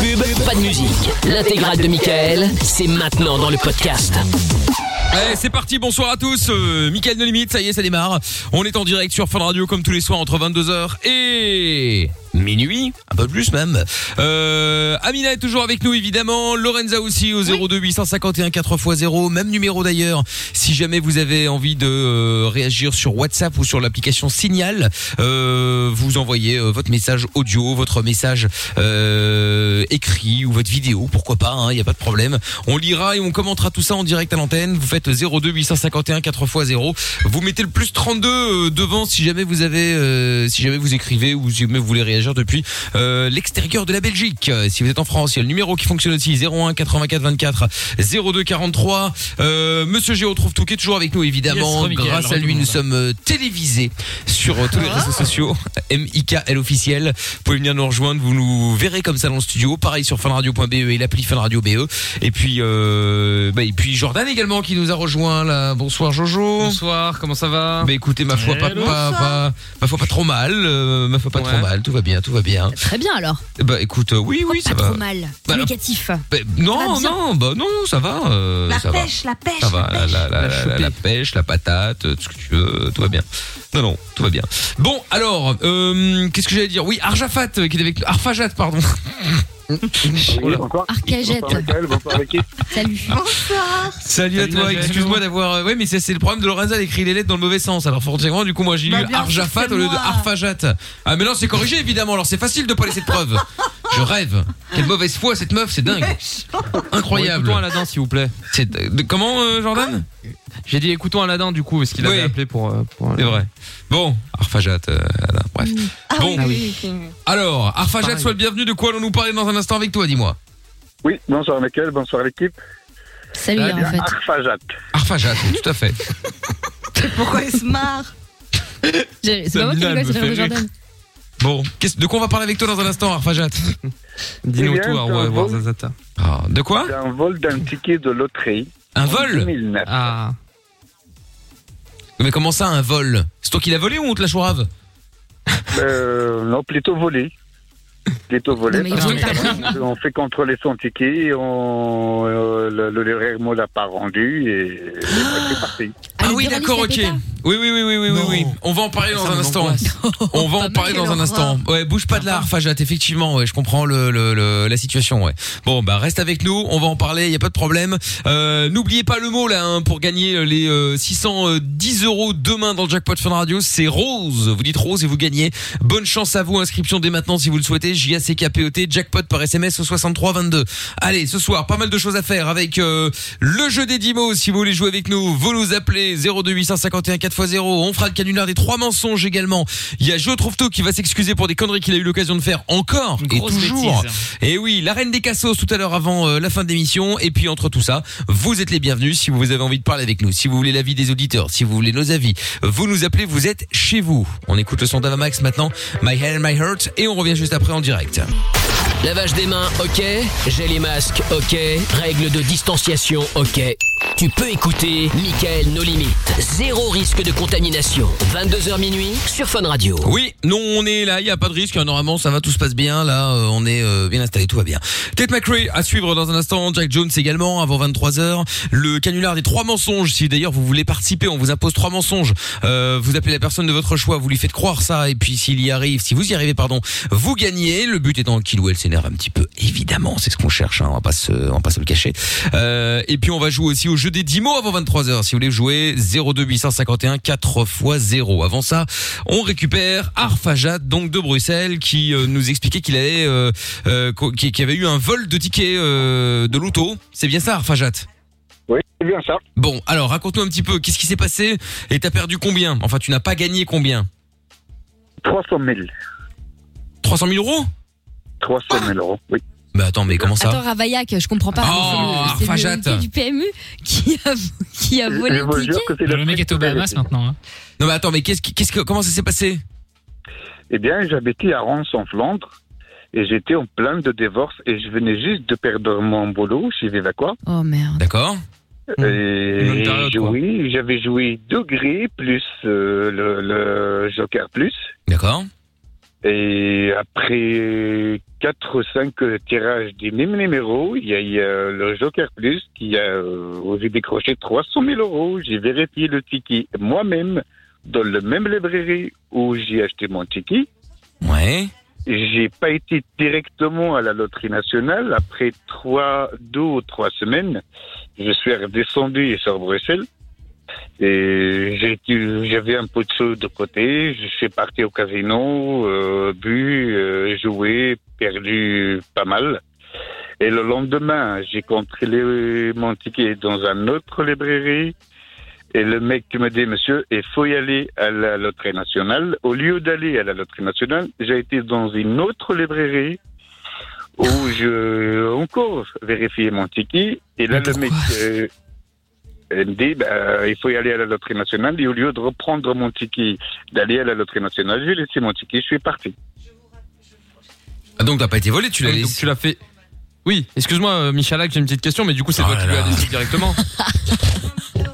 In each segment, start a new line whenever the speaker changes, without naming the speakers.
pub, pas de musique. L'intégrale de Michael, c'est maintenant dans le podcast.
Allez, c'est parti, bonsoir à tous. Euh, Mickaël No Limite, ça y est, ça démarre. On est en direct sur Fun Radio comme tous les soirs entre 22h et minuit, un peu plus même. Euh, Amina est toujours avec nous évidemment, Lorenza aussi au 02 851 4x0, même numéro d'ailleurs. Si jamais vous avez envie de euh, réagir sur WhatsApp ou sur l'application Signal, euh, vous envoyez euh, votre message audio, votre message euh, écrit ou votre vidéo, pourquoi pas, hein, il n'y a pas de problème. On lira et on commentera tout ça en direct à l'antenne. Vous faites 02 851 4x0. Vous mettez le plus 32 euh, devant si jamais vous avez euh, si jamais vous écrivez ou si jamais vous voulez réagir depuis euh, l'extérieur de la Belgique. Euh, Si vous êtes en France, il y a le numéro qui fonctionne aussi 01 84 24 02 43. Euh, Monsieur Géo trouve tout qui est toujours avec nous évidemment.
Yes, Mickaël,
Grâce à lui,
redemande.
nous sommes euh, télévisés sur euh, tous les réseaux sociaux. MIKL officiel. Vous pouvez venir nous rejoindre. Vous nous verrez comme ça dans le studio. Pareil sur funradio.be E et l'appli funradio.be. Et puis, euh, bah, et puis Jordan également qui nous a rejoint là. Bonsoir Jojo. Bonsoir. Comment ça va Bah écoutez, ma foi pas,
Hello.
pas, pas- ma foi pas trop mal. euh, ma foi pas trop mal. Tout va bien, tout va bien.
Très bien alors.
Bah écoute, euh, oui,
Oh,
oui, ça
pas
va.
trop mal.
Bah, la-
Négatif.
Bah, non, non, bah non, ça va. euh,
La
ça va.
pêche, la pêche,
Ça va,
la
Bah, la, la-
pêche.
la- la pêche, la patate, euh, tout ce que tu veux, tout va bien. Non, non, tout va bien. Bon, alors, euh, qu'est-ce que j'allais dire Oui, Arjafat euh, qui est avec nous. Arfajat, pardon. Oh là.
Arcagette.
Salut.
Bonsoir.
Salut à
Salut,
toi,
Nadia.
excuse-moi d'avoir. euh, Oui, mais c'est c'est le problème de Lorenza, elle écrit les lettres dans le mauvais sens. Alors, forcément, du coup, moi j'ai lu
Bah, bien sûr,
Arjafat
c'est
au lieu de
moi.
Arfajat. Ah, mais non, c'est corrigé évidemment, alors c'est facile de pas laisser de preuves. Je rêve. Quelle mauvaise foi cette meuf, c'est dingue. Incroyable. euh,
Écoutons Aladdin, s'il vous plaît.
comment, Jordan
J'ai dit écoutons Aladdin, du coup, parce qu'il avait appelé pour. euh, pour
C'est vrai. Bon, Arfajat, euh, Alain, bref.
Ah
bon, alors, Arfajat,
Pareil.
sois le bienvenu. De quoi allons-nous parler dans un instant avec toi, dis-moi
Oui, bonsoir Michael, bonsoir l'équipe.
Salut,
Eh bien,
en fait.
Arfajat.
Arfajat, tout à fait.
Pourquoi il se marre C'est pas moi qui
Sabina,
rigole,
elle me
c'est
fait
Roger
rire.
Jordan.
Bon, qu'est-ce- de quoi on va parler avec toi dans un instant, Arfajat
Eh bien, c'est un vol-
Ah, De quoi
C'est un vol d'un ticket de loterie.
Un
En
vol
2009.
Ah. Mais comment ça, un vol C'est toi qui l'as volé ou on te l'a chourave
Euh, non, plutôt volé. Plutôt volé.
Non, mais
parce
ils
que on fait contrôler son ticket, on, euh, le, le, le ne l'a pas rendu et c'est parti.
Ah oui, d'accord, ok. Oui, oui, oui, oui, oui, oui, oui. On va en parler dans un instant. On va en parler dans un instant. Ouais, bouge pas de là, Arfajat. Effectivement, ouais, je comprends le, le- le- la situation. Ouais. Bon, bah reste avec nous. On va en parler. Il y a pas de problème. Euh, N'oubliez pas le mot là hein, pour gagner euh, les euh, 610 euros demain dans le jackpot Fun Radio. C'est Rose. Vous dites Rose et vous gagnez. Bonne chance à vous. Inscription dès maintenant si vous le souhaitez. J A C K P O T jackpot par SMS au 63 22. Allez, ce soir, pas mal de choses à faire avec euh, le jeu des 10 mots. Si vous voulez jouer avec nous, vous nous appelez 02851 4x0. On fera le canular des trois mensonges également. Il y a Joe Trouvetot qui va s'excuser pour des conneries qu'il a eu l'occasion de faire encore et
grosse
toujours.
bêtise.
Et oui, la reine des cassos tout à l'heure avant euh, la fin de l'émission. Et puis entre tout ça, vous êtes les bienvenus si vous avez envie de parler avec nous. Si vous voulez l'avis des auditeurs, si vous voulez nos avis, vous nous appelez, vous êtes chez vous. On écoute le son d'Avamax maintenant, My Head and My Heart, et on revient juste après en direct.
Lavage des mains, ok. J'ai les masques, ok. Règles de distanciation, ok. Tu peux écouter Michael No Limites. Zéro risque de contamination. 22h minuit sur Fun Radio.
Oui, non, on est là, il n'y a pas de risque. hein. Normalement, ça va, tout se passe bien. Là, euh, on est euh, bien installé, tout va bien. Ted McRae à suivre dans un instant. Jack Jones également avant 23 h Le canular des trois mensonges. Si d'ailleurs vous voulez participer, on vous impose trois mensonges. Euh, vous appelez la personne de votre choix, vous lui faites croire ça, et puis s'il y arrive, si vous y arrivez, pardon, vous gagnez. Le but étant qu'il ou elle s'énerve un petit peu, évidemment, c'est ce qu'on cherche. hein, on va pas se, on va pas se le cacher. Euh, et puis on va jouer aussi au jeu des 10 mots avant 23 h Si vous voulez jouer, 02 851 4 x 0. Avant ça, on récupère Arfajat donc de Bruxelles qui euh, nous expliquait qu'il avait, euh, euh, co- qui, qui avait eu un vol de tickets euh, de l'auto. C'est bien ça, Arfajat
Oui, c'est bien ça.
Bon, alors raconte-nous un petit peu, qu'est-ce qui s'est passé et t'as perdu combien Enfin, tu n'as pas gagné combien
300 000.
300 000 euros
300 000 euros, oui.
Mais attends, mais comment
Attends,
ça
Ravaillac, je comprends pas.
Oh,
c'est le,
Arfajat.
c'est le mec du PMU qui a, qui a volé le ticket.
le
mec est au Bahamas
maintenant.
hein.
Non mais attends, mais qu'est-ce qui- qu'est-ce que, comment ça s'est passé
Eh bien, j'habitais à Reims en Flandre et j'étais en plein de divorce et je venais juste de perdre mon boulot chez Vivacois.
Oh merde.
D'accord.
Et
période,
joué- Euh, j'avais joué deux grilles plus euh, le, le Joker plus.
D'accord.
Et après 4 ou 5 tirages des mêmes numéros, il y a, il y a le Joker Plus qui a, euh, j'ai décroché 300 000 euros. J'ai vérifié le ticket moi-même dans la même librairie où j'ai acheté mon ticket.
Ouais.
J'ai pas été directement à la loterie nationale. Après trois, deux ou trois semaines, je suis redescendu sur Bruxelles. Et j'ai été- j'avais un peu de sous de côté. Je suis parti au casino, euh, bu, euh, joué, perdu pas mal. Et le lendemain, j'ai contrôlé mon ticket dans un autre librairie. Et le mec qui me dit, monsieur, il faut y aller à la loterie nationale. Au lieu d'aller à la loterie nationale, j'ai été dans une autre librairie où je encore vérifié mon ticket. Et là, le mec euh, il me dit, bah, il faut y aller à la loterie nationale. Et au lieu de reprendre mon ticket, d'aller à la loterie nationale, j'ai laissé mon ticket, je suis parti.
Ah, donc t'as pas été volé, tu l'as
Tu l'as fait. Oui, excuse-moi, euh, Michalak, j'ai une petite question, mais du coup,
Oh
c'est toi qui lui as laissé directement.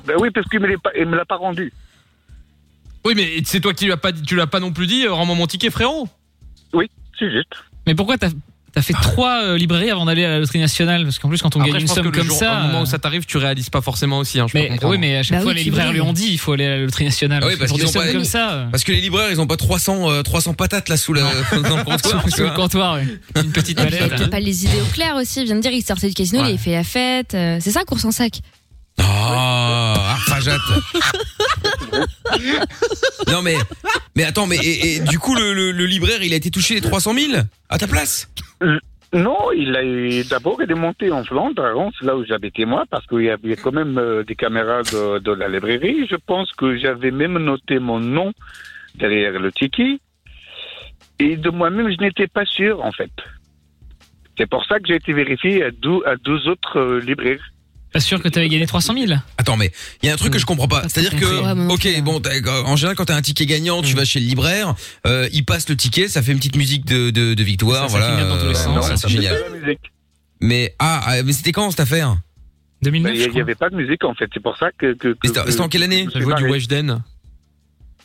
Ben oui, parce qu'il me l'a pas- il me l'a pas rendu.
Oui, mais c'est toi qui lui as pas, dit- tu l'as pas non plus dit, euh, rends-moi mon ticket, frérot.
Oui, c'est juste.
Mais pourquoi t'as as
Ah.
fait trois euh, librairies avant d'aller à la loterie nationale Parce qu'en plus, quand on
Après,
gagne
je
une
pense que
somme
le
comme
jour-
ça.
au moment où
euh,
ça t'arrive, tu réalises pas forcément aussi. Hein, je
mais
peux comprendre.
oui, mais à
Bah
chaque fois, les libraires lui ont dit, il faut aller à la loterie euh, nationale.
Ah oui, parce
pour
qu'ils
des
ont pas-
sommes comme ça. euh,
Parce que les libraires, ils ont pas 300, euh, 300 patates là sous la, dans le comptoir.
Sous- sous le comptoir,
Une petite
Et puis, t'as pas les idées au clair aussi. Il vient de dire, il sortait du casino, il a fait la fête. euh, C'est ça, course en sac.
Oh, arpajate. non mais, mais attends, mais et, et du coup le, le- le libraire il a été touché les 300 000 à ta place
Non, il a eu- d'abord il est monté en Flandre, à Reims, là où j'habitais moi, parce qu'il y avait quand même euh, des caméras de, de la librairie. Je pense que j'avais même noté mon nom derrière le ticket. Et de moi-même, je n'étais pas sûr, en fait. C'est pour ça que j'ai été vérifié à deux, à deux autres euh, libraires.
Pas sûr que t'avais gagné 300 000
Attends, mais il y a un truc que je comprends pas. C'est-à-dire que,
hein.
ok, bon, t'as- en général, quand t'as un ticket gagnant,
Mm.
tu vas chez le libraire, euh, il passe le ticket, ça fait une petite musique de, de, de victoire,
Ça, ça
voilà. euh,
clignote dans tous les sens,
non,
ça,
c'est
ça fait
génial.
pas
Mais ah, ah, mais c'était quand cette affaire
Ben, Il n'y avait pas de musique, en fait. C'est pour ça que. que, que-
C'était en quelle année
que je me suis barré.
Weshden.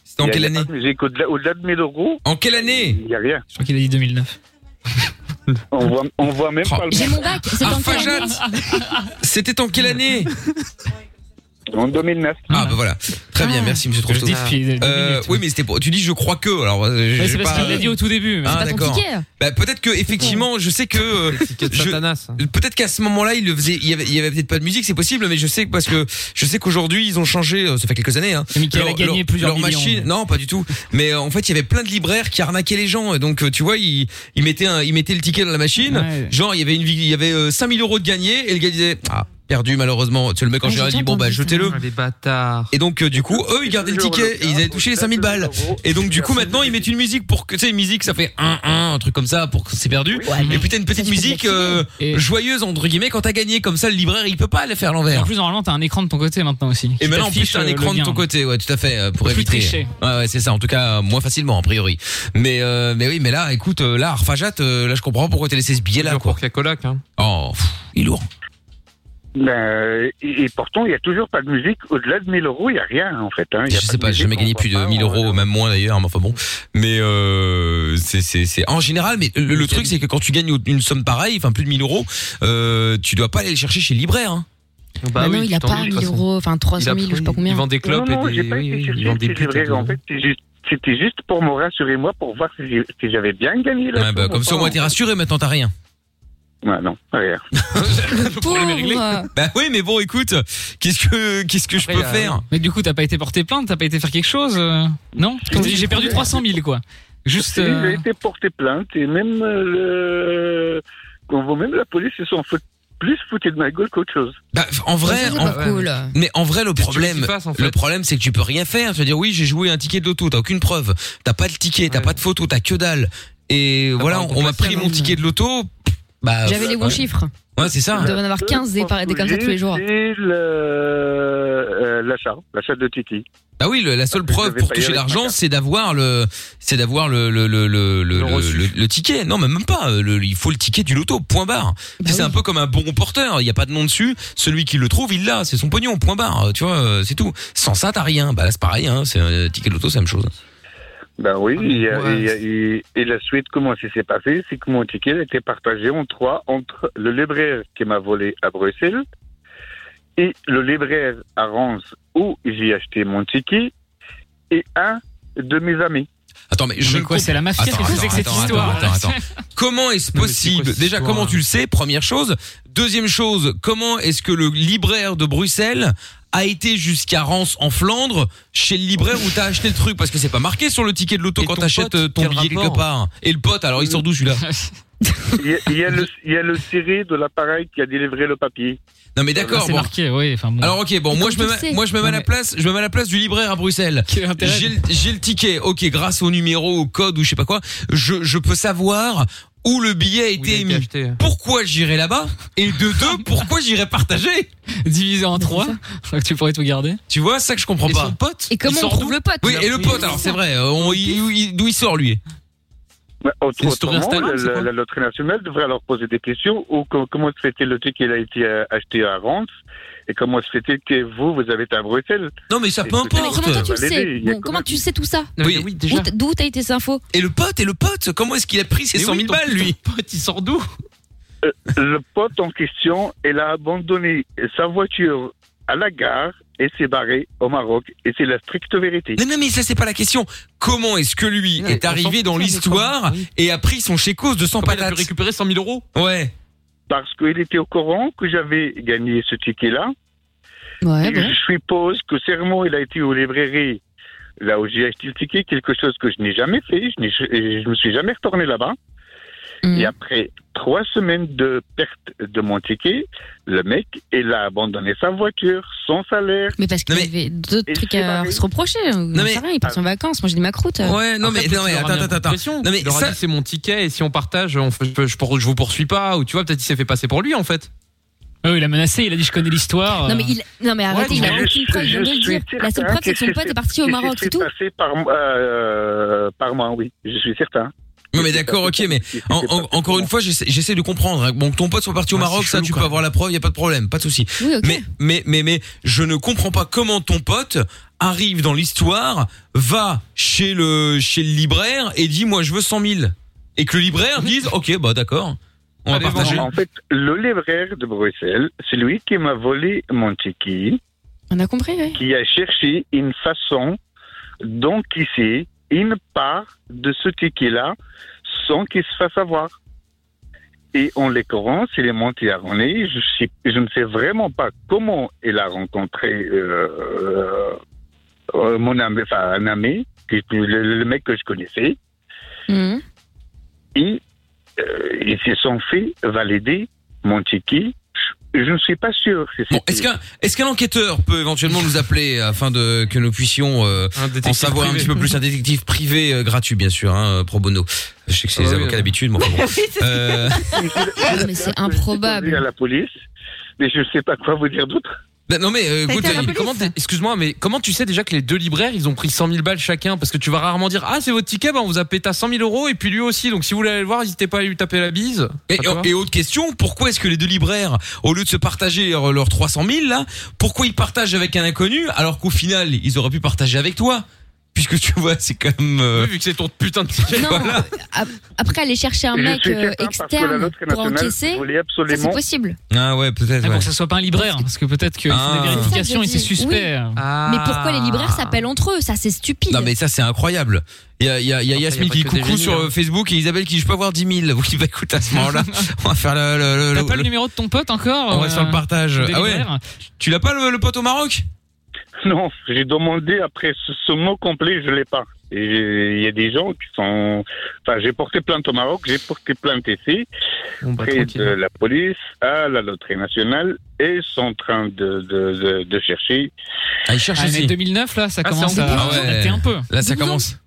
C'était en
Il y
quelle
avait
année
pas de musique. Au-delà au-delà de 1000 euros.
En quelle année
Il n'y a rien.
Je crois qu'il a dit 2009.
On voit, on voit même
Oh.
pas le
J'ai mon bac, c'est en
Arpajat.
quelle
C'était en quelle année
En 2009.
Ah bah voilà. Très bien, merci monsieur
Je dis
Trostov.
depuis deux
Euh, oui mais c'était pour tu dis je crois que alors euh, j'ai
Ouais, c'est
pas-
parce qu'il l'a dit au tout début. mais-
Ah
ton
d'accord.
ticket.
Bah, peut-être que effectivement, je sais que euh, je- peut-être qu'à ce moment-là, il le faisait il y avait, il y avait peut-être pas de musique, c'est possible, mais je sais que- parce que je sais qu'aujourd'hui, ils ont changé euh, ça fait quelques années hein.
Mais Mickaël a gagné plusieurs
leur
millions.
machine, non, pas du tout. Mais euh, en fait, il y avait plein de libraires qui arnaquaient les gens et donc euh, tu vois, ils ils mettaient un- ils mettaient le ticket dans la machine,
Ouais.
genre il y avait une vi- il y avait euh, 5000 euros de gagné et le gars disait ah perdu malheureusement. Tu sais, le mec en
Ouais,
général
j'ai
dit bon bah
entendu ça.
jetez-le.
Ah, les bâtards.
Et donc euh, du coup, eux ils gardaient le
toujours
ticket
le
et ils avaient touché les 5000 balles. Et donc du coup maintenant ils mettent une musique pour que tu sais une musique ça fait 1 1 un truc comme ça pour que c'est perdu. Et puis t'as une petite musique euh, joyeuse entre guillemets quand t'as gagné comme ça le libraire il peut pas la faire à
Et En
l'envers.
plus, normalement, t'as un écran de ton côté maintenant aussi.
Et
qui
maintenant en plus
t'affiche,
t'as
euh,
un
le
écran de
gain.
ton côté ouais tout à fait euh, pour
Plus
éviter.
tricher.
Ouais ouais c'est ça en tout cas euh, moins facilement a priori. Mais euh, mais oui mais là écoute euh, là Arfajat euh, là je comprends pas pourquoi t'as laissé ce billet là quoi.
hein.
Oh pff, il est lourd.
Ben, et, et pourtant, il n'y a toujours pas de musique. Au-delà de 1000 euros, il n'y a rien, en fait. Hein. Il y a
Je sais pas, j'ai jamais gagné plus de 1000 euros, même moins d'ailleurs, mais enfin bon. Mais euh, c'est c'est c'est en général, mais le, le truc c'est que quand tu gagnes une somme pareille, enfin plus de 1000 euros, euh, tu dois pas aller le chercher chez le libraire. Hein.
Bah non, il a pas 1000 euros, enfin 300 000 ou je sais pas combien.
non, non, j'ai pas été chercher chez les libraires, en fait, c'est juste- c'était juste pour me rassurer, moi, pour voir si j'ai- si j'avais bien gagné. la
Ouais, bah,
somme
comme
ou
ça au
pas.
moins t'es rassuré, maintenant t'as rien.
Ouais, non, rien.
le problème est réglé.
Pauvre.
Bah oui, mais bon, écoute, qu'est-ce que qu'est-ce que je peux faire
euh, Mais du coup, t'as pas été porté plainte, t'as pas été faire quelque chose euh, Non Parce que J'ai perdu 300 000 quoi. Juste.
Et
euh,
J'ai été porté plainte et même euh, le... qu'on voit même la police, ils sont fout- plus foutus de ma gueule qu'autre chose.
Bah, en vrai,
c'est
en-
pas cool.
mais en vrai, le problème,
qui fasse, en fait
le problème, c'est que tu peux rien faire. Tu veux dire, oui, j'ai joué un ticket de loto, t'as aucune preuve, t'as pas de ticket, t'as pas de photo, t'as que dalle. Et
Ah,
voilà, on m'a pris mon ticket de loto. Bah,
J'avais les bons
ouais.
chiffres.
Ouais, c'est ça.
Il devrait en avoir 15 des, par- Ah, des comme ça tous les jours.
Et le- euh, l'achat, l'achat de Titi.
Bah oui, le- la seule
Parce que
preuve
je vais
pour
payer
toucher
avec ma
l'argent, c'est d'avoir le, c'est d'avoir le le le le le, le, le ticket. Non, mais même pas. Le- il faut le ticket du loto. Point barre. Tu sais, c'est un peu comme un bon porteur. Il y a pas de nom dessus. Celui qui le trouve, il l'a. C'est son pognon. euh, Point barre. Tu vois, euh, c'est tout. Sans ça, t'as rien. Bah là, c'est pareil. Hein, c'est un ticket de loto, c'est la même chose.
Ben oui, et, et- et- et la suite, comment ça s'est passé C'est que mon ticket a été partagé en trois entre le libraire qui m'a volé à Bruxelles et le libraire à Reims où j'ai acheté mon ticket et un de mes amis.
Attends, mais je.
quoi, c'est la mafia,
Attends,
qu'est-ce que
attends,
c'est que cette
attends,
histoire
attends, attends. Comment est-ce possible Déjà, comment tu le sais Première chose. Deuxième chose, comment est-ce que le libraire de Bruxelles a été jusqu'à Rance en Flandre chez le libraire où t'as acheté le truc Parce que c'est pas marqué sur le ticket de l'auto quand t'achètes euh, ton
quel
billet quelque
rapport
part. Et le pote, alors il sort d'où celui-là
Il y a- il y, a le- il y a le ciré de l'appareil qui a délivré le papier.
Non mais d'accord.
C'est
bon.
marqué,
Alors ok, bon,
Et
moi
quand
je me,
tu
mets-
le sais.
moi je me mets à la
Non, mais-
place, je me mets à la place du libraire à Bruxelles.
intérêt
J'ai le- j'ai le ticket. Ok, grâce au numéro, au code ou je sais pas quoi, je, je peux savoir où le billet a été émis. Pourquoi j'irai là-bas Et de deux, pourquoi j'irai partager
Divisé en trois, tu pourrais tout garder.
Tu vois, ça que je comprends
Et
pas.
son pote Et comment
Il
on
sort
trouve
d'où
le pote
Oui,
Il a
et le
pris-
pote. Alors c'est vrai. euh, on- il- il- D'où il sort lui
Bah, autre-
C'est une story
autrement,
Instagram,
la-
c'est quoi
la, la loterie nationale devrait alors poser des questions ou co- comment se fait-il le truc qu'il a été euh, acheté à Reims et comment se fait-il que vous, vous avez été à Bruxelles
Non, mais ça
peut
Non, mais comment toi tu le sais Bon, Comment tu sais tout ça
Oui, déjà.
Où t- D'où t'as été ces infos
Et le pote, et le pote, comment est-ce qu'il a pris ses
Mais
100
oui,
000
ton-
balles lui
Pote, il sort d'où
Euh, Le pote en question, il a abandonné sa voiture à la gare et s'est barré au Maroc et c'est la stricte vérité.
Mais non, mais ça, c'est pas la question. Comment est-ce que lui est arrivé dans l'histoire et a pris son chez cause de 100 patates Il a pu récupérer 100 000 euros Ouais.
Parce qu'il était au courant que j'avais gagné ce ticket-là.
Ouais,
Et Je suppose que serment, il a été aux librairies, là où j'ai acheté le ticket, quelque chose que je n'ai jamais fait. Je, n'ai- je- je me suis jamais retourné là-bas.
Mmh.
Et après trois semaines de perte de mon ticket, le mec, il a abandonné sa voiture, son salaire.
Mais parce qu'il y avait d'autres trucs à se reprocher. Non, mais... rien, il
ah.
part en vacances. Moi, j'ai dit ma croûte.
Après, peut-être qu'il aura mis un coup de pression. il aura dit, c'est mon ticket et si on partage, on, fait- je, je- je vous poursuis pas ou tu vois peut-être il s'est fait passer pour lui en fait.
Ah Oui, il a menacé, il a dit je connais l'histoire. euh,
Non mais, il... non, mais arrêtez, il
Ouais,
a
je-
aucune preuve, il vient de
je
le
suis
dire. La seule preuve, c'est que son pote est parti au Maroc, c'est tout.
passé par, euh, par moi, oui, je suis certain.
Non mais d'accord, ok, mais en- en- encore une fois, j'essaie j'essaie de comprendre. hein. Bon, que ton pote soit
Ah,
parti au Maroc, ça, tu peux avoir la preuve, y a pas de problème, pas de souci. Mais mais mais mais je ne comprends pas comment ton pote arrive dans l'histoire, va chez le chez le libraire et dit moi je veux 100 000 et que le libraire dise ok bah d'accord, on va partager.
En fait, le libraire de Bruxelles, c'est lui qui m'a volé mon ticket.
On a compris, oui.
qui a cherché une façon d'encaisser une part de ce ticket-là sans qu'il se fasse avoir. Et en l'occurrence, il est monté à René. Je, sais- je ne sais vraiment pas comment il a rencontré euh, euh, mon ami, enfin, un ami, qui- le, le mec que je connaissais. Et euh, ils se sont fait valider mon ticket. Je, je ne suis pas sûr. si
Bon,
c'était-
est-ce qu'un est-ce qu'un enquêteur peut éventuellement nous appeler afin de que nous puissions euh, en savoir
privé.
un petit peu plus un détective privé euh, gratuit bien sûr hein, pro bono. Je sais que c'est
Ah
les
oui,
avocats
oui.
d'habitude, mais enfin bon. Euh,
Non, mais c'est improbable.
à la police, mais je ne sais pas quoi vous dire d'autre.
Ben non mais
écoute,
été à la
euh,
police
comment t'es- excuse-moi, mais comment tu sais déjà que les deux libraires ils ont pris 100 000 balles chacun Parce que tu vas rarement dire ah c'est votre ticket, bah, on vous a pété à 100 000 euros et puis lui aussi. Donc si vous voulez aller le voir, n'hésitez pas à lui taper la bise.
Et, et autre question, pourquoi est-ce que les deux libraires, au lieu de se partager leurs leurs 300 000 là, pourquoi ils partagent avec un inconnu alors qu'au final ils auraient pu partager avec toi Puisque tu vois, c'est quand même. euh, vu
que c'est ton putain de ticket.
Non, ap- après aller chercher un
Je
mec
suis certain,
euh,
parce que la
externe
Loterie
pour
Nationale
encaisser, ça,
voulait
c'est
absolument-
possible.
Ah ouais, peut-être.
Ah,
ouais.
pour que ça soit pas un libraire, parce que peut-être qu'ils font
Ah.
des vérifications et c'est
Oui.
suspect.
Mais pourquoi les libraires s'appellent entre eux Ça, c'est stupide.
Non mais ça c'est incroyable. Il y a, il y a- il y a Yasmine
pas
qui
que des
coucou
génies,
sur
hein.
euh, Facebook et Isabelle qui dit, je peux avoir 10 000. Oui bah écoute à ce moment-là, on va faire le, le- le-
T'as
Euh, le-
pas le
le-
numéro de ton pote encore
on va
euh,
faire le partage.
des
Ah ouais.
libraires
Tu l'as pas le, le pote au Maroc
Non, j'ai demandé après ce, ce mot complet, je l'ai pas. Et j'ai- Il y a des gens qui sont. Enfin, j'ai porté plainte au Maroc, j'ai porté plainte ici,
bah,
près de la police, à la loterie nationale, et ils sont en train de, de, de, de chercher.
Ah, ils
Ah, mais 2009 là, ça
Ah,
commence
c'est en
à
cours. Ah ouais.
dater un peu. Ah
Là ça commence.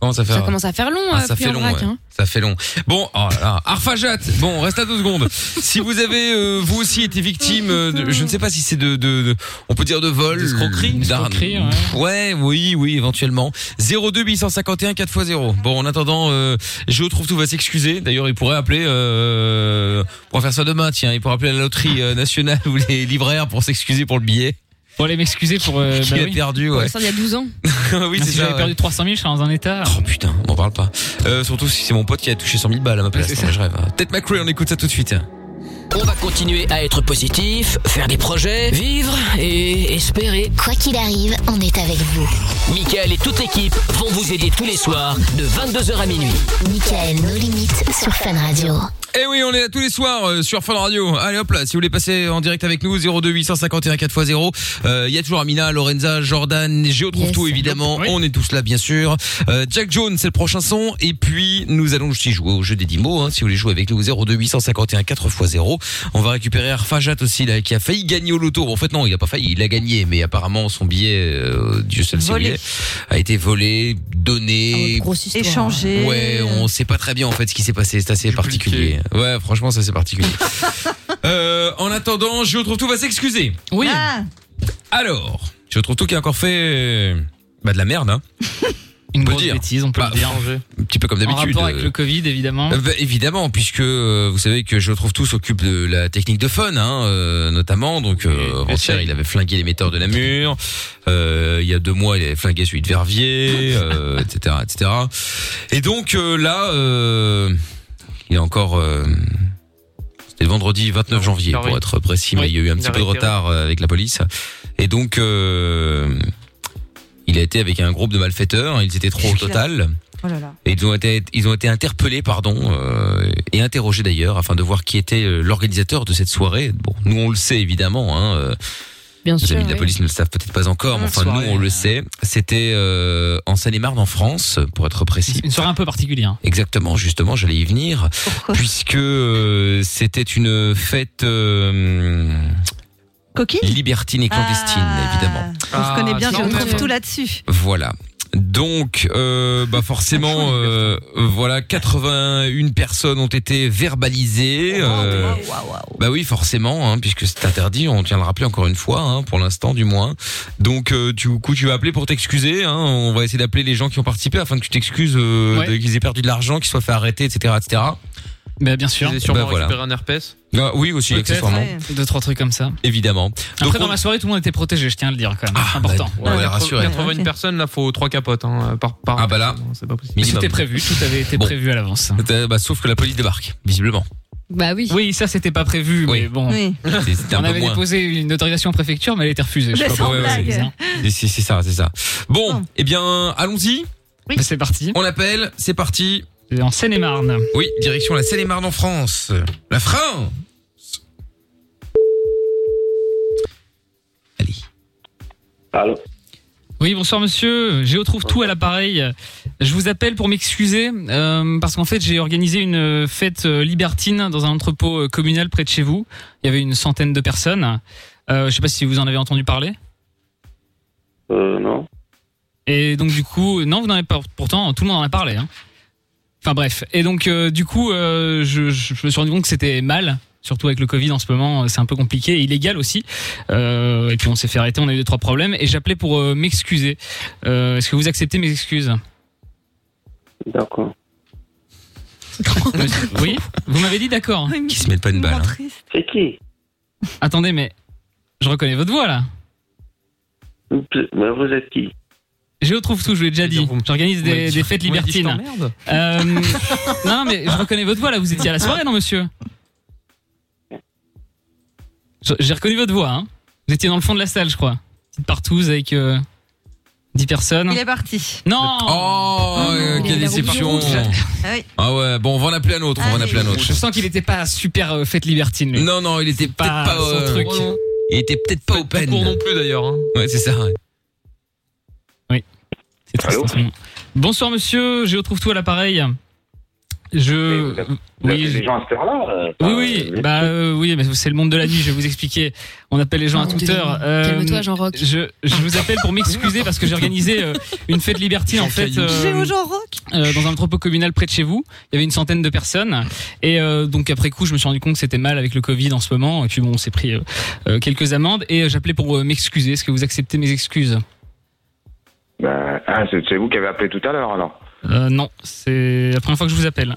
Comment ça fait
Ça commence à faire long,
Ah,
euh,
ça
puis
fait
en
long.
vrac,
ouais.
hein.
Ça fait long. Bon, oh là là. Arfajat. Bon, on reste à deux secondes. Si vous avez, euh, vous aussi, été victime, euh, de- je ne sais pas si c'est de, de, de- on peut dire de vol, d'escroquerie,
D'escroquerie,
ouais. oui, oui, éventuellement. 02 851 4x0. Bon, en attendant, euh, Géo trouve tout va s'excuser. D'ailleurs, il pourrait appeler, euh, on va faire ça demain, tiens. Il pourrait appeler la loterie euh, nationale ou les libraires pour s'excuser pour le billet.
Pour aller m'excuser pour. euh,
Qui
bah
a
oui.
perdu, ouais.
Ça, il y a 12 ans.
oui,
Ah,
c'est
si
ça.
j'avais
ouais.
perdu 300 000, je serais dans un état.
Oh putain, on m'en parle pas. Euh, surtout si c'est mon pote qui a touché 100 000 balles à ma place.
c'est
Non, mais je rêve. hein. Tête McRae, on écoute ça tout de suite.
On va continuer à être positif, faire des projets, vivre et espérer.
Quoi qu'il arrive, on est avec vous.
Michael et toute l'équipe vont vous aider tous les soirs de 22h à minuit.
Michael, nos limites sur Fan Radio.
Eh oui, on est là tous les soirs euh, sur Fun Radio. Allez hop là, si vous voulez passer en direct avec nous, 02 851 4x0. Euh, Il y a toujours Amina, Lorenza, Jordan, Géo trouve tout évidemment. On est tous là bien sûr. Euh, Jack Jones, c'est le prochain son. Et puis nous allons aussi jouer au jeu des 10 mots. hein, si vous voulez jouer avec nous, 02 851 4x0. On va récupérer Arfajat aussi là, qui a failli gagner au loto. Bon, en fait non, il a pas failli, il a gagné, mais apparemment son billet, euh, Dieu seul sait où il
Volé.
est, a été volé, donné,
Échanger.
Ouais, on sait pas très bien en fait ce qui s'est passé. C'est assez particulier. Ouais, franchement, ça c'est particulier. euh, en attendant, je trouve tout va s'excuser.
Oui.
Ah. Alors, je trouve tout qui a encore fait euh, bah, de la merde. Hein.
Une
peut
grosse
dire.
bêtise, on peut
Bah,
le dire.
Un petit peu comme
En
d'habitude.
rapport avec le Covid,
Hein.
évidemment.
Euh, bah, évidemment, puisque euh, vous savez que je trouve tout s'occupe de la technique de fun, hein, euh, notamment. Donc euh, avant-hier, il avait flingué l'émetteur de Namur. Euh, il y a deux mois, il avait flingué celui de Verviers, euh, etc., etc. Et donc euh, là, euh, il est encore. euh, c'était le vendredi 29 janvier, pour être précis, mais il y a eu un
il
petit
a
peu de
réitéré.
retard euh, avec la police. Et donc, euh, il a été avec un groupe de malfaiteurs. Ils étaient trois au total.
Oh là là.
Et ils ont été, ils ont été interpellés, pardon, euh, et interrogés d'ailleurs, afin de voir qui était euh, l'organisateur de cette soirée. Bon, nous on le sait évidemment. Hein, euh,
Bien
nos
sûr.
amis de la
oui.
police ne le savent peut-être pas encore, mais
Ah,
enfin
soirée,
nous on le sait. C'était euh, en Seine-et-Marne, en France, pour être précis.
Une soirée un peu particulière.
Exactement, justement, j'allais y venir, puisque euh, c'était une fête euh,
Coquille
libertine
Ah.
et clandestine, évidemment.
On se connaît bien,
Ah,
Ah, je
non,
retrouve
mais-
tout là-dessus.
Voilà. Donc, euh, bah
Ah,
forcément, euh, voilà, 81 personnes ont été verbalisées. euh, Bah oui, forcément, hein, puisque c'est interdit. On tient à le rappeler encore une fois, hein, pour l'instant du moins. Donc, euh, du coup, tu vas appeler pour t'excuser. Hein, on va essayer d'appeler les gens qui ont participé afin que tu t'excuses euh,
Ouais.
de- qu'ils aient perdu de l'argent, qu'ils soient fait arrêter, etc., etc.
Bah, bien sûr.
Ils ont sûrement
Bah, voilà.
récupéré un herpès.
Ah, oui, aussi
Peut-être,
accessoirement,
ouais.
Deux, trois trucs comme ça.
évidemment.
Après,
on-
dans la soirée, tout le monde était protégé, je tiens à le dire quand même.
Ah,
Important.
bah, ouais,
Ouais,
rassurez.
81
Ah,
ok.
personnes, là, faut trois capotes hein, par, par.
Ah bah là,
c'est pas possible.
Mais Tout
minimum.
était prévu, tout avait été
Bon.
prévu à l'avance.
Euh, bah, sauf que la police débarque, visiblement.
Bah oui.
Oui, ça c'était pas prévu,
Oui.
mais bon.
Oui.
C'est- C'était un
On
peu
avait
moins.
déposé une autorisation en préfecture, mais elle était refusée.
Mais
Je sais pas
sans
pourquoi,
blague.
c'est bizarre.
C'est- C'est c'est ça, c'est ça. Bon,
Non.
eh bien, allons-y.
Bah, C'est parti.
On appelle, c'est parti.
C'est En Seine-et-Marne.
Oui, direction la Seine-et-Marne en France. La France Allez.
Allô
Oui, bonsoir monsieur. Géo trouve tout à l'appareil. Je vous appelle pour m'excuser euh, parce qu'en fait j'ai organisé une euh, fête euh, libertine dans un entrepôt euh, communal près de chez vous. Il y avait une centaine de personnes. Euh, je sais pas si vous en avez entendu parler.
Euh, non.
Et donc du coup, non, vous n'en avez pas. Pourtant, tout le monde en a parlé. hein. Enfin bref. Et donc euh, du coup, euh, je, je- je me suis rendu compte que c'était mal, surtout avec le Covid en ce moment, euh, c'est un peu compliqué, et illégal aussi. Euh, et puis on s'est fait arrêter, on a eu deux trois problèmes, et j'appelais pour euh, m'excuser. Euh, Est-ce que vous acceptez mes excuses
D'accord.
Monsieur- Oui. Vous m'avez dit d'accord.
Qui se mettent pas une balle. hein.
C'est qui
Attendez, mais je reconnais votre voix là.
Mais vous êtes qui
Je trouve tout, je vous l'ai déjà dit.
Vous me-
J'organise
vous m'avez
des,
dit-
des fêtes
vous m'avez dit,
libertines.
je t'emmerde.
Euh, non, mais je reconnais votre voix là. Vous étiez à la soirée, non, monsieur Je- J'ai reconnu votre voix. Hein. Vous étiez dans le fond de la salle, je crois. Petite partouze avec euh, 10 personnes.
Il est parti.
Non
Oh, euh,
il
quelle
a la
déception.
route du rouge.
Ah oui.
Ah ouais, bon, on va en appeler un autre, on va en
Ah,
Allez.
appeler un autre.
Je sens qu'il n'était pas super euh, fête libertine, lui.
Non, non, il était peut-être
pas
pas,
son
euh,
truc.
Il était peut-être pas
Pas court non
open.
plus d'ailleurs. hein.
Ouais, c'est ça. ouais.
C'est triste,
Allô
en ce moment. Bonsoir, monsieur. Je retrouve tout à l'appareil.
Mais
Je.
vous avez- Vous
Oui,
appelez
je-
les gens à cette heure-là euh,
Oui,
enfin,
oui,
euh,
bah euh, oui, mais c'est le monde de la nuit, je vais vous expliquer. On appelle les gens à
Oh,
toute
désolé.
heure. Euh,
Calme-toi, Jean-Roch.
Je, je vous appelle pour m'excuser parce que j'ai organisé euh, une fête libertine en fait euh,
J'ai au genre rock.
euh, dans un entrepôt communal près de chez vous. Il y avait une centaine de personnes et euh, donc après coup, je me suis rendu compte que c'était mal avec le Covid en ce moment et puis bon, on s'est pris euh, euh, quelques amendes et euh, j'appelais pour euh, m'excuser. Est-ce que vous acceptez mes excuses
bah, ah, c'est c'est vous qui avez appelé tout à l'heure alors.
euh, Non, c'est la première fois que je vous appelle.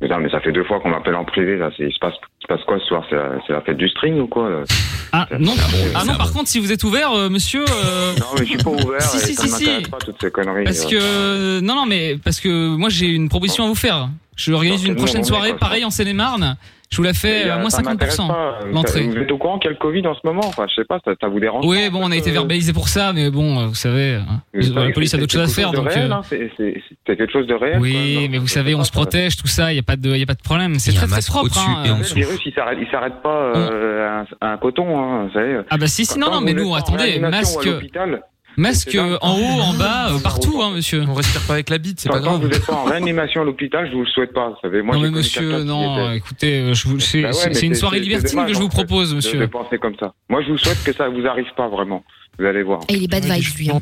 Putain, mais ça fait deux fois qu'on m'appelle en privé, là. C'est- Il se passe, il se passe quoi ce soir C'est la, c'est la fête du string ou quoi là
Ah non, ah, non par contre, si vous êtes ouvert, euh, monsieur. euh,
Non, mais je suis pas ouvert
Si,
et
si,
ça
si,
ne
si.
m'intéresse pas toutes ces conneries.
Parce
euh.
que non non mais parce que moi j'ai une proposition à vous faire. Je organise
Non,
une
c'est
prochaine
bon, on est
soirée
pas
pareil en Seine-et-Marne. Je vous la fais
Mais,
à
euh,
moins
ça m'intéresse
50%
pas. euh, Ça-
l'entrée.
Vous êtes au courant qu'il y a le Covid en ce moment Enfin, je sais pas, ça, ça vous dérange
Oui, bon, on a été verbalisé pour ça, mais bon, euh, vous savez, hein,
Mais ça,
la police a
c'est-
d'autres
c'est
choses à
quelque
faire,
chose de
donc.
réel,
euh,
hein, c'est- C'est c'est quelque chose de réel.
Oui, mais vous savez, on se protège, tout ça, il n'y a, pas de- y a pas de problème. C'est très très propre. hein.
euh, Le virus, il s'arrête, il s'arrête pas euh, à, un, à un coton, hein, vous savez.
Ah bah si, si, non,
Quand
non, mais
vous
nous,
êtes en
attendez,
réanimation
masque-
à l'hôpital,
Masque
c'est dingue.
euh, en haut, en bas, euh, partout, hein, monsieur.
On respire pas avec la bite,
Quand, quand vous êtes pas en réanimation à l'hôpital, je vous le souhaite pas, vous savez. Moi,
non
j'ai
mais
connu quelqu'un
monsieur,
qui
non,
était-
écoutez, euh, je vous- c'est
Bah ouais,
c'est-
mais
c'est une soirée
c'est
libertine
dommage,
que je vous
en fait,
propose,
de-
monsieur.
De penser comme ça. Moi, je vous souhaite que ça vous arrive pas vraiment. Vous allez voir.
Et il est bad vibes, lui. hein.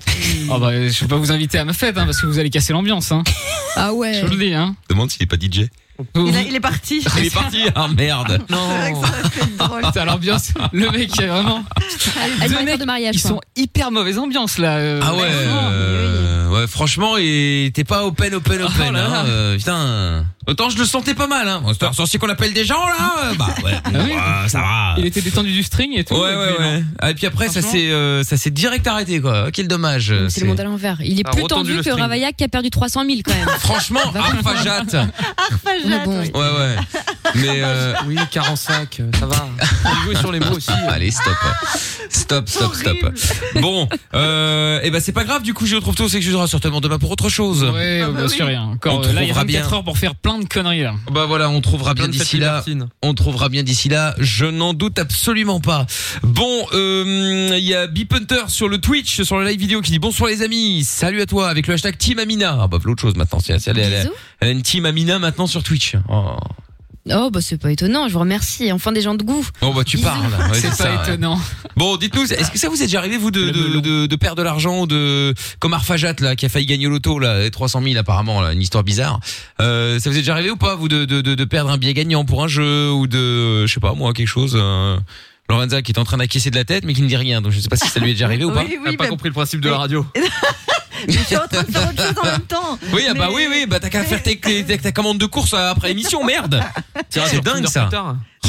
Ah bah, je vais pas vous inviter à ma fête, hein, parce que vous allez casser l'ambiance. Hein.
Ah ouais.
Je vous le dis, hein.
Demande s'il est pas DJ.
Il, a- il est parti.
Il est parti. Ah merde.
Putain, l'ambiance, le mec, il y a vraiment. Deux mecs,
de mariage.
ils sont hyper mauvaise ambiance là. euh,
Ah ouais.
vraiment.
euh, ouais, franchement, et t'es pas open, open, open.
Oh là
hein,
là.
euh, putain. Autant je le sentais pas mal. Hein. C'est un sorcier qu'on appelle des gens là. euh, Bah ouais, bon, euh, ça va.
Ah Il était détendu du string et tout.
Ouais, ouais, ouais. Ah, et puis après, ça s'est, euh, ça s'est direct arrêté, quoi. Quel dommage. euh,
C'est le monde à l'envers. Il est
Ah,
plus
retendu
tendu
le
que
string.
Ravaillac qui a perdu 300 000 quand même.
Franchement,
Ah, bah,
Arfajat.
Mais bon,
Ouais, ouais.
Ah bah,
Mais, euh,
Oui, 45, euh, ça va. Il joue sur les mots aussi.
Allez, stop. Stop, stop, stop. Bon, euh, et ben c'est pas grave. Du coup, je retrouve tout. C'est que je serai certainement demain pour autre chose.
Ah,
Ouais, bah, sûr, rien. Encore,
On
euh, là, il y a
trouvera
24
bien.
heures pour faire plein de conneries là.
Bah voilà, on trouvera bien
Plein de fêtes
d'ici là.
libertines.
On trouvera bien d'ici là. Je n'en doute absolument pas. Bon, euh, il y a Bip Hunter sur le Twitch, sur le live vidéo, qui dit bonsoir les amis. Salut à toi avec le hashtag Team Amina. Ah bah l'autre chose maintenant. C'est, c'est- elle, elle-
Bisous.
elle a une Team Amina maintenant sur Twitch. Oh,
Oh, bah c'est pas étonnant, je vous remercie. Enfin, des gens de goût.
Bon, bah tu
Bisous.
parles. Ouais,
C'est pas
ça, ouais.
étonnant.
Bon, dites-nous, est-ce que ça vous est déjà arrivé vous de de, de- de perdre de l'argent, ou de comme Arfajat là qui a failli gagner au loto là, 300 000 apparemment, là, une histoire bizarre. Euh, ça vous est déjà arrivé ou pas vous de, de, de, de perdre un billet gagnant pour un jeu ou de euh, je sais pas moi quelque chose. euh, Lorenza qui est en train d'acquiescer de la tête mais qui ne dit rien, donc je sais pas si ça lui est déjà arrivé ou pas.
Oui, oui, Elle a pas bah-
compris le principe de la radio.
Je suis en train de faire autre chose en même temps.
Oui, ah bah oui, oui, bah t'as qu'à faire tes, tes- tes- ta commande de course euh, après émission, merde. C'est dingue ça.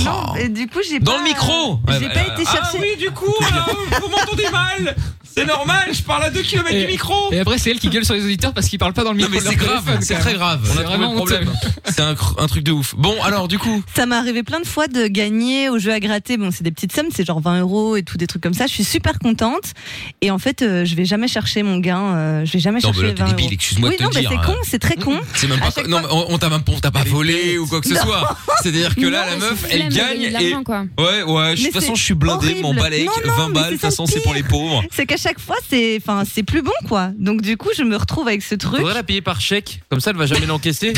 Non, et du coup, j'ai
Oh. Dans
pas-
le micro
J'ai
Ouais,
pas
bah,
été
ah
chercher.
oui, du coup, là, vous m'entendez mal C'est normal, je parle à 2 km
Et-
du micro
Et après, c'est elle qui gueule sur les auditeurs parce qu'ils parlent pas dans le micro.
mais
de leur
c'est grave,
téléphone,
c'est
quand
très
même.
grave. On a
C'est
trouvé
vraiment
le problème.
honteux.
C'est un, cr- un truc de ouf. Bon, alors du coup,
Ça m'est arrivé plein de fois de gagner au jeu à gratter. Bon, c'est des petites sommes, c'est genre 20 euros et tout, des trucs comme ça. Je suis super contente. Et en fait, euh, je vais jamais chercher mon gain. euh, je vais jamais
Non, mais
chercher
là,
les
t'es
20
débile,
euros.
excuse-moi de
oui,
te
non,
dire,
mais
euh,
c'est con, c'est très con.
c'est même pas. Non, mais on, on t'a même- on t'a pas volé ou quoi que ce
Non.
soit. C'est-à-dire que là,
Non,
la
mais
meuf,
c'est
elle
flemme de
gagne
gagner de
et.
l'argent, quoi.
Ouais, ouais. je- De
Mais
toute façon,
c'est
je suis blindé,
horrible.
mon balai,
Non, non,
20
mais
balles.
c'est
De toute
ça le
façon, c'est pour les
pire.
pauvres.
C'est qu'à chaque fois, c'est, enfin, c'est plus bon, quoi. Donc, du coup, je me retrouve avec ce truc.
Faudrait la payer par chèque, comme ça elle va jamais l'encaisser.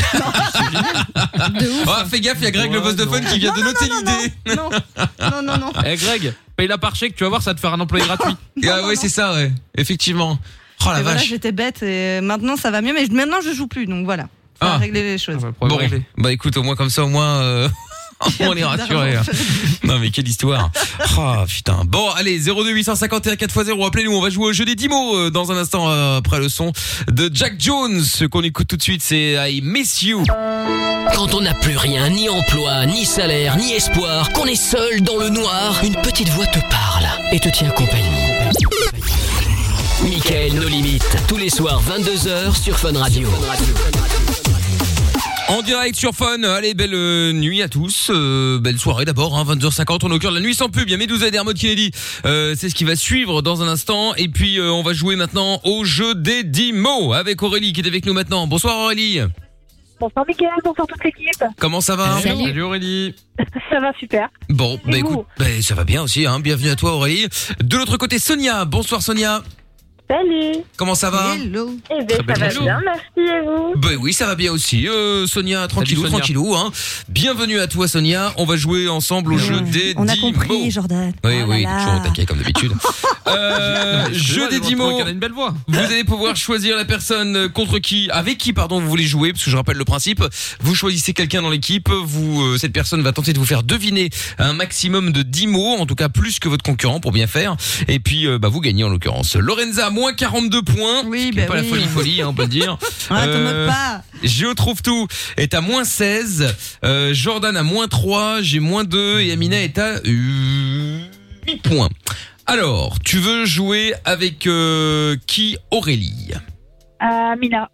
Ah, fais gaffe, il y a Greg le boss de fun qui vient de noter l'idée.
Non, non, non.
Eh Greg, paye la par chèque, tu vas voir, ça va te faire un employé gratuit.
Ah, ouais, c'est ça, ouais. Effectivement. Oh la
Et voilà,
vache.
j'étais bête et maintenant ça va mieux, mais je- maintenant je joue plus, donc voilà. Faut
Ah.
régler les choses.
Bon, bah écoute, au moins comme ça, au moins, euh, au moins, on est rassuré. hein. Non mais quelle histoire. Ah putain. Bon, allez, 02851 4x0, appelez-nous, on va jouer au jeu des 10 mots euh, dans un instant euh, après le son de Jack Jones. Ce qu'on écoute tout de suite, c'est I Miss You.
Quand on n'a plus rien, ni emploi, ni salaire, ni espoir, qu'on est seul dans le noir, une petite voix te parle et te tient compagnie. Michael, nos limites, tous les soirs 22h sur Fun Radio.
En direct sur Fun, allez, belle euh, nuit à tous, euh, belle soirée d'abord, hein, 22h50, on est au cœur de la nuit sans pub, il y a Medusa et Dermot Kennedy, euh, c'est ce qui va suivre dans un instant, et puis euh, on va jouer maintenant au jeu des 10 mots avec Aurélie qui est avec nous maintenant. Bonsoir Aurélie,
Bonsoir Mickaël, bonsoir toute l'équipe.
comment ça va hein
Aurélie.
Ça va super.
Bon,
Et
bah
vous
écoute, bah, ça va bien aussi, hein. bienvenue à toi Aurélie. De l'autre côté, Sonia, bonsoir Sonia,
Salut.
comment ça va
Hello.
Eh bien,
Très
ça va
belle
bien, merci et vous
Bah oui, ça va bien aussi, euh, Sonia, tranquillou,
Sonia.
tranquillou. Hein. Bienvenue à toi Sonia, on va jouer ensemble au jeu des
On a
10 mots.
compris, Jordan.
Oui,
Oh
oui,
là là.
toujours au taquet comme d'habitude. euh, jeu des 10 mots.
a une belle voix.
Vous allez pouvoir choisir la personne euh, contre qui, avec qui, pardon, vous voulez jouer, parce que je rappelle le principe. Vous choisissez quelqu'un dans l'équipe. Vous, euh, cette personne va tenter de vous faire deviner un maximum de 10 mots, en tout cas plus que votre concurrent pour bien faire. Et puis, euh, bah, vous gagnez en l'occurrence. Lorenza, moins 42 points. Oui,
bah
pas la
oui.
folie folie, hein, on peut le dire.
Ah, t'en moques pas.
Euh, Gio trouve tout est à moins 16. euh, Jordan à moins 3. J'ai moins 2. Et Amina est à 8 points. Alors, tu veux jouer avec euh, qui Aurélie
Euh, Mina.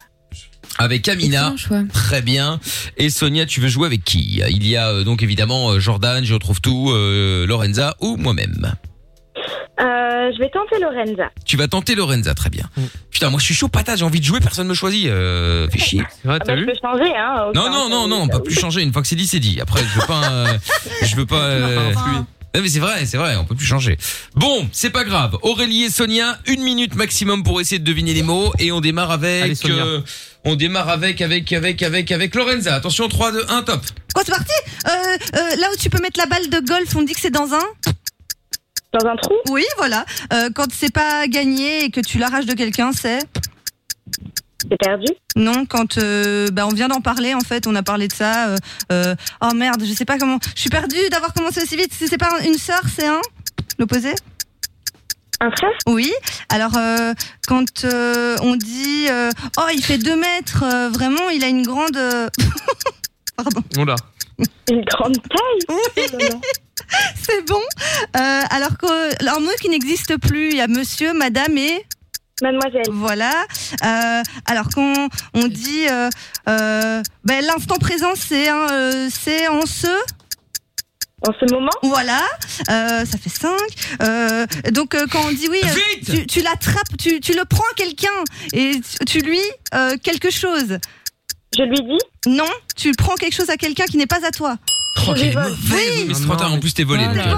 avec Amina, très bien. Et Sonia, tu veux jouer avec qui Il y a euh, donc évidemment euh, Jordan, je retrouve tout, euh, Lorenza ou moi-même.
Euh, je vais tenter Lorenza.
Tu vas tenter Lorenza, très bien.
Mm.
Putain, moi je suis chaud patate, j'ai envie de jouer, personne me choisit. Euh, fais chier.
Ah, bah, je peux changer, hein. au
Non,
cas
non,
où.
non, non, on peut plus changer. Une fois que c'est dit, c'est dit. Après, je veux pas. euh, je veux pas. euh, Non mais c'est vrai, c'est vrai, on peut plus changer. Bon, c'est pas grave. Aurélie et Sonia, une minute maximum pour essayer de deviner les mots et on démarre avec.
Sonia.
euh, on démarre avec, avec, avec, avec, avec Lorenza. Attention, 3, 2, 1, top.
Quoi, c'est parti Euh, euh, Là où tu peux mettre la balle de golf, on dit que c'est dans un
Dans un trou
Oui, voilà. Euh, quand c'est pas gagné et que tu l'arraches de quelqu'un, c'est
C'est perdu
Non, quand euh, bah, on vient d'en parler, en fait, on a parlé de ça. euh, euh, oh merde, je sais pas comment. Je suis perdue d'avoir commencé aussi vite. Si c'est pas une sœur, c'est un L'opposé
Un frère
Oui. Alors, euh, quand euh, on dit euh, Oh, il fait 2 mètres, euh, vraiment, il a une grande. euh,
On l'a.
Une grande taille
C'est bon. Euh, alors que alors, mot qui n'existe plus, il y a monsieur, madame et
mademoiselle.
Voilà. Euh, alors qu'on on dit euh, euh, ben, l'instant présent, c'est un, euh, c'est en ce.
En ce moment
Voilà, Euh, ça fait 5. donc euh, quand on dit oui, euh, tu, tu l'attrapes, tu, tu le prends à quelqu'un et tu- tu lui euh, quelque chose.
Je lui dis
Non, tu prends quelque chose à quelqu'un qui n'est pas à toi.
Oh, quelle mauvaise, mais c'est trop tard. En plus, t'es volé. donc, euh,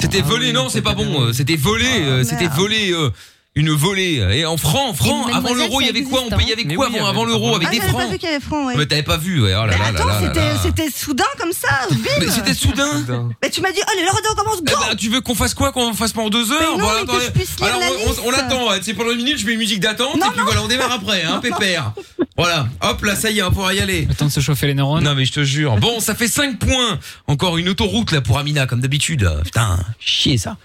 C'était volé, non, c'est pas bon. euh, C'était volé, euh, c'était
merde.
volé. euh, Une volée. Et en francs, en francs,
Et
avant
mademoiselle,
l'euro, il y
ça
avait quoi On
existe,
payait
hein.
avec quoi avant, avant l'euro Avec
ah,
des
j'avais
francs
pas vu qu'il y avait francs, ouais.
Mais t'avais pas vu, ouais. Oh là là là là là
C'était-
là.
C'était soudain comme ça, bim
Mais c'était soudain.
Mais tu m'as dit, oh, allez, le redon commence,
Eh
go
ben, tu veux qu'on fasse quoi Qu'on fasse pas en deux heures
Mais non,
Bon,
mais que
attendez.
je puisse lire
Alors,
la
on- on-
liste.
on, attend. hein. C'est pendant une minute, je mets une musique d'attente et puis voilà, on démarre après, hein, pépère. Voilà, hop là, ça y est, on pourra y aller.
Attends de se chauffer les neurones.
Non mais je te jure. Bon, ça fait 5 points. Encore une autoroute là pour Amina, comme d'habitude.
Hein
Putain, chier ça.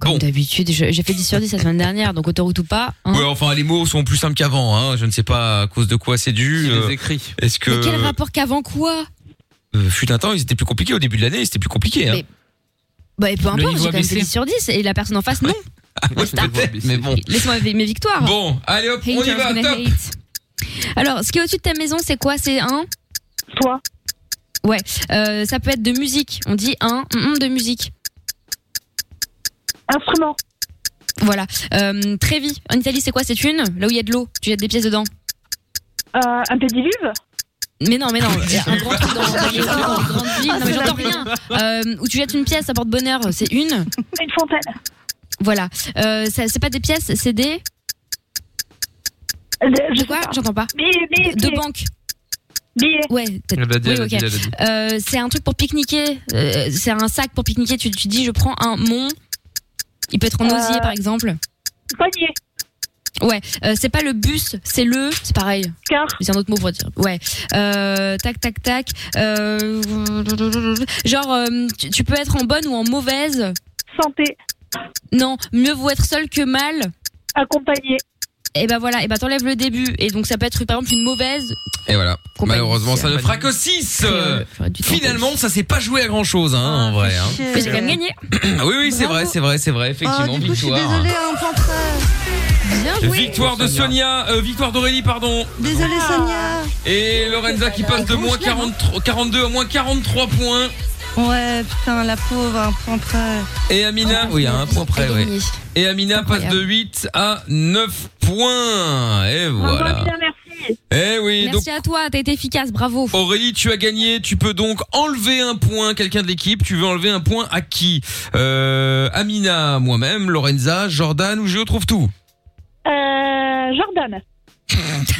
Comme d'habitude, je- j'ai fait 10 sur 10 la semaine dernière, donc autoroute ou pas. hein.
Ouais, enfin, les mots sont plus simples qu'avant. Hein. Je ne sais pas à cause de quoi c'est dû. euh, Est-ce que
Mais quel rapport qu'avant quoi
euh, fut un temps, ils étaient plus compliqués au début de l'année, c'était plus compliqué. Hein.
Mais- Bah, et peu
Le
importe,
niveau
j'ai quand même fait
abaissé.
10 sur 10 et la personne en face, non.
Ouais, peut-être, mais bon.
Laisse-moi mes mes victoires.
Bon, allez hop, on y
Haters
va.
gonna
Top.
hate. Alors, ce qui est au-dessus de ta maison, c'est quoi C'est un
Toi.
Ouais, euh, ça peut être de musique. On dit un mm, mm, de musique.
Instrument.
Voilà. Euh, Trévi. En Italie, c'est quoi C'est une Là où il y a de l'eau. Tu jettes des pièces dedans.
Euh, un pédiluve
Mais non, mais non. un grand truc dans, dans
Ah,
les, dans les grandes villes. Non, mais j'entends rien. Euh, où tu jettes une pièce, ça porte bonheur. C'est une
Une fontaine.
Voilà. Euh, ça- c'est pas des pièces, c'est des.
Euh, Je
quoi J'entends pas. de banque. Ouais, peut-être.
Elle l'a dit,
Oui,
elle l'a
ok.
dit, elle l'a dit.
Euh, c'est un truc pour pique-niquer. Euh, c'est un sac pour pique-niquer. Tu, tu dis, je prends un mon. Il peut être en
Euh,
osier, par exemple.
Poignet.
Ouais. Euh, c'est pas le bus, c'est le. C'est pareil.
Car.
C'est un autre mot pour dire. Ouais. Euh, tac, tac, tac. Euh, genre, euh, tu, tu peux être en bonne ou en mauvaise.
Santé.
Non, mieux vaut être seul que mal.
Accompagné.
Et ben voilà, et ben t'enlèves le début. Et donc ça peut être par exemple une mauvaise
Et voilà. Malheureusement, ça ne
Compagnie.
fera que 6.
Créole,
Finalement, ça s'est pas joué à grand chose, hein, en vrai. hein. Ah
Mais j'ai quand même gagné.
oui, oui, c'est vrai, c'est vrai, c'est vrai, effectivement.
Oh, du coup, je suis
victoire.
désolée, hein, plan près.
Bien
Victoire de Sonia, euh, victoire d'Aurélie, pardon.
Désolée,
Ah.
Ah.
Sonia.
Et Lorenza qui passe de moins 43 42 à moins 43 points.
Ouais, putain, la pauvre, hein, un point près.
Et
Oh,
Amina, oui, à un point près, oui. Et Amina passe de 8 à 9 points. Et voilà.
merci.
Eh oui, donc
Merci à toi, t'as été efficace, bravo.
Aurélie, tu as gagné. Tu peux donc enlever un point à quelqu'un de l'équipe. Tu veux enlever un point à qui euh, Amina, moi-même, Lorenza, Jordan ou je trouve tout.
Euh, Jordan.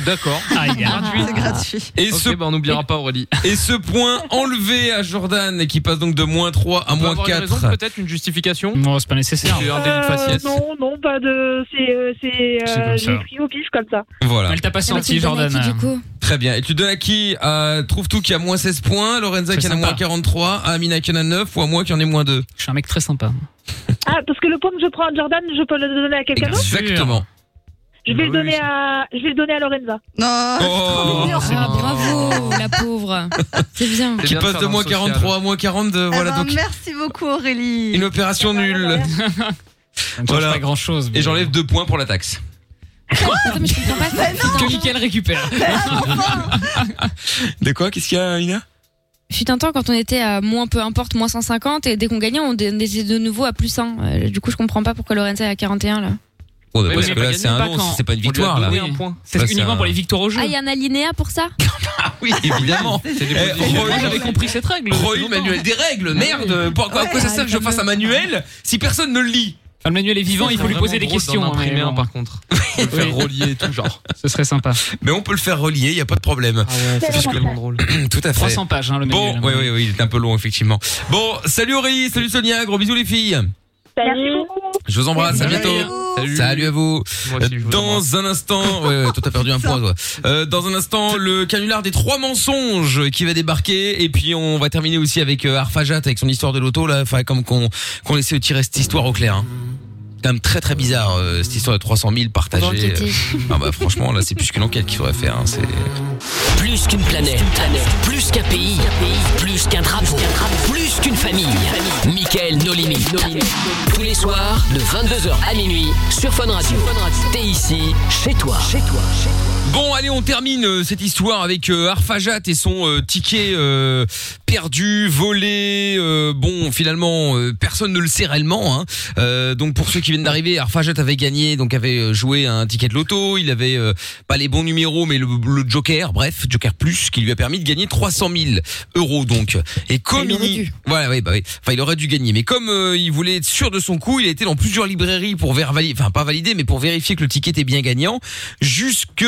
D'accord.
C'est gratuit.
Et
ce... ben, on n'oubliera pas Aurélie.
Et ce point enlevé à Jordan qui passe donc de moins 3 à
On peut
moins
avoir une
4.
raison, peut-être une justification Non,
c'est pas nécessaire.
un délit de faciès.
Euh, non, non, pas de. C'est. euh, c'est.
C'est
Euh,
comme ça.
j'ai pris au pif comme ça.
Voilà.
Elle t'a pas
Ah, mais tu
sorti,
le donnes à
Jordan.
qui, du coup
Très bien. Et tu donnes à qui à Trouve tout qui a moins 16 points, Lorenza
Très
qui en a
sympa.
moins 43, à Amina qui en a 9 ou à moi qui en ai moins 2.
Je suis un mec très sympa.
Ah, parce que le point que je prends à Jordan, je peux le donner à quelqu'un d'autre
Exactement.
Je vais le donner à, je vais le donner à Lorenza.
Non.
Bah Oh, c'est
Ah, bravo, la pauvre. C'est bien.
Qui passe de moins 43 à moins 42.
Eh
voilà,
ben,
donc
Merci beaucoup, Aurélie.
une opération nulle. voilà. pas
grand chose.
Et j'enlève deux points pour la taxe.
Attends, mais je comprends pas.
Que Mickaël récupère.
De quoi Qu'est-ce qu'il y a, Ina
Fut un temps quand on était à moins peu importe, moins 150, et dès qu'on gagnait, on dé- on était de nouveau à plus 1. Euh, du coup, je comprends pas pourquoi Lorenza est à 41 là.
Oh,
Oui,
parce
mais
que là,
pas
c'est un
gagné,
non,
pas quand
c'est pas une
on lui a
victoire, là. Bah,
donné un point. C'est uniquement pour les victoires au jeu.
Ah, il y a un alinéa pour ça
Oui, évidemment. Eh, Roy,
Moi, j'avais compris cette règle. Ah depuis
Roy,
longtemps.
manuel des règles, merde. Pourquoi à quoi ça sert que je fasse un manuel si personne ne le lit
Enfin, le manuel est vivant, il faut lui poser des questions. hein, mais bon.
contre.
faire
relier et tout, genre.
Ce serait sympa.
Mais on peut le faire relier, il n'y a pas de problème.
c'est
Puisque-
tellement
Tout à fait.
300 pages, hein, le
Bon,
manuel.
oui, oui, oui, il est un peu long, effectivement. Bon, salut Aurélie, salut Sonia, gros bisous les filles.
Salut.
Je vous embrasse,
Salut.
à bientôt. Salut, à vous. dans un instant, ouais, ouais, toi t'as perdu un point. Toi. Euh, dans un instant, le canular des trois mensonges qui va débarquer et puis on va terminer aussi avec euh, Arfajat avec son histoire de l'auto là, enfin comme qu'on qu'on essaie de tirer cette histoire au clair. hein. Quand même très très bizarre euh, cette histoire de 300 000 partagés.
D'enquêter.
Ah bah franchement là c'est plus qu'une enquête qu'il faudrait faire. hein, c'est
Plus qu'une planète, plus qu'un pays, plus qu'un drapeau, plus qu'une famille. Michael No Limites. Tous les soirs, de 22h à minuit, sur Fun Radio. T'es ici, chez toi. Chez toi.
Bon, allez, on termine euh, cette histoire avec euh, Arfajat et son euh, ticket euh, perdu, volé. euh, bon, finalement, euh, personne ne le sait réellement. hein. Euh, donc, pour ceux qui viennent d'arriver, Arfajat avait gagné, donc avait euh, joué à un ticket de loto. Il avait euh, pas les bons numéros, mais le, le Joker, bref, Joker Plus, qui lui a permis de gagner 300 000 euros. Donc, et comme
Il aurait
il-
dû.
voilà, oui, bah oui. Enfin, il aurait dû gagner, mais comme euh, il voulait être sûr de son coup, il a été dans plusieurs librairies pour valider, enfin pas valider, mais pour vérifier que le ticket était bien gagnant, jusque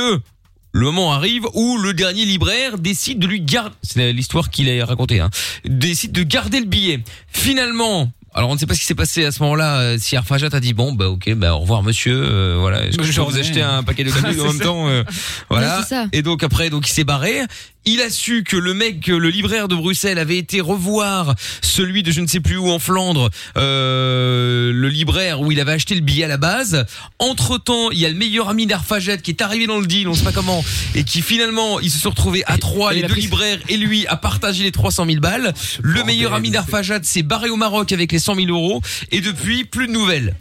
le moment arrive où le dernier libraire décide de lui garder. C'est l'histoire qu'il a racontée. Hein. Décide de garder le billet. Finalement. Alors on ne sait pas ce qui s'est passé à ce moment-là. euh, Si Arfajat a dit bon bah ok bah au revoir monsieur euh, voilà est-ce que je peux vous
Journée.
acheter un paquet de canules en
C'est
même
ça.
temps euh, voilà
Ouais, c'est ça.
et donc après, donc il s'est barré. Il a su que le mec, que le libraire de Bruxelles, avait été revoir celui de je ne sais plus où en Flandre, euh, le libraire où il avait acheté le billet à la base. Entre temps, il y a le meilleur ami d'Arfajet qui est arrivé dans le deal, on sait pas comment, et qui finalement, ils se sont retrouvés à trois,
et
les
il a
deux
pris-
libraires et lui, à partager les 300 000 balles. Le meilleur ami d'Arfajat s'est barré au Maroc avec les 100 000 euros, et depuis, plus de nouvelles.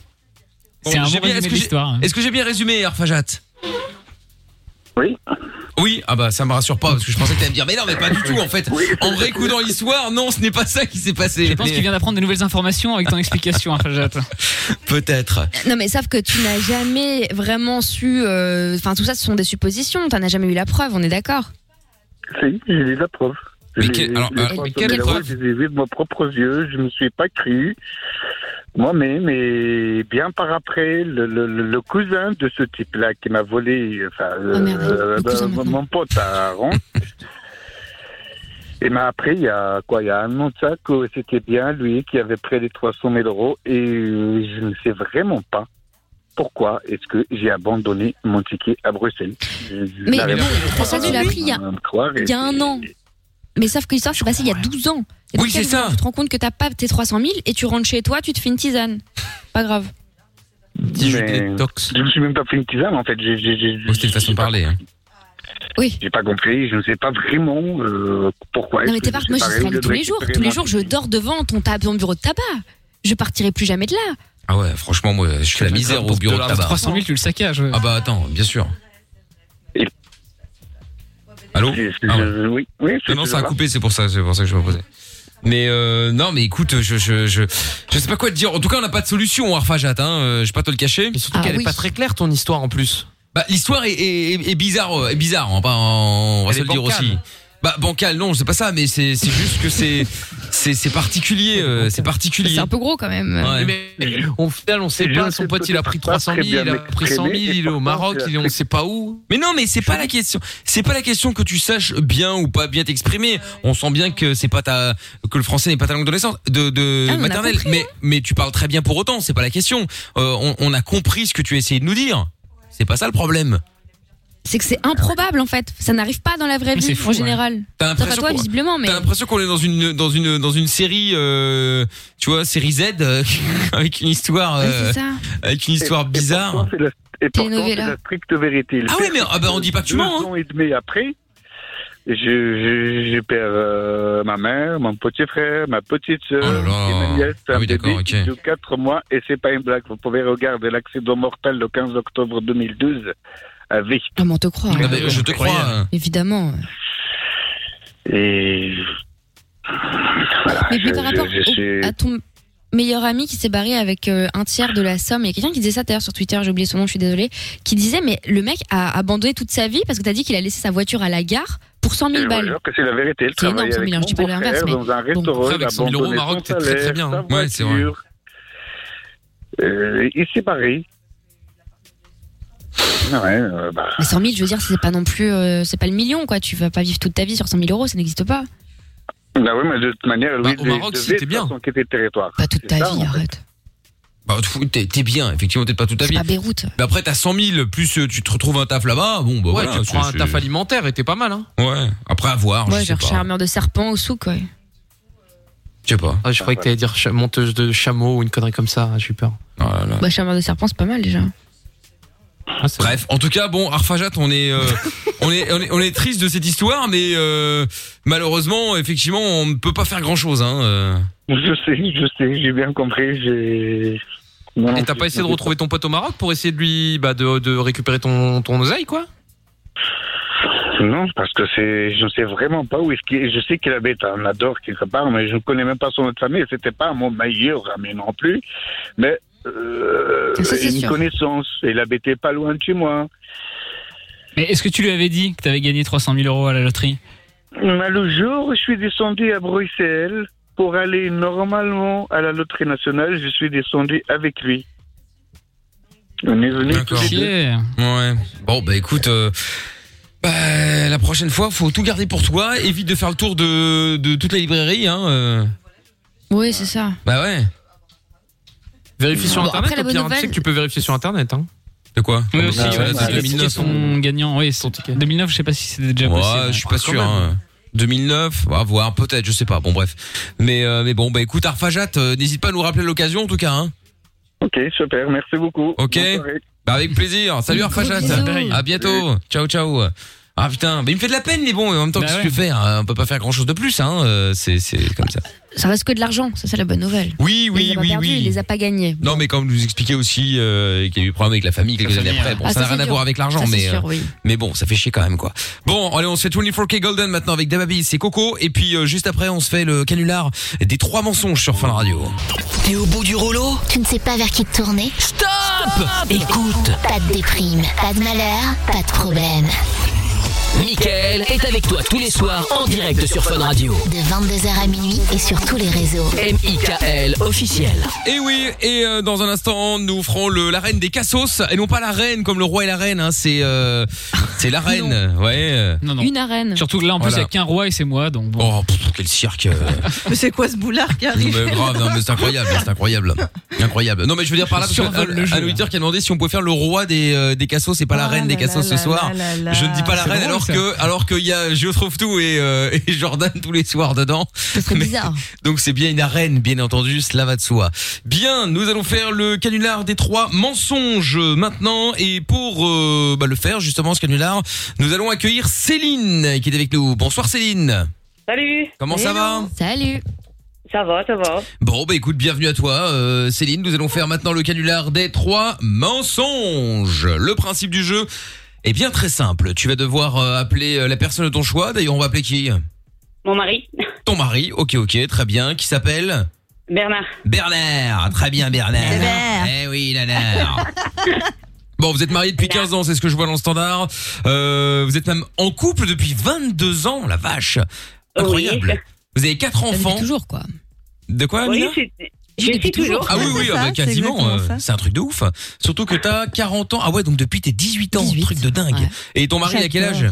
C'est un
j'ai
bon résumé
est-ce que
de
j'ai-
l'histoire, hein.
Est-ce que j'ai bien résumé, Arfajat oui. Oui, ah bah ça me rassure pas parce que je pensais que t'allais me dire mais non mais pas du tout en fait. En réécoutant l'histoire, non, ce n'est pas ça qui s'est passé.
Je pense qu'il vient d'apprendre de nouvelles informations avec ton explication, hein, Fajat.
Peut-être.
Non, mais sauf que tu n'as jamais vraiment su. euh, Enfin, tout ça, ce sont des suppositions. Tu as jamais eu la preuve, on est d'accord
Si, j'ai les appreuves.
Mais
J'ai
quel-
les-
alors,
les
euh,
appreuves
mais
de
quelle
mes
preuve
avocats, Je les ai vues de mes propres yeux, je ne me suis pas cru moi-même. Et bien par après, le, le- le- le cousin de ce type-là qui m'a volé, enfin,
Oh,
euh, bah, mon pote à Ron. Et m'a appris il y a quoi, il y a un an de ça, que c'était bien lui qui avait près des 300 000 euros. Et euh, je ne sais vraiment pas pourquoi est-ce que j'ai abandonné mon ticket à Bruxelles. Je- je
Mais
n'arrive
bon,
pas
pour ça, tu l'as
à-
appris il y a-
à me croire et-
Il y a un an. Mais sauf que l'histoire, c'est passée il y a 12 ans. Et
Ah
donc,
Oui, c'est
là,
ça.
Tu te rends compte que t'as pas tes 300 000 et tu rentres chez toi, tu te fais une tisane. Pas grave.
Mais Je me suis même pas fait une tisane en fait.
Oh,
C'était une façon de
parler. hein.
Oui.
J'ai pas compris, je ne sais pas vraiment euh, pourquoi.
non, mais
est-ce que
t'es parti,
me
moi,
suis
j'y
barré
serais
au lieu
allée
de
tous les jours.
récupérer
Tous les
mon
jours, je dors devant ton, ta- ton bureau de tabac. Je partirai plus jamais de là.
Ah ouais, franchement moi je fais la misère au bureau de tabac.
300 000, tu le saccages. ouais.
Ah bah attends, bien sûr. Allô Ah ouais.
Oui, oui.
Non, non, ça a coupé, c'est pour ça, c'est pour ça que je me posais. Mais euh, non, mais écoute, je je je je sais pas quoi te dire. En tout cas, on n'a pas de solution, Arfajat. Hein, euh, je vais pas te le cacher. surtout
Ah
qu'elle est pas très claire ton histoire en plus.
Bah, l'histoire est, est, est- est bizarre, euh, est bizarre. On va, on va
Elle
se
est
le dire
bancale.
aussi. Bah, bancal, non, c'est pas ça, mais c'est c'est juste que c'est c'est c'est particulier, euh, c'est particulier.
C'est un peu gros quand même.
Ouais.
Mais au final, on sait pas. Son pote, il a pris 300 000, il a pris 100 000, il est au Maroc, il est on sait pas où.
Mais non, mais c'est pas la question. C'est pas la question que tu saches bien ou pas bien t'exprimer. On sent bien que c'est pas ta que le français n'est pas ta langue de naissance, de, de
Ah, on a
maternelle.
compris,
hein.
mais mais tu parles très bien pour autant. C'est pas la question. Euh, on, on a compris ce que tu as essayé de nous dire. C'est pas ça le problème.
C'est que
Ah
c'est improbable en fait. Ça n'arrive pas dans la vraie
Mais
vie
c'est fou,
en
ouais.
général.
T'as
Enfin, pas
l'impression
toi
qu'on-
visiblement, mais
T'as l'impression qu'on est dans une dans une dans une série, euh, tu vois, série Z euh, avec une histoire
Ouais,
euh,
c'est ça.
avec une histoire bizarre.
pourtant, c'est la- Et pourtant, c'est
Telenovela.
la stricte vérité.
Ah oui, mais, ah bah, on dit pas que tu mens,
Deux ans et demi après, je, je, je perds euh, ma mère, mon petit frère, ma petite
Oh
soeur, et ma nièce,
Ah
un bébé de 4 mois, et c'est pas une blague. Vous pouvez regarder l'accident mortel le 15 octobre 2012 à Vic.
Ah, mais on te croit.
Ah, mais je te crois. hein.
évidemment.
Et
Mais puis
Ah, je-
Euh,
par
je-
rapport
je
au-
suis-
à ton meilleur ami qui s'est barré avec euh, un tiers de la somme, il y a quelqu'un qui disait ça d'ailleurs sur Twitter, j'ai oublié son nom, je suis désolée, qui disait mais le mec a abandonné toute sa vie parce que t'as dit qu'il a laissé sa voiture à la gare pour 100
je
000
vous
balles.
jure Bah, que c'est la vérité. Elle
C'est énorme,
travaille
100 000,
avec
alors je dis
mon
pas l'inverse,
beau-frère
mais-
dans un restaurant.
Après, avec 100 000 euros au
abandonné
Maroc,
son
t'es très, très
salaire,
bien, hein.
sa
Ouais, c'est vrai.
voiture. Euh, ici, Paris. Ouais, euh, bah,
Mais 100 000, je veux dire, c'est pas non plus, euh, c'est pas le million quoi. Tu vas pas vivre toute ta vie sur 100 000 euros, ça n'existe pas.
bah oui, mais de toute manière, lui,
au
il
Maroc, si,
devait
t'es bien.
son quitter le territoire.
Pas toute ta vie, hein. arrête.
Bah, t'es- t'es t'es bien, effectivement, t'es pas tout à vie.
À Beyrouth.
Mais après, t'as 100 000, plus euh, tu te retrouves un taf là-bas, bon, bah
Ouais,
voilà,
tu prends
c'est-
un taf
c'est-
alimentaire et t'es pas mal, hein.
Ouais, après à voir,
Ouais,
Ah, je sais
genre
pas.
charmeur de serpent au souk, quoi.
Je sais pas.
Ah, je croyais que t'allais dire cha- monteuse de chameau ou une connerie comme ça, j'ai eu peur.
Ah,
Bah, charmeur de serpent, c'est pas mal déjà.
Ah,
Bref, en tout cas, bon, Arfajat, on est, euh, on est, on est, on est triste de cette histoire, mais euh, malheureusement, effectivement, on ne peut pas faire grand chose. Hein, euh.
Je sais, je sais, j'ai bien compris. j'ai- Non,
Et t'as
je-
pas essayé de retrouver ton pote au Maroc pour essayer de lui, bah, de, de récupérer ton, ton oseille, quoi
Non, parce que c'est, je ne sais vraiment pas où est-ce qu'il est. Je sais qu'il habite en Nador quelque part, mais je ne connais même pas son nom de famille. C'était pas mon meilleur ami non plus. Mais euh,
Ça, c'est
une
sûr.
connaissance. Il habitait pas loin de chez moi.
Mais est-ce que tu lui avais dit que t'avais gagné 300 000 euros à la loterie
Mais le jour où je suis descendu à Bruxelles pour aller normalement à la loterie nationale, je suis descendu avec lui. On est venus tous les deux.
Ouais. Bon, bah écoute, euh, bah, la prochaine fois, faut tout garder pour toi. Évite de faire le tour de, de toute la librairie. Hein, euh.
Oui, c'est ça.
Bah ouais.
Vérifie sur
Bon,
internet,
après, la
au pire,
bonne
tu sais
nouvelle-
que tu peux vérifier sur internet, hein.
De quoi Ah, bah,
Oui, aussi, Euh, ouais,
ouais,
parce que les
ouais,
tickets
2009,
sont gagnants. Oui, son 2009, je sais pas si c'était déjà
Ouais,
possible.
je suis pas sûr. hein. 2009, à voir, peut-être, je sais pas. Bon, bref. Mais, euh, mais bon, bah écoute, Arfajat, euh, n'hésite pas à nous rappeler l'occasion, en tout cas. Hein.
Ok, super, merci beaucoup.
Ok.
Bonne soirée.
Bah, avec plaisir. Salut
Gros
Arfajat.
bisous.
À bientôt. Ciao, ciao. Ah putain, mais il me fait de la peine, mais bon, en même temps,
Bah
qu'est-ce que
ouais.
tu veux faire Euh, On peut pas faire grand chose de plus, hein. euh, C'est, c'est comme ça.
Ça reste que de l'argent, ça c'est la bonne nouvelle.
Oui, oui,
il les a pas
oui,
perdus,
oui.
Il les a pas gagnés.
Non, mais comme nous expliquait aussi, euh, qu'il y a eu problème avec la famille quelques
La
années
famille,
après.
ouais.
Bon,
Ah,
ça n'a
ça,
rien
c'est
à
dur.
voir avec l'argent,
Ça, c'est
mais
sûr,
euh,
oui.
mais bon, ça fait chier quand même quoi. Bon, allez, on se fait 24K Golden maintenant avec Dababy, c'est Coco, et puis euh, juste après, on se fait le canular des trois mensonges sur Fun Radio.
T'es au bout du rouleau Tu ne sais pas vers qui te tourner Stop,
Écoute
Pas de déprime, pas de malheur, pas de problème.
Michael est avec toi tous les soirs en direct sur Fun Radio.
De 22h à minuit et sur tous les réseaux.
M.I.K.L. officiel.
Et oui, et euh, dans un instant, nous ferons le, la reine des cassos, et non pas la reine comme le roi et la reine, hein, c'est euh, c'est la reine, ouais. euh.
Une arène.
Surtout que là, en plus, il
Voilà.
y a qu'un roi et c'est moi, donc bon.
Oh, pff, quel cirque. euh.
Mais c'est quoi ce boulard qui
Non,
arrive
mais grave, non, mais c'est incroyable, c'est incroyable. Incroyable. Non, mais je veux dire par là, parce
Survole le
que euh,
jeu,
un, un auditeur qui a demandé si on pouvait faire le roi des, euh, des cassos, c'est pas la reine des cassos ce soir. Je ne dis pas la
C'est
reine,
drôle,
alors
ça.
que, alors qu'il y a Je trouve tout et, euh, et Jordan tous les soirs dedans.
C'est bizarre.
Donc c'est bien une arène, bien entendu, cela va de soi. Bien, nous allons faire le canular des trois mensonges maintenant. Et pour euh, bah, le faire, justement, ce canular, nous allons accueillir Céline qui est avec nous. Bonsoir Céline.
Salut.
Comment ça va
Salut.
Ça va, ça va.
Bon, bah écoute, bienvenue à toi, euh, Céline. Nous allons faire maintenant le canular des trois mensonges. Le principe du jeu est bien très simple. Tu vas devoir euh, appeler euh, la personne de ton choix. D'ailleurs, on va appeler qui
Mon mari,
Ton mari. Ok, ok, très bien. Qui s'appelle
Bernard.
Bernard. Très bien, Bernard. Eh oui, Bernard. Bon, vous êtes mariés depuis 15 ans, c'est ce que je vois dans le standard. Euh, vous êtes même en couple depuis 22 ans, la vache. Incroyable. Vous avez quatre enfants.
toujours, quoi.
De quoi,
oui,
Amina
c'est- je suis toujours.
Ah oui, oui, ah bah, quasiment. euh, C'est un truc de ouf. Surtout que t'as 40 ans. Ah ouais, donc depuis tes 18 ans. Truc de dingue. Et ton mari, à quel
J'adore.
âge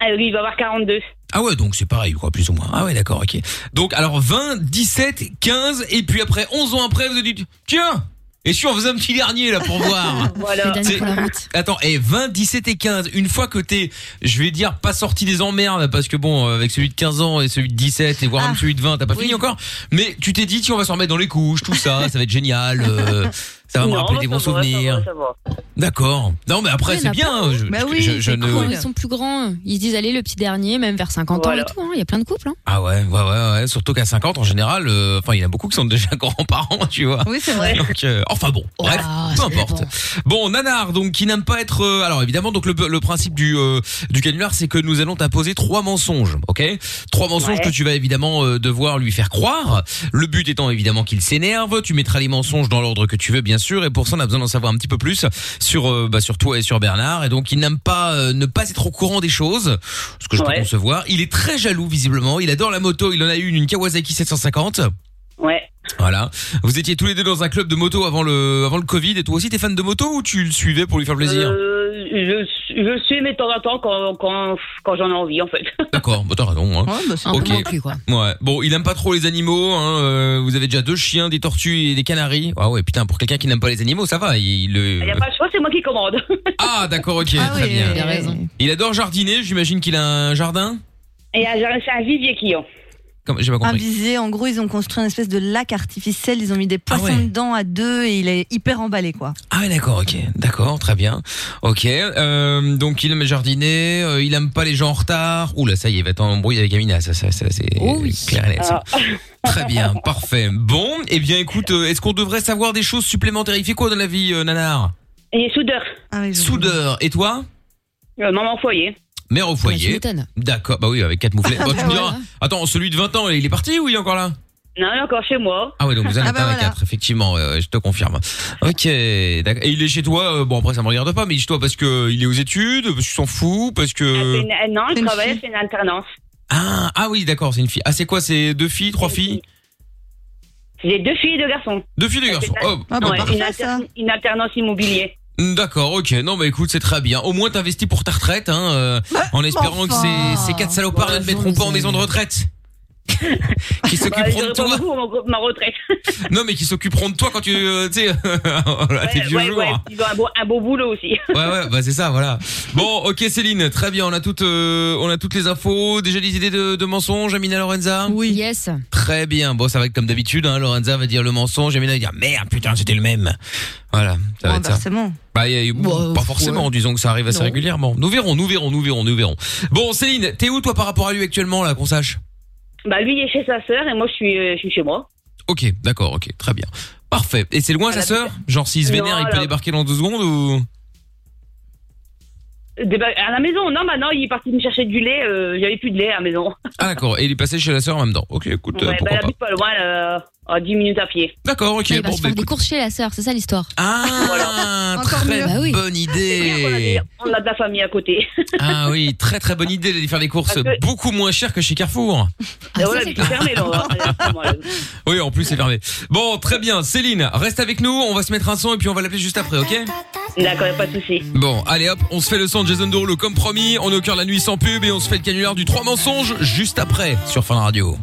Ah oui, il va avoir 42.
Ah ouais, donc c'est pareil, quoi, plus ou moins. Ah ouais, d'accord, ok. Donc, alors 20, 17, 15, et puis après, 11 ans après, vous avez dit, tiens, Et si on faisait un petit dernier là pour voir
Voilà. Le dernier
C'est-
pour la route.
Attends, et 20, 17 et 15, une fois que t'es, je vais dire, pas sorti des emmerdes, parce que bon, euh, avec celui de 15 ans et celui de 17 et voire
Ah.
même celui de 20, t'as pas fini encore, mais tu t'es dit, tiens, on va s'en remettre dans les couches, tout ça, ça va être génial, euh, ça va me
Non,
rappeler
ça
des bons
va, ça va,
souvenirs.
ça va, ça va.
D'accord. Non, mais après,
Oui,
c'est
il y en a
bien.
plein.
Je,
Bah
je-
oui,
je- je
c'est
ne-
cool, Ils sont plus grands. Ils se disent, allez, le petit dernier, même vers 50
Voilà.
ans et tout. hein. Il y a plein de couples. hein.
Ah ouais, ouais, ouais, ouais. Surtout qu'à 50, en général, euh, enfin, il y en a beaucoup qui sont déjà grands-parents, tu vois.
Oui, c'est vrai.
Donc, euh, enfin bon, bref, peu
Ah,
importe. Bon, Nanar, donc, qui n'aime pas être... euh, alors, évidemment, donc, le, le principe du, euh, du canular, c'est que nous allons t'imposer trois mensonges, ok Trois mensonges
Ouais.
que tu vas évidemment euh, devoir lui faire croire. Le but étant évidemment qu'il s'énerve. Tu mettras les mensonges dans l'ordre que tu veux, bien sûr. Et pour ça, on a besoin d'en savoir un petit peu plus sur, euh, bah, sur toi et sur Bernard. Et donc, il n'aime pas euh, ne pas être au courant des choses, ce que je peux concevoir. Il est très jaloux, visiblement. Il adore la moto. Il en a eu une, une Kawasaki 750.
Ouais.
Voilà. Vous étiez tous les deux dans un club de moto avant le, avant le Covid. Et toi aussi, t'es fan de moto ou tu le suivais pour lui faire plaisir
Euh, je, je suis, mais de temps en temps, quand, quand, quand j'en ai envie, en fait.
D'accord, bah t'as raison. Hein.
Ouais, bah, c'est un peu
Ok. Euh,
mon cul, quoi.
Ouais. Bon, il aime pas trop les animaux. Hein. euh, vous avez déjà deux chiens, des tortues et des canaris. Ah ouais, putain, pour quelqu'un qui n'aime pas les animaux, ça va. Il, il,
Il n'y a pas le choix, c'est moi qui commande.
Ah d'accord, ok, très bien.
il a raison.
Il adore jardiner. J'imagine qu'il a un jardin.
Et euh, j'ai- c'est un vivier client.
Comme- J'ai pas
Un
compris.
visé, en gros, ils ont construit une espèce de lac artificiel, ils ont mis des poissons dedans à deux et il est hyper emballé, quoi.
Ah ouais, d'accord, ok, d'accord, très bien, ok. euh, donc il aime jardiner, euh, il aime pas les gens en retard. Ouh là, ça y est, va être en embrouille avec Amina, ça, ça, ça c'est
Oh
clair et net,
Ah.
ça. Très bien, parfait. Bon, eh bien écoute, euh, est-ce qu'on devrait savoir des choses supplémentaires Il fait quoi dans la vie, euh, Nanar
Et soudeur.
Soudeur. Et toi
Euh, maman au foyer.
Mère au
tu
foyer.
m'étonnes. Ah
D'accord, bah oui, avec quatre mouflets. Bon, tu me diras. Attends, celui de 20 ans, il est parti ou il est encore là
Non, il est encore chez moi.
ah ouais donc vous en êtes
Ah bah
un à
voilà.
quatre, effectivement euh, je te confirme ok d'accord et il est chez toi euh, bon après ça me regarde pas mais il est chez toi parce que euh, il est aux études parce que tu s'en fous parce que
C'est une- euh, non,
C'est
il
une
travaille,
fille.
c'est une alternance.
ah ah oui d'accord c'est une fille ah c'est quoi c'est deux filles trois filles
J'ai deux filles et deux garçons.
deux filles deux
C'est
garçons
un-
oh,
Ouais,
bon,
une, alter- une alternance immobilière.
D'accord, ok. Non, mais écoute, c'est très bien. Au moins, t'investis pour ta retraite, hein, euh, en espérant
enfin.
que ces, ces quatre salopards ne te mettront pas en maison de retraite. qui s'occuperont de toi.
ma retraite.
Non, mais qui s'occuperont de toi quand tu, euh, tu sais, à tes vieux
Ouais,
jours.
ouais, ils ont un beau, un beau boulot aussi.
Ouais ouais bah c'est ça voilà bon ok Céline très bien on a toutes euh, on a toutes les infos déjà des idées de, de mensonges Amina Lorenza
Oui. Yes.
très bien bon ça va être comme d'habitude hein, Lorenza va dire le mensonge Amina va dire merde putain c'était le même voilà ça
Oh,
va être ça Bah, y a- pas forcément, disons que ça arrive assez
non.
régulièrement. Nous verrons, nous verrons, nous verrons, nous verrons. Bon, Céline, t'es où toi par rapport à lui actuellement, là, qu'on sache
Bah, lui, il est chez sa sœur et moi, je suis, euh, je suis chez moi.
Ok, d'accord, ok, très bien. Parfait. Et c'est loin, sa sœur Genre, s'il se
Non,
vénère, il peut
alors-
débarquer dans deux secondes ou
Des ba- À la maison, non, maintenant, il est parti me chercher du lait. euh, J'avais plus de lait à la maison.
Ah, d'accord, et il est passé chez la sœur en même temps. Ok, écoute, euh,
Ouais, bah,
pourquoi
elle
pas.
habite pas loin, euh, à 10 minutes à pied.
D'accord, ok,
Il va
bon,
se
bah,
faire des courses chez la sœur, c'est ça l'histoire.
Ah, très bonne idée.
On a de la famille à côté.
Ah oui, très très bonne idée d'aller faire des courses
Parce que-
beaucoup moins chères que chez Carrefour.
Et voilà, puis fermé, là. on va-
Oui, en plus c'est fermé. Bon, très bien, Céline, reste avec nous, on va se mettre un son et puis on va l'appeler juste après, ok
D'accord, y a pas de souci.
Bon, allez hop, on se fait le son de Jason Derulo comme promis, on est au cœur de la nuit sans pub et on se fait le canular du 3 mensonges juste après sur Fin Radio.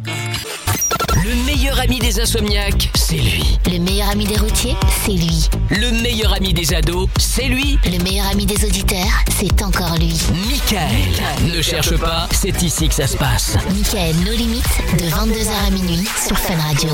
Le meilleur ami des insomniaques, c'est lui.
Le meilleur ami des routiers, c'est lui.
Le meilleur ami des ados, c'est lui.
Le meilleur ami des auditeurs, c'est encore lui.
Michael. Ne cherche pas, c'est ici que ça se passe.
Michael, nos limites, de 22h à minuit sur Fun Radio.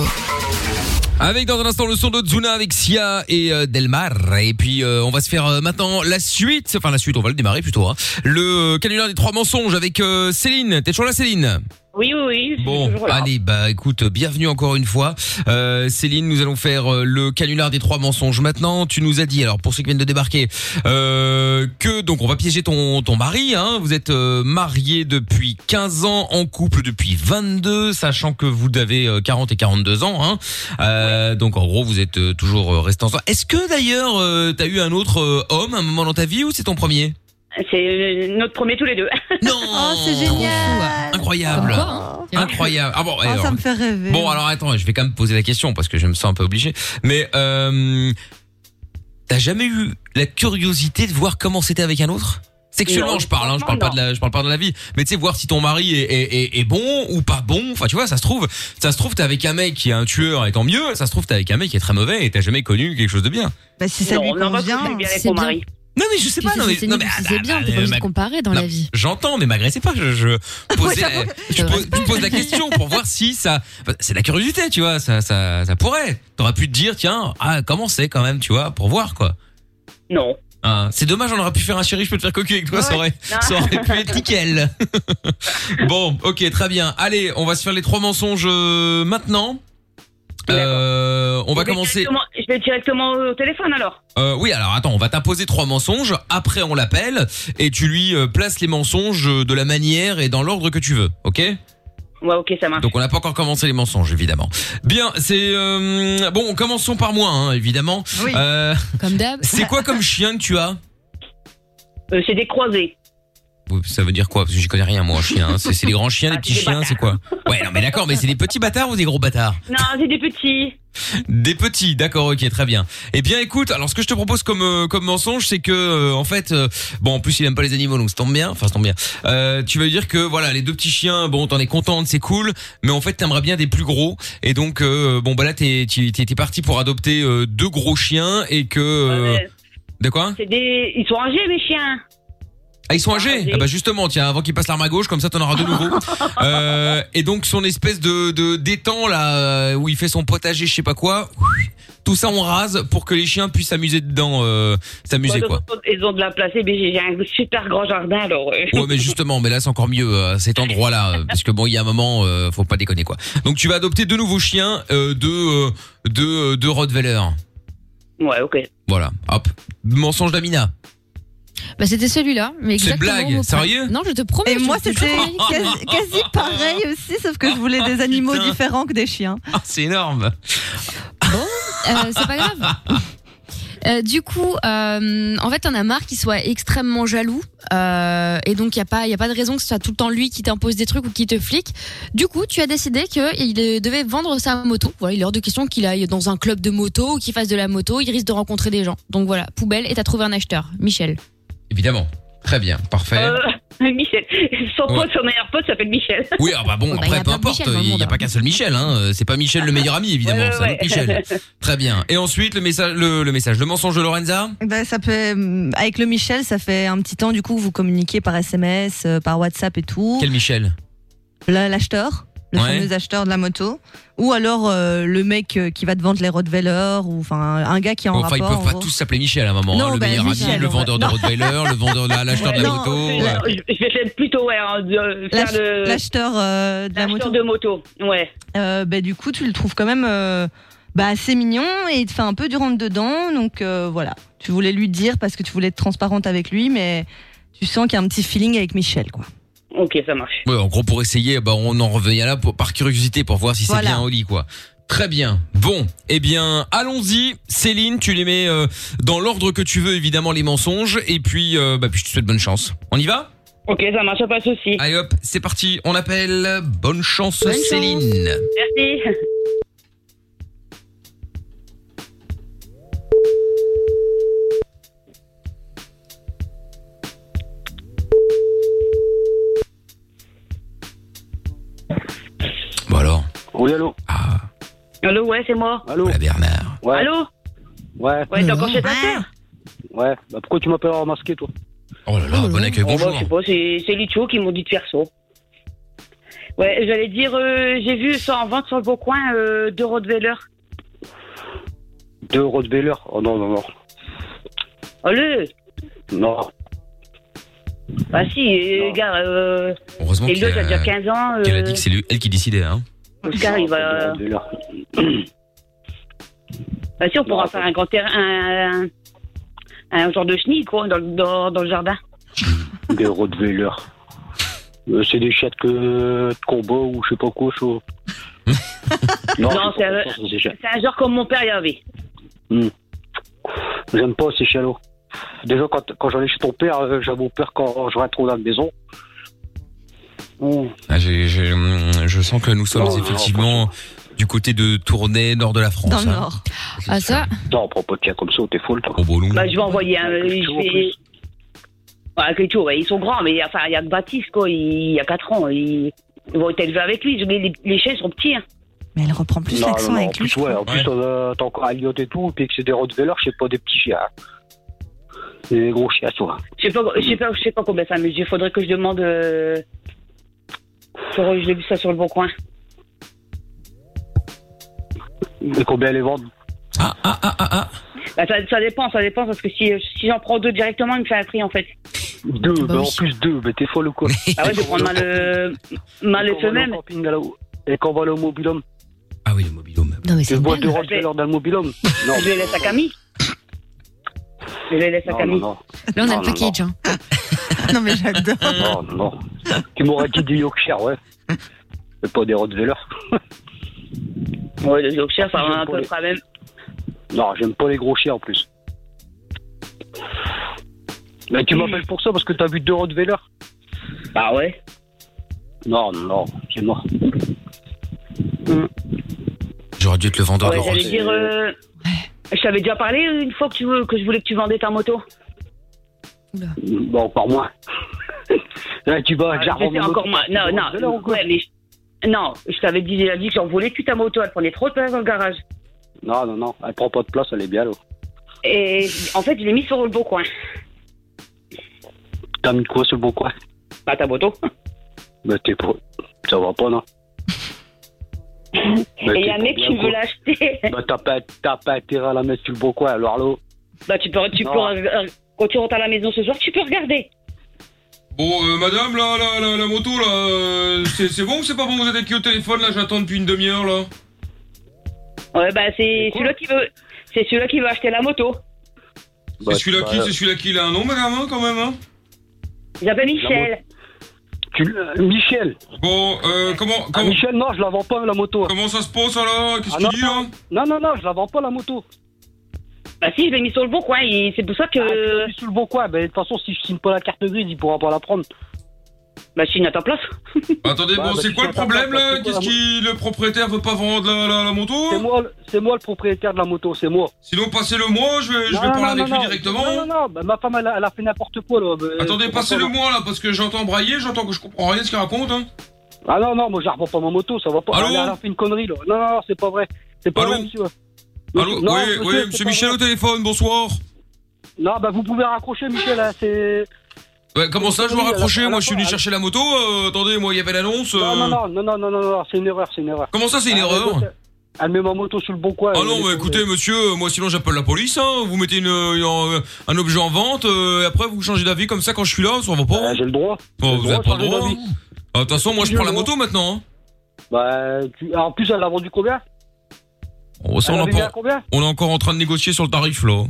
Avec dans un instant le son de Zuna avec Sia et euh, Delmar. Et puis euh, on va se faire euh, maintenant la suite, enfin la suite, on va le démarrer plutôt. hein. Le euh, canular des trois mensonges avec euh, Céline. T'es toujours là Céline
Oui, oui, oui.
Bon, allez, bah écoute, bienvenue encore une fois. Euh, Céline, nous allons faire euh, le canular des trois mensonges maintenant. Tu nous as dit, alors pour ceux qui viennent de débarquer, euh, que donc on va piéger ton, ton mari. Hein. Vous êtes euh, mariés depuis 15 ans, en couple depuis 22, sachant que vous avez euh, 40 et 42 ans. Hein. Euh, Donc en gros, vous êtes euh, toujours euh, restés ensemble. Est-ce que d'ailleurs, euh, t'as eu un autre euh, homme à un moment dans ta vie ou c'est ton premier
C'est euh, notre premier tous les deux.
Non
Oh, c'est génial
Incroyable. Incroyable. Ah bon,
Oh,
alors-
ça me fait rêver.
Bon, alors attends, je vais quand même poser la question parce que je me sens un peu obligé. Mais euh, t'as jamais eu la curiosité de voir comment c'était avec un autre Sexuellement,
Non,
je parle, hein, je parle pas de la, je parle pas de la vie. Mais tu sais, voir si ton mari est, est, est- est bon ou pas bon. Enfin, tu vois, ça se trouve, ça se trouve, t'es avec un mec qui est un tueur et tant mieux. Ça se trouve, t'es avec un mec qui est très mauvais et t'as jamais connu quelque chose de bien.
Bah, si ça
Non,
lui
non, parce que
convient,
c'est bien avec
c'est
mon
bien.
mari.
Non, mais je sais
pas,
Puis
non,
c'est-
mais-
c'est
non,
nul,
mais-
puis
ah,
C'est
bah,
bien, t'es
euh,
pas obligé
ma-
de comparer dans la
Non,
vie.
J'entends, mais m'agressez pas. Je, je posais, la- je pose- je pose la question pour voir si ça. enfin, C'est de la curiosité, tu vois. Ça, ça, ça pourrait. T'aurais pu te dire, tiens, ah, comment c'est quand même, tu vois, pour voir quoi.
Non.
Ah, c'est dommage, on aurait pu faire un chéri, je peux te faire cocu avec toi, ça, aurait,
Non.
ça aurait pu être nickel. bon, ok, très bien. Allez, on va se faire les trois mensonges euh, maintenant. Euh, on va
Je vais
commencer.
directement- Je vais directement au téléphone alors.
Euh, oui, alors attends, on va t'imposer trois mensonges. Après, on l'appelle et tu lui euh, places les mensonges euh, de la manière et dans l'ordre que tu veux, ok
Ouais, ok, ça marche.
Donc, on n'a pas encore commencé les mensonges, évidemment. Bien, c'est euh, bon. Commençons par moi, hein, évidemment.
Oui.
Euh,
Comme d'hab.
c'est quoi comme chien que tu as
Euh, c'est des croisés.
Ça veut dire quoi Parce que j'y connais rien, moi, en chien. hein. C'est c'est des grands
Ah,
chiens, des petits chiens, c'est quoi Ouais, non, mais d'accord, mais c'est des petits bâtards ou des gros bâtards
Non, c'est des petits.
Des petits, d'accord, ok, très bien. Eh bien, écoute, alors ce que je te propose comme euh, comme mensonge, c'est que euh, en fait, euh, bon, en plus il aime pas les animaux, donc ça tombe bien. Enfin, ça tombe bien. Euh, tu vas lui dire que voilà, les deux petits chiens, bon, t'en es contente, c'est cool, mais en fait, t'aimerais bien des plus gros. Et donc, euh, bon, bah là, t'es t'es t'es- t'es parti pour adopter euh, deux gros chiens et que. euh, de quoi
C'est des. Ils sont âgés mes chiens.
ah, ils sont âgés
âgés.
Ah bah justement, tiens, avant qu'ils passent l'arme à gauche, comme ça t'en auras de nouveau. euh, et donc son espèce de de- d'étang là euh, où il fait son potager, je sais pas quoi. Tout ça on rase pour que les chiens puissent s'amuser dedans, euh, s'amuser
Bon,
quoi.
donc, Ils ont Bah, de la place. eh bien, J'ai j'ai un super grand jardin alors. euh,
Ouais, mais justement, mais là c'est encore mieux euh, cet endroit-là, euh, parce que bon, il y a un moment, euh, faut pas déconner quoi. Donc tu vas adopter deux nouveaux chiens, euh, deux, euh, deux, euh, deux Rottweiler.
Ouais, ok.
Voilà, hop. Mensonge d'Amina.
Bah, c'était celui-là. mais
C'est
exactement
blague,
au point.
sérieux
Non, je te promets.
Et moi,
je te
c'était
promets.
quasi, quasi pareil aussi, sauf que je voulais des animaux différents que des chiens.
Ah, c'est énorme.
Euh, c'est pas grave. Euh, du coup, euh, en fait, on a marre qu'il soit extrêmement jaloux, euh, et donc il y a pas, il y a pas de raison que ce soit tout le temps lui qui t'impose des trucs ou qui te flique. Du coup, tu as décidé que il euh, devait vendre sa moto. Voilà, il est hors de question qu'il aille dans un club de moto ou qu'il fasse de la moto. Il risque de rencontrer des gens. Donc voilà, poubelle et t'as trouvé un acheteur, Michel.
Évidemment. Très bien, parfait.
Euh, Michel. Son
Ouais.
pote, son meilleur pote s'appelle Michel.
Oui, ah bah bon,
bah, y
après,
a
peu
plein de
importe,
Michel dans
il
le
n'y
monde,
a
hein.
pas qu'un seul Michel, hein. euh, c'est pas Michel le meilleur ami, évidemment,
Ouais,
c'est un
ouais,
autre Michel.
ouais.
Très bien. Et ensuite, le message, le, le message, le mensonge de Lorenza
Ben, ça peut, hum, avec le Michel, ça fait un petit temps, du coup, vous communiquez par SMS, euh, par WhatsApp et tout.
Quel Michel
Là, L'acheteur, le
Ouais.
fameux acheteur de la moto. Ou alors euh, le mec euh, qui va te vendre les Rottweiler, ou enfin un gars qui est en
Enfin, ils
rapport.
peuvent
en
pas
gros.
tous s'appeler Michel à un moment,
Non,
hein, le
bah,
meilleur
Michel,
ami, le
ouais.
vendeur de
Non.
Rottweiler, le vendeur de l'acheteur de la
Non,
moto.
c'est-
ouais.
je- Je vais être plutôt, ouais, hein, de- faire
L'ach-
le-
L'acheteur euh, de la moto.
de moto, ouais.
ben, du coup, tu le trouves quand même euh, bah, assez mignon et il te fait un peu du rentre-dedans. Donc euh, voilà, tu voulais lui dire parce que tu voulais être transparente avec lui, mais tu sens qu'il y a un petit feeling avec Michel. quoi.
Ok, ça marche.
Ouais, en gros, pour essayer, bah, on en revient là pour, par curiosité pour voir si c'est
Voilà.
bien au lit, quoi. Très bien. Bon, eh bien, allons-y. Céline, tu les mets euh, dans l'ordre que tu veux, évidemment, les mensonges. Et puis, euh, bah, puis je te souhaite bonne chance. On y va
Ok, ça marche, pas de souci.
Allez hop, c'est parti. On appelle. Bonne chance,
Bonne chance.
Céline.
Merci.
Bon alors
Oui, allô
Allô, ouais, c'est moi.
Allô
Bernard.
Ouais.
Allô
Ouais.
Ouais, t'es encore chez ta sœur
Ouais, bah pourquoi tu m'appelles en masqué, toi
Oh là là, bon accueil,
Oh, bah, je sais pas, c'est c'est Lucho qui m'ont dit de faire ça. Ouais, j'allais dire, euh, j'ai vu ça en vente sur le beau coin euh, de Rottweiler.
Deux Rottweiler Oh non, non, non.
Allez
Non.
Ah si, euh, gars, euh,
Heureusement
et l'autre,
qu'il
il a
a-
déjà 15 ans.
Qu'elle a
euh,
dit que c'est lui- elle qui décidait, hein.
Oscar, il va. Bah si, on pourra faire un grand terrain, un, un genre de chenille, quoi, dans, le- dans, dans le jardin.
Des Rottweiler. Euh, c'est des chats de combat ou je sais pas quoi, chaud. non,
Non,
j'ai
c'est
pas
un,
confiance dans ces chats.
c'est un genre comme mon père y avait.
Hmm. J'aime pas ces chalots. Déjà, quand, quand j'allais chez ton père, euh, j'avais mon père quand j'aurais trop dans la maison. Hmm.
Ah, j'ai- j'ai- hum, je sens que nous sommes
Oh, non,
effectivement du côté de Tournai, nord de la France. hein.
Ah ça
Non, on prend pas de chien comme ça, t'es folle, toi.
Au bon
Bah, je vais envoyer un. je vais- Avec les tours, ils sont grands, mais enfin, il y a que Baptiste, quoi, il y a 4 ans. Ils ils vont être élevés avec lui. Les, les, les chiens sont petits. hein.
Mais elle reprend plus l'accent
en
avec lui.
plus, ouais, en plus, euh, t'as encore Aliot et tout, et puis que c'est des Rottweilers, c'est pas des petits chiens. C'est des gros chiens, souvent.
Je sais pas, je sais pas, je sais pas combien ça mesure. Faudrait que je demande. Euh... faudrait que je l'ai vu ça sur le bon coin.
Et combien les vendent
Ah, Bah, ça, ça dépend, ça dépend parce que si, si j'en prends deux directement, il me fait un prix en fait.
Deux, bah,
Bah oui.
en plus deux, mais t'es folle ou quoi
Ah ouais, je vais prendre mal, euh, mal les
Quand on va
femelles.
au camping, à la- Et quand on va aller au mobilhome
Non, mais
Tu
une
vois deux
blague.
Rottweilers dans le mobilhome Non.
Je les laisse à Camille. Je les laisse à
Non,
Camille.
non,
Là,
non.
on a
Non,
le
non,
package. Hein.
non, mais j'adore.
Non, Oh, non. Tu m'aurais dit du Yorkshire, ouais. C'est pas des Rottweilers.
Ouais, le Yorkshire, ça va à
J'aime pas
peu
les-
près la même.
Non, j'aime pas les gros chiens en plus. Mais tu m'appelles pour ça parce que t'as vu deux Rottweilers
Mm. Bah ouais.
Non, non, non, c'est mort.
J'aurais dû te le vendre.
Mm. Ouais,
Laurent.
j'allais dire. euh, Je t'avais déjà parlé euh, une fois que, tu veux, que je voulais que tu vendais ta moto.
Bon, encore moins. Là, tu vas,
Ah,
j'ai
c'était encore moi. Non, non. Ouais, mais je- non, je t'avais dit- déjà dit que j'en voulais plus ta moto. Elle prenait trop de place dans le garage.
Non, non, non, elle prend pas de place, elle est bien là.
Et en fait, je l'ai mis sur le beau coin.
T'as mis quoi sur le bon coin
Bah, ta moto.
Bah, t'es pas. Ça va pas, non Bah,
Et il y
t'es
a un
pas
mec
bien,
qui
quoi.
veut l'acheter.
Bah, t'as pas, t'as pas intérêt à la mettre sur le bon coin, alors là.
Bah, tu peux, tu
Non.
peux, euh, quand tu rentres à la maison ce soir, tu peux regarder.
Bon, euh, madame, là, là, la, la moto, là, euh, c'est c'est bon ou c'est pas bon Vous êtes avec qui au téléphone, là J'attends depuis une demi-heure, là.
Ouais, bah, c'est celui-là qui veut, c'est celui-là qui veut acheter la moto.
C'est
Bah,
celui-là qui C'est celui-là qui Il a un nom, madame, hein, quand même, hein
Il s'appelle Michel.
euh, Michel Ah,
Bon, euh, comment, comment...
Michel, non, je la vends pas, la moto.
Comment ça se passe, alors Qu'est-ce
Ah,
qu'il
non,
dit, là
non. Non, non, non, je la vends pas, la moto.
Bah, si, je l'ai mis sur le bon coin. et C'est pour ça
Ah,
que.
sur le bon coin. Bah, de toute façon, si je signe pas la carte grise, il pourra pas la prendre.
Bah, signe à ta place.
Attendez,
Bah,
bon,
bah,
c'est
tu
quoi le
t'attends
problème,
pas,
là
c'est quoi,
Qu'est-ce
la
qui... Le propriétaire veut pas vendre la, la, la moto
C'est moi, le- c'est moi le propriétaire de la moto, c'est moi.
Sinon, passez-le moi, je vais, je vais
Non, non,
parler
non,
avec
non,
lui
non.
directement.
Non, non, non, bah, ma femme, elle a, elle a fait n'importe quoi, là. Bah,
Attendez,
je comprends
passez-le
pas,
moi, là, parce que j'entends brailler, j'entends que je comprends rien de ce qu'il raconte, hein.
là. Ah non, non, moi, je la revends pas ma moto, ça va pas.
Allô
elle, a- elle a fait une connerie, là. Non, non, non, c'est pas vrai. C'est pas vrai, monsieur.
Allô
Non,
Oui,
monsieur,
oui,
c'est
monsieur
pas
Michel
vrai.
au téléphone, bonsoir.
Non, bah, vous pouvez raccrocher, Michel, hein, c'est.
Ouais, Bah, comment ça, je dois
Oui, à la-
rapprocher
à la
Moi, je suis
fin,
venu
à la-
chercher la moto, euh, attendez, moi, il y avait l'annonce...
Non, non, non,
euh,
non, non, non, non, non, c'est une erreur, c'est une erreur.
Comment ça, c'est une
Elle-
erreur
elle- Elle met ma moto sur le bon coin.
Ah non, mais écoutez, monsieur, euh, moi sinon j'appelle la police. Hein. Vous mettez une, une- un- un objet en vente euh, et après vous changez d'avis comme ça quand je suis là, ça va pas.
Bah, J'ai le droit.
Bon, vous
J'ai
n'avez
le
pas le
de
droit.
changer
hein. Ah, De toute façon, moi je
J'ai
prends
le
la
droit.
moto maintenant. hein.
Bah, tu- ah, en plus, elle a vendu combien
Oh, ça,
Elle
on,
avait
en-
mis à Ah, combien
on est encore en train de négocier sur le tarif là.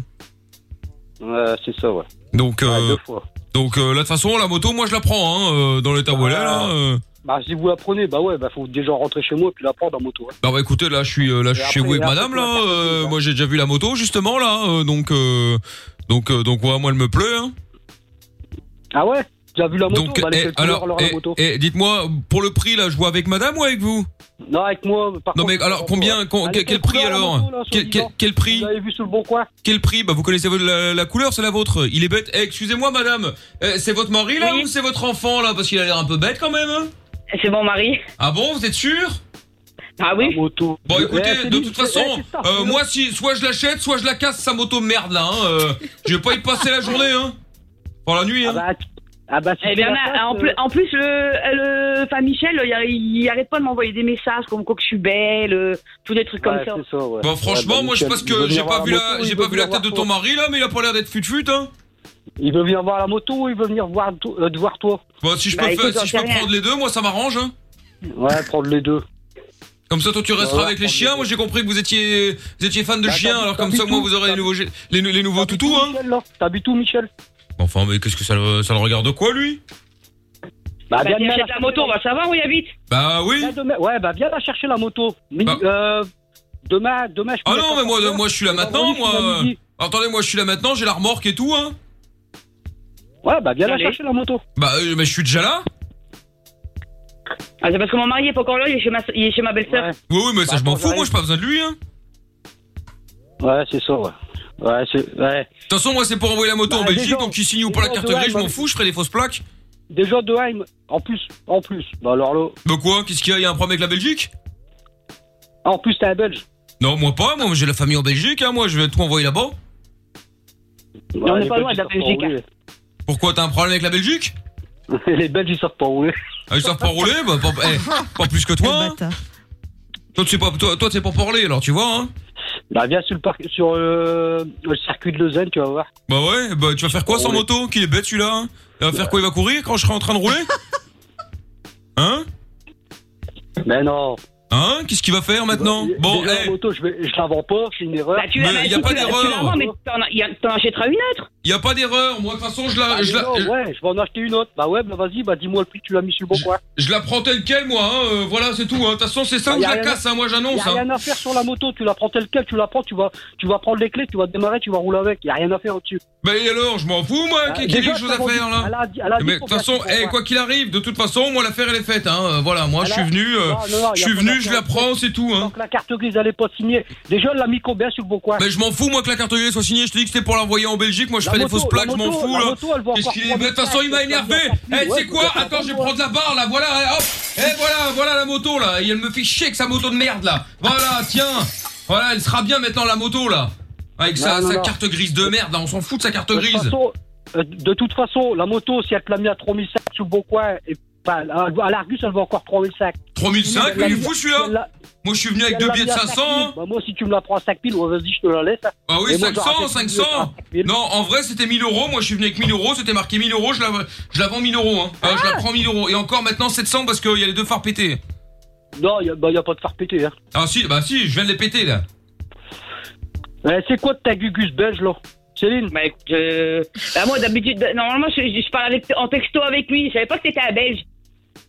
Ouais, Euh, c'est ça, ouais.
Donc, euh,
Ah, deux fois.
donc euh, là de toute façon, la moto, moi je la prends hein, euh, dans l'état où elle est là. euh.
Bah, si vous la prenez, bah ouais, bah faut déjà rentrer chez moi puis la prendre en moto. hein.
Bah, bah, écoutez, là je suis, euh, là, je suis chez
après,
vous et
là,
madame
faut
là. euh, moi j'ai déjà vu la moto justement là. euh, donc, euh, donc, euh, donc ouais, moi elle me plaît. Hein.
Ah ouais Tu as vu la moto
Donc,
Bah,
eh,
laissez le couleur,
alors,
alors,
eh,
la moto.
eh, dites-moi, pour le prix là, je vois avec madame ou avec vous
Non, avec moi, par
Non,
contre,
mais alors,
par
combien
contre,
con-
allez,
quel,
quelle
quel prix
couleur la
alors
moto, là, sur
quel,
le
quel-
divan
quel prix
Vous l'avez vu sur le bon coin
Quel prix Bah, vous connaissez la, la couleur, c'est la vôtre. Il est bête. Eh, excusez-moi, madame. Eh, c'est votre mari là ou c'est votre enfant là Parce qu'il a l'air un peu bête quand même. hein
C'est mon mari.
Ah bon, vous êtes sûr
Ah oui.
moto.
Bon, écoutez,
Eh, c'est
de
lui,
toute
c'est-
façon,
eh, c'est ça,
euh,
c'est
moi,
l'autre.
si, soit je l'achète, soit je la casse, sa moto de merde là. hein, euh, je vais pas y passer la journée, hein. Enfin, la nuit, hein.
Ah bah,
Eh bien, là, en, plus, en plus, le, le, enfin, Michel, il, il, arrête pas de m'envoyer des messages comme quoi que je suis belle, euh, tous des trucs comme
Ouais,
ça.
c'est ça, ouais.
Bah, franchement,
Ouais, bah,
moi, je
nickel.
pense
Il veut
que j'ai
venir
pas
voir
vu
la
la,
moto,
j'ai
il
pas
veut
vu la
venir
tête de ton
voir toi.
mari là, mais il a pas l'air d'être fut-fut, hein.
Il veut venir voir la moto ou il veut venir voir, to- euh, de voir toi
Bah, si je
Bah,
peux,
écoute,
faire-
j'en
si je peux
sais rien.
prendre les deux, moi, ça m'arrange, hein.
Ouais, prendre les deux.
Comme ça, toi, tu resteras avec les chiens. Moi, j'ai compris que vous étiez, vous étiez fan de
Bah,
chiens.
t'as-
Alors,
t'as
comme
vu
ça, moi,
tout,
vous aurez les nouveaux, gé- les, les nouveaux toutous, hein.
Michel, là T'habites où, Michel
Enfin, mais qu'est-ce que ça, le- ça le regarde quoi, lui
Bah,
Bah,
viens
viens
demain,
acheter
là,
la moto, on va savoir où il habite.
Bah oui. Bah.
Viens demain- Ouais, bah, viens la chercher, la moto. Mini- euh, demain, demain, je
Ah
peux la
non, mais moi,
sortir.
moi, je suis là
Et
maintenant,
vendredi, je suis là
moi.
midi.
Attendez, moi, je suis là maintenant. J'ai la remorque et tout, hein.
Ouais, bah, viens la
Allez.
chercher, la moto.
Bah, euh, mais je suis déjà là.
Ah, c'est parce que mon mari est pas encore là, il est chez ma, il est chez ma belle-sœur.
Bah,
Oui, oui, mais ça, je m'en fous. Moi, j'ai pas besoin de lui, hein.
Ouais, c'est ça, ouais. Ouais, c'est. Ouais.
De toute façon, moi, c'est pour envoyer la moto en
Bah,
Belgique,
déjà,
donc ils signent ou pas la
déjà,
carte
ouais,
grise, je
bah,
m'en fous, je ferai des fausses plaques.
Déjà de Haim, en plus, en plus. Bah alors là.
Bah quoi Qu'est-ce qu'il y a Il y a un problème avec la Belgique
En plus, t'es un Belge.
Non, moi pas, moi j'ai la famille en Belgique, hein, moi je vais tout envoyer là-bas.
Ouais, Bah, les Belges, ils sortent pas roulés.
Pourquoi t'as un problème avec la Belgique
Les Belges, ils sortent pas roulés.
Ah, ils savent pas rouler bah, pas, eh, pas plus que toi. hein. Toi, tu sais pas, toi, toi, tu sais pas parler, alors tu vois. Hein.
Bah viens sur le parc, sur euh, le circuit de Lausanne, tu vas voir.
Bah ouais, bah tu vas faire quoi sans moto Qu'il est bête celui-là hein Il va faire quoi Il va courir quand je serai en train de rouler Hein
Mais non.
Hein Qu'est-ce qu'il va faire maintenant Bon,
Déjà,
eh,
Bah, la moto, je, vais- je la vends pas, c'est une erreur.
Bah,
tu la Mais vends- y a tu pas la- d'erreur. tu la vends, mais
t'en, achèteras une autre.
y a pas d'erreur. Moi, de toute façon, je la, je, la,
Bah, ouais, je vais en acheter une autre. Bah ouais, bah vas-y, bah dis-moi le prix, tu l'as mis sur le bon coin.
je la prends telle quelle, moi. hein, euh, voilà, c'est tout. hein. De toute façon, c'est ça ou je
Bah, Ah, Y a
la
rien à-
casse. hein, moi,
y
j'annonce.
a
hein.
rien à faire sur la moto, tu la prends telle quelle, tu la prends, tu vas, tu vas prendre les clés, tu vas démarrer, tu vas rouler avec. Y a rien à faire au-dessus.
Bah et alors, je m'en fous, moi.
Ah,
Quelle est
déjà,
chose
ça
à
vend
faire
du-
là
elle a dit- elle a dit
Mais de
pour
toute façon,
faire
eh,
pour
quoi qu'il arrive, de toute façon, moi, l'affaire elle est faite. Hein. Euh, Voilà, moi, je suis
Alors-
venu. euh,
Non, non, non,
je
y a
suis
pas
venu,
d'affaire.
je la prends, c'est tout. Hein.
Donc la carte grise, elle est pas signée. Déjà, elle l'a mis combien sur le bon coin
Mais je m'en fous, moi, que la carte grise soit signée. Je te dis que c'était pour l'envoyer en Belgique. Moi, je
La
fais des
moto,
fausses plaques,
la
je m'en
moto,
fous,
la
là.
moto, elle va
Qu'est-ce
encore
qu'il est bête. De toute façon, il m'a énervé. Eh, tu sais quoi Attends, je vais prendre la barre, là. Voilà, eh, hop. Eh, voilà, voilà la moto, là. Et elle me fait chier avec sa moto de merde, là. Voilà, tiens. Voilà, elle sera bien maintenant, la moto, là. Avec
Non,
sa,
non,
sa
non.
carte grise de merde, là. On s'en fout de sa carte
De toute
grise.
façon, euh, de toute façon, la moto, si elle te l'a mis à 3005 sur le bon coin, et, enfin, à à l'Argus, elle va encore 3005.
3005, mais il est fou, celui-là. Moi, je suis venu avec deux billets de 500. hein.
Bah, moi, si tu me la prends à 5 piles, ouais, vas-y, je te la laisse. hein.
Ah oui,
Et moi,
500,
j'aurais fait
500 Non, en vrai, c'était 1000 euros. Moi, je suis venu avec 1000 euros. C'était marqué 1000 euros. Je la, je la vends 1000 euros. Hein. Euh, je
Ah.
la prends 1000 euros. Et encore maintenant 700 parce qu'il y a les deux phares pétés.
Non, il n'y a pas de faire péter. Hein.
Ah si, bah si, je viens de les péter là.
Eh, c'est quoi de ta gugus belge, là Céline
Bah écoute, euh, bah, moi d'habitude, normalement je, je- je parle avec- en texto avec lui, je savais pas que t'étais un belge.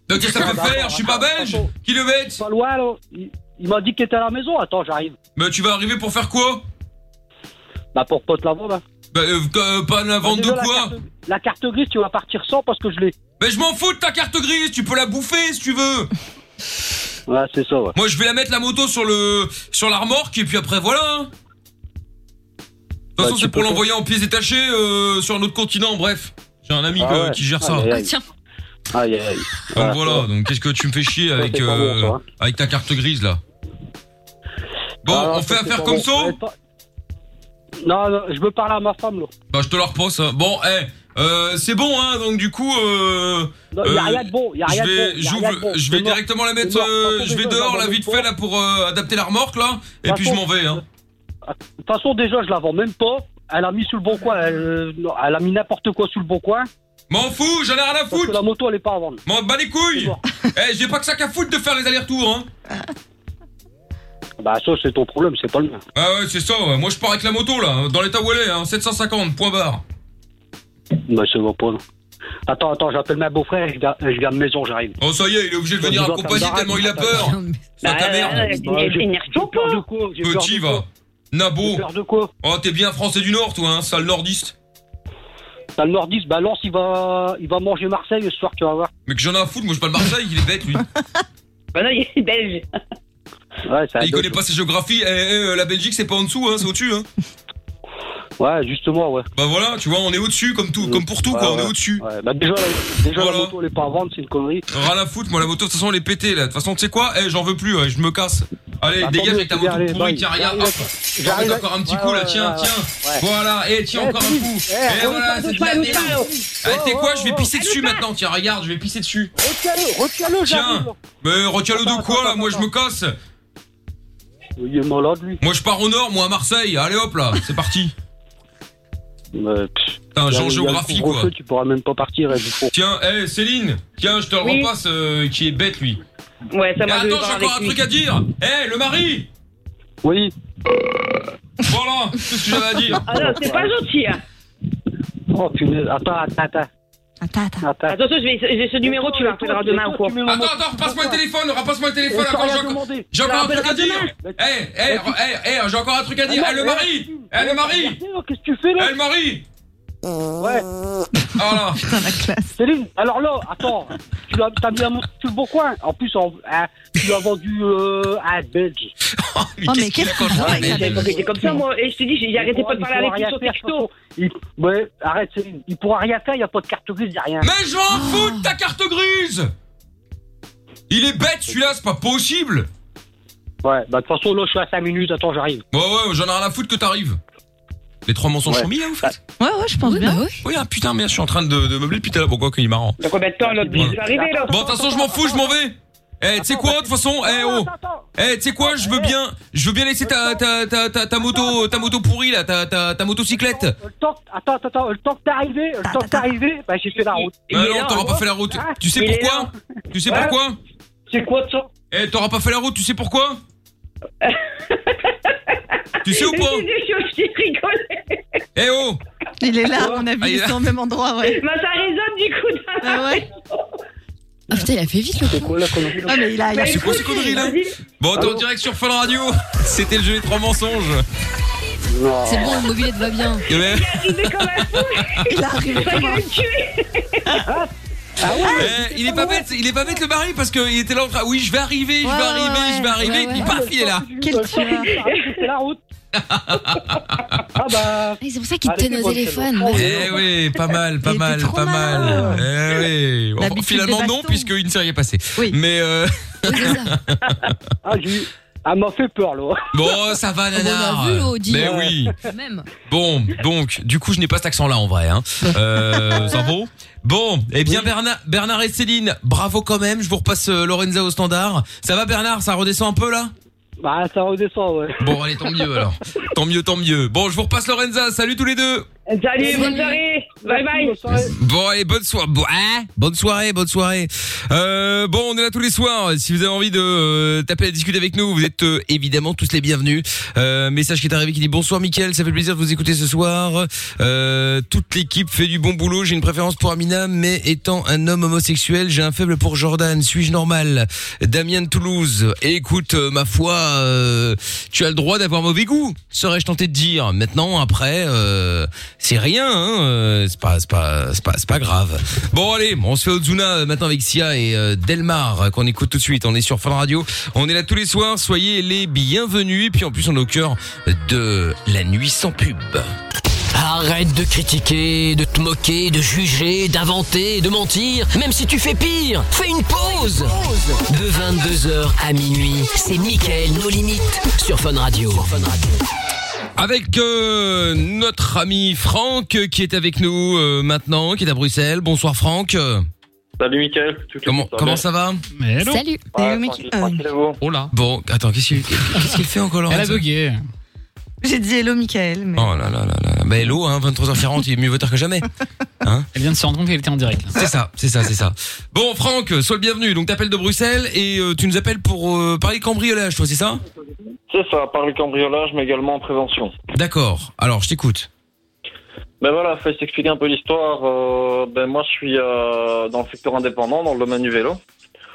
Donc, qu'est-ce que ça peut faire Je suis pas belge Qui le bête
Pas loin, là. Il, il m'a dit qu'il était à la maison. Attends, j'arrive.
Mais tu vas arriver pour faire quoi
Bah, pour pote la vendre. hein.
Bah, euh, euh, pas la vente de
déjà, la
quoi
carte- La carte grise, tu vas partir sans parce que je l'ai.
Mais je m'en fous de ta carte grise. Tu peux la bouffer si tu veux.
Ouais, c'est ça, ouais.
Moi, je vais la mettre la moto sur le sur la remorque et puis après voilà. hein.
Bah,
De toute façon, c'est pour l'envoyer en pièces détachées euh, sur un autre continent. Bref, j'ai un ami
Ah
euh,
ouais.
qui gère
Ah,
ça.
aïe, aïe. Aïe, aïe, aïe.
Donc voilà, donc qu'est-ce que tu me fais chier avec
c'est pas bon,
euh,
ça, hein.
avec ta carte grise là Bon,
Ah,
on fait
ça, c'est
affaire
pas
comme
bon.
ça
Ouais, pas- Non, non, je veux parler à ma femme, là.
Bah je te la repose. hein. Bon, eh, euh, c'est bon hein. Donc du coup, euh,
Non, y a
euh,
rien de bon, y a rien
je
de bon, y a
vais,
rien de
j'ouvre-
bon.
je vais
C'est mort.
directement la
C'est
mettre.
mort.
euh,
Franchement,
je vais
déjà,
dehors
j'en
là
ai
vite
pas.
fait là pour euh, adapter la remorque là. Et puis je m'en
Façon-
vais hein.
De toute façon, déjà, je la vends même pas. Elle a mis sur le bon coin. Elle, euh, non, elle a mis n'importe quoi sur le bon coin.
M'en fous, j'en ai rien à foutre.
la moto, elle est pas à vendre.
M'en bats bah, les couilles. Eh, j'ai pas que ça qu'à foutre de faire les allers-retours hein.
Bah, ça, c'est ton problème, c'est pas le mien.
Ah ouais, c'est ça. ouais. Moi je pars avec la moto là, dans l'état où elle est, hein, 750 point barre.
Bah, c'est mon problème. Attends, attends, j'appelle ma beau-frère et je ga- je garde maison, j'arrive.
Oh ça y est, il est obligé de
Ça
venir
nous entend
accompagner
barrage,
tellement il a
ça
peur.
nous
Soit ta
Euh,
merde.
Bah,
Petit va. Nabo. Oh, t'es bien français du Nord, toi, hein, sale nordiste.
T'as le nordiste, bah, Lance, il va, il va manger Marseille ce soir, tu vas voir.
Mais que j'en ai à foutre, moi je parle Marseille, il est bête lui.
Bah non, il est belge.
Ouais, ça
il connaît pas ses géographies. Eh, eh, euh, la Belgique, c'est pas en dessous, hein, c'est au-dessus. Hein.
Ouais, justement, ouais.
Bah voilà, tu vois, on est au-dessus, comme tout, comme pour tout, quoi,
Ouais,
on est
ouais.
au-dessus.
Ouais, bah, déjà, la, déjà, la moto, elle est pas à vendre, c'est une connerie.
Rien à foutre, moi la moto, de toute façon, elle est pétée là. De toute façon, tu sais quoi Eh, j'en veux plus, ouais, je me casse. Allez,
Attendez,
dégage avec ta moto
allez,
pourrie
bye.
qui regarde.
J'arrive,
Hop, j'en
j'arrive.
mets encore un petit
Ouais,
coup là,
ouais,
tiens,
ouais,
tiens.
ouais.
Voilà, et tiens,
Eh,
encore un
Steve,
coup.
eh,
Et
on
voilà,
est pas
c'est de
de pas,
la merde.
on est pas.
Ah, tu sais
Oh,
quoi,
oh,
je vais
oh.
pisser dessus maintenant, tiens, regarde, je vais pisser dessus.
Retiens-le, retiens-le, j'arrive.
Tiens, mais retiens-le de quoi là, moi je me casse.
Il est malade, lui.
Moi je pars au nord, moi à Marseille. Allez hop là, c'est parti. T'as un
Il y a- il y a
genre
le
géographie
couvre-feu,
quoi.
Tu pourras même pas partir, elle, du coup.
Tiens, hé Eh, Céline, tiens, je te le
Oui.
repasse euh, qui est bête lui.
Ouais, ça
Et
m'a
attends,
donné
j'ai
peur
encore un
avec lui.
truc à dire. Hé, le mari
Oui.
Voilà, c'est ce que j'avais à dire.
Ah non, c'est pas gentil. Hein.
Oh punaise, attends, attends, attends.
Attends, attends.
Attention, je vais, j'ai ce numéro, tu l'appelleras demain ou quoi
Attends, attends, repasse-moi le téléphone, repasse-moi le téléphone.
On t'a
Encore,
rien
j'ai encore-
demandé.
j'ai encore un
Tu la
truc à dire. Eh,
rappelleras
Hé, hé, hé, hé, eh, j'ai encore un truc à dire.
Ah
Hé,
non,
le
mais-
mari Hé, le mari
Qu'est-ce que oh, tu fais là
Eh, le mari
Ouais.
Oh Alors.
Putain, la classe. Céline, alors là, attends. Tu l'as- t'as mis un mot sur le bon coin. En plus, on- hein, tu l'as vendu euh, à un Belge. Oh,
mais qu'est-ce qu'il raconte, Ouais, il a pas été comme ça, moi. Et je te dis, j'ai arrêté pas de parler avec lui sur
texto. Ouais, arrête, Céline. Il pourra rien faire, il n'y a pas de carte grise, il n'y a rien.
Mais Ben, je m'en fous de ta carte grise Il est bête celui-là, c'est pas possible
Ouais, bah de toute façon, là, je suis à 5 minutes, attends, j'arrive.
Ouais, ouais, j'en ai rien à foutre que t'arrives. Les trois mensonges sont mis là, vous
Ah.
faites
Ouais, ouais, je pense bien.
Oui, ah putain, merde, je suis en train de, de meubler depuis tout à l'heure, pourquoi qu'il est marrant.
Dans combien de temps Oh, bah, l'autre bise va arriver, là
Bon, de toute façon, je m'en fous, je m'en vais Eh, tu sais quoi, de toute façon, eh oh Eh, tu sais quoi, je veux bien, je veux bien laisser ta, ta, ta, ta, ta moto, ta moto pourrie là, ta, ta, ta motocyclette
Le temps, attends, attends, attends, le temps que t'es arrivé, le temps que t'es arrivé, bah j'ai fait la route.
Bah non, t'auras pas fait la route.
hein Ah,
Tu sais pourquoi Tu sais
Ouais.
pourquoi
Bah, C'est quoi ça
Eh, t'auras pas fait la route, tu sais pourquoi Tu sais ou pas Eh oh
Il est là, on a vu,
Ah, il
ils
est là.
sont au même endroit, ouais.
Bah, ça résonne du coup.
Ah ouais.
Ah putain, il a fait vite le coup.
Ah, mais il a. il a-
C'est quoi ces conneries là Bon, on est en direct sur Fun Radio. C'était le jeu des trois mensonges.
C'est bon, le mobilette va bien.
Ouais.
Il arrive comme un Ah
Eh, il est pas bête, il est pas bête le mari parce qu'il était là en train. Oui, je vais arriver, je vais arriver, je vais arriver. et puis paf, il est là.
Quel
tueur J'ai fait hein. la route. Ah bah.
C'est pour ça qu'il te tenait au téléphone.
Ah,
Eh oui, pas mal, pas mal, pas mal. Eh oui. Enfin,
L'habitude
finalement
des
non, puisqu'il ne s'est rien passé. Mais euh,
Ah, j'ai eu- elle m'a fait peur, là.
bon, ça va, nanar. Mais oui.
euh, Même.
Bon, donc, du coup, je n'ai pas cet accent-là en vrai. Hein. Euh, ça vaut. Bon, eh bien Bernard, Bernard et Céline, bravo quand même. Je vous repasse euh, Lorenza au standard. Ça va Bernard, ça redescend un peu là
Bah, ça redescend, ouais.
Bon, allez, tant mieux alors. Tant mieux, tant mieux. Bon, je vous repasse Lorenza. Salut tous les deux.
Salut, bonne soirée. Bye bye.
Bon, allez, bonne soirée. bonne soirée, bonne soirée. Euh, bon, on est là tous les soirs. Si vous avez envie de euh, taper la discute avec nous, vous êtes euh, évidemment tous les bienvenus. Euh, message qui est arrivé qui dit bonsoir Mickaël, ça fait plaisir de vous écouter ce soir. Euh, toute l'équipe fait du bon boulot. J'ai une préférence pour Amina, mais étant un homme homosexuel, j'ai un faible pour Jordan. Suis-je normal Damien de Toulouse. Écoute, euh, ma foi, euh, tu as le droit d'avoir mauvais goût, serais-je tenté de dire. Maintenant, après, euh, c'est rien, hein, euh, c'est pas, c'est pas, c'est pas, c'est pas grave. Bon, allez, on se fait Ozuna euh, maintenant avec Sia et euh, Delmar euh, qu'on écoute tout de suite. On est sur Fun Radio, on est là tous les soirs. Soyez les bienvenus. Et puis en plus, on est au cœur de la nuit sans pub.
Arrête de critiquer, de te moquer, de juger, d'inventer, de mentir, même si tu fais pire. Fais une pause. De 22h à minuit, c'est Mickaël nos limites sur Fun Radio.
Avec euh, notre ami Franck euh, qui est avec nous euh, maintenant, qui est à Bruxelles. Bonsoir Franck.
Salut Mickaël.
Comment, comment ça va
Salut.
Oh là. Bon, attends, qu'est-ce qu'il qu'est-ce qu'il fait encore
Elle a
Lorenza
bugué.
J'ai dit hello, Michael. Mais...
Oh là là là là là. Bah hello, hein, 23h40, il est mieux tard que jamais. Hein
Elle vient de se rendre compte qu'elle était en direct.
C'est ça, c'est ça, c'est ça. Bon Franck, sois le bienvenu. Donc t'appelles de Bruxelles et euh, tu nous appelles pour euh, parler de cambriolage, toi, c'est ça
C'est ça, par le cambriolage, mais également en prévention.
D'accord. Alors, je t'écoute.
Ben voilà, faut s'expliquer un peu l'histoire. Euh, ben moi, je suis euh, dans le secteur indépendant, dans le domaine du vélo.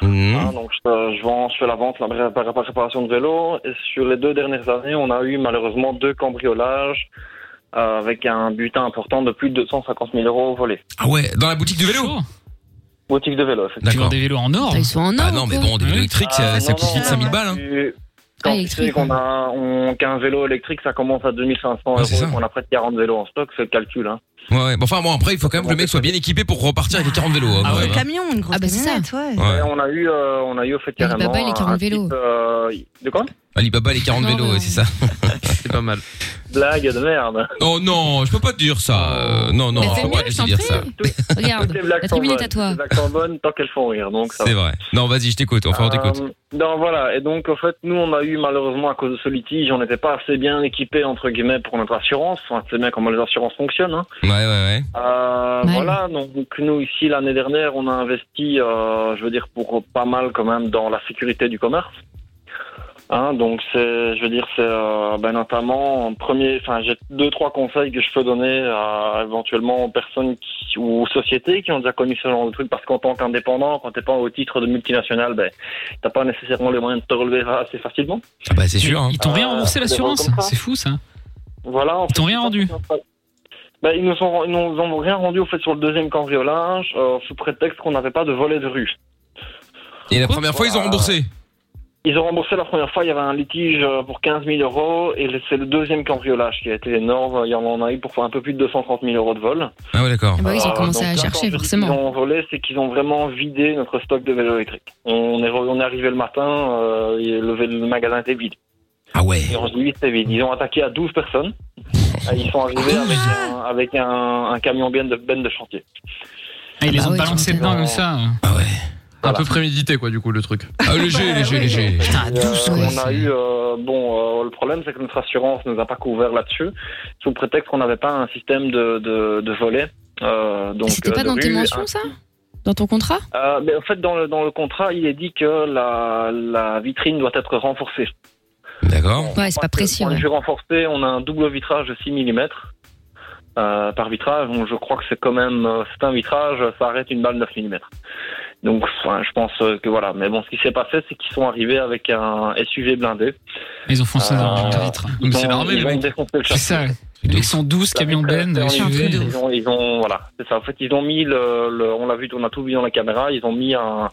Mhm.
Hein, donc je, je vends, je fais la vente, la ré- la réparation de vélo. Et sur les deux dernières années, on a eu malheureusement deux cambriolages euh, avec un butin important de plus de 250 000 euros volés.
Ah ouais, dans la boutique du vélo
Boutique de vélo.
Tu vends des vélos en or
Ils sont en
Ah non, mais bon, des vélos électriques, ça, ça coûte vite 5000 balles. hein.
Oh. Quand
Ah,
tu sais qu'on a, on- qu'un vélo électrique, ça commence à 2500 euros, qu'on a près de 40 vélos en stock, fais le calcul. Hein.
Ouais, ouais. Bon, Enfin bon, après, il faut quand même que le mec soit bien équipé pour repartir avec les 40 vélos. hein, quand même, hein.
Camion, une grosse ah, bah camionnette, ouais.
Et on a eu, euh, on a eu au fait carrément.
Alibaba, les 40
un type,
vélos.
euh, de quoi
Alibaba, les 40 vélos, ouais, c'est ça. c'est pas mal.
Blague de merde.
Oh non, je peux pas te dire ça. euh, non, non,
Mais
je
c'est
peux pas
mieux, je
te
t'en
dire
prie.
ça.
Regarde,
Toutes les blagues
la
sont
tribune est
bonnes.
à toi.
Les blagues sont bonnes tant qu'elles font rire, donc ça
C'est
va.
vrai. Non, vas-y, je t'écoute. Enfin, on t'écoute.
Euh, donc voilà, et donc en fait, nous on a eu malheureusement à cause de ce litige, on n'était pas assez bien équipés entre guillemets pour notre assurance. Enfin, tu sais bien comment les assurances fonctionnent. Hein.
Ouais, ouais, ouais.
Euh, Voilà, donc nous ici l'année dernière, on a investi, euh, je veux dire, pour pas mal quand même dans la sécurité du commerce. Hein, donc c'est, je veux dire, c'est euh, ben notamment en premier, enfin j'ai deux trois conseils que je peux donner à éventuellement aux personnes qui, ou aux sociétés qui ont déjà connu ce genre de truc parce qu'en tant qu'indépendant, quand t'es pas au titre de multinationale, ben t'as pas nécessairement les moyens de te relever assez facilement.
Ah bah c'est sûr.
Ah,
Ils t'ont rien
Euh,
remboursé
des
l'assurance
recompras.
C'est fou ça.
Voilà. Ils
t'ont rien rendu.
Bah, ils nous ont, ils nous ont rien rendu au fait sur le deuxième cambriolage, euh, sous prétexte qu'on n'avait pas de volet de rue. Ah,
Et la première fois, ils ont remboursé.
Ils ont remboursé la première fois, il y avait un litige euh, pour 15 000 euros, et le- c'est le deuxième cambriolage qui a été énorme. Il y en a eu pour un peu plus de 230 000 euros de vol. Euh,
Ah ouais, d'accord.
Ah bah oui, ils ont commencé à chercher, forcément.
Ils ont volé, c'est qu'ils ont vraiment vidé notre stock de vélos électriques. On est, re- on est arrivé le matin, euh, et le, vé- le magasin était vide.
Ah ouais
Et on se dit, oui, c'était vide. Ils ont attaqué à 12 personnes. Et ils sont arrivés avec un,
Ah
avec un, un camion ben de, ben de chantier.
Ah, ils les
Bah
ont
ouais,
balancés
tu
dedans
m'étonnes.
comme ça.
Un peu prémédité, quoi, du coup, le truc.
Ah, léger, léger, léger.
Et, euh, on a eu euh, bon euh, le problème c'est que notre assurance nous a pas couvert là-dessus sous prétexte qu'on n'avait pas un système de de, de volet. Euh, donc
C'était
euh,
pas
de
dans tes
rue,
mentions,
hein.
ça Dans ton contrat
Euh, mais en fait dans le dans le contrat il est dit que la la vitrine doit être renforcée.
D'accord.
Ouais, c'est pas précis. hein.
Quand
ouais.
je renforcé, on a un double vitrage de 6 mm. Euh, par vitrage, donc je crois que c'est quand même euh, c'est un vitrage, ça arrête une balle 9 mm. Donc enfin, je pense euh, que voilà, mais bon ce qui s'est passé c'est qu'ils sont arrivés avec un SUV blindé.
Ils ont foncé dans
Euh,
le vitre.
ils ont- ils ont défoncé le
C'est ça. ouais. Les mecs sont 12 camions ben,
Ils ont-
SUV.
Ils ont, ils ont- voilà, c'est ça. En fait, ils ont mis le, le- on l'a vu, on a tout vu dans la caméra. Ils ont mis un,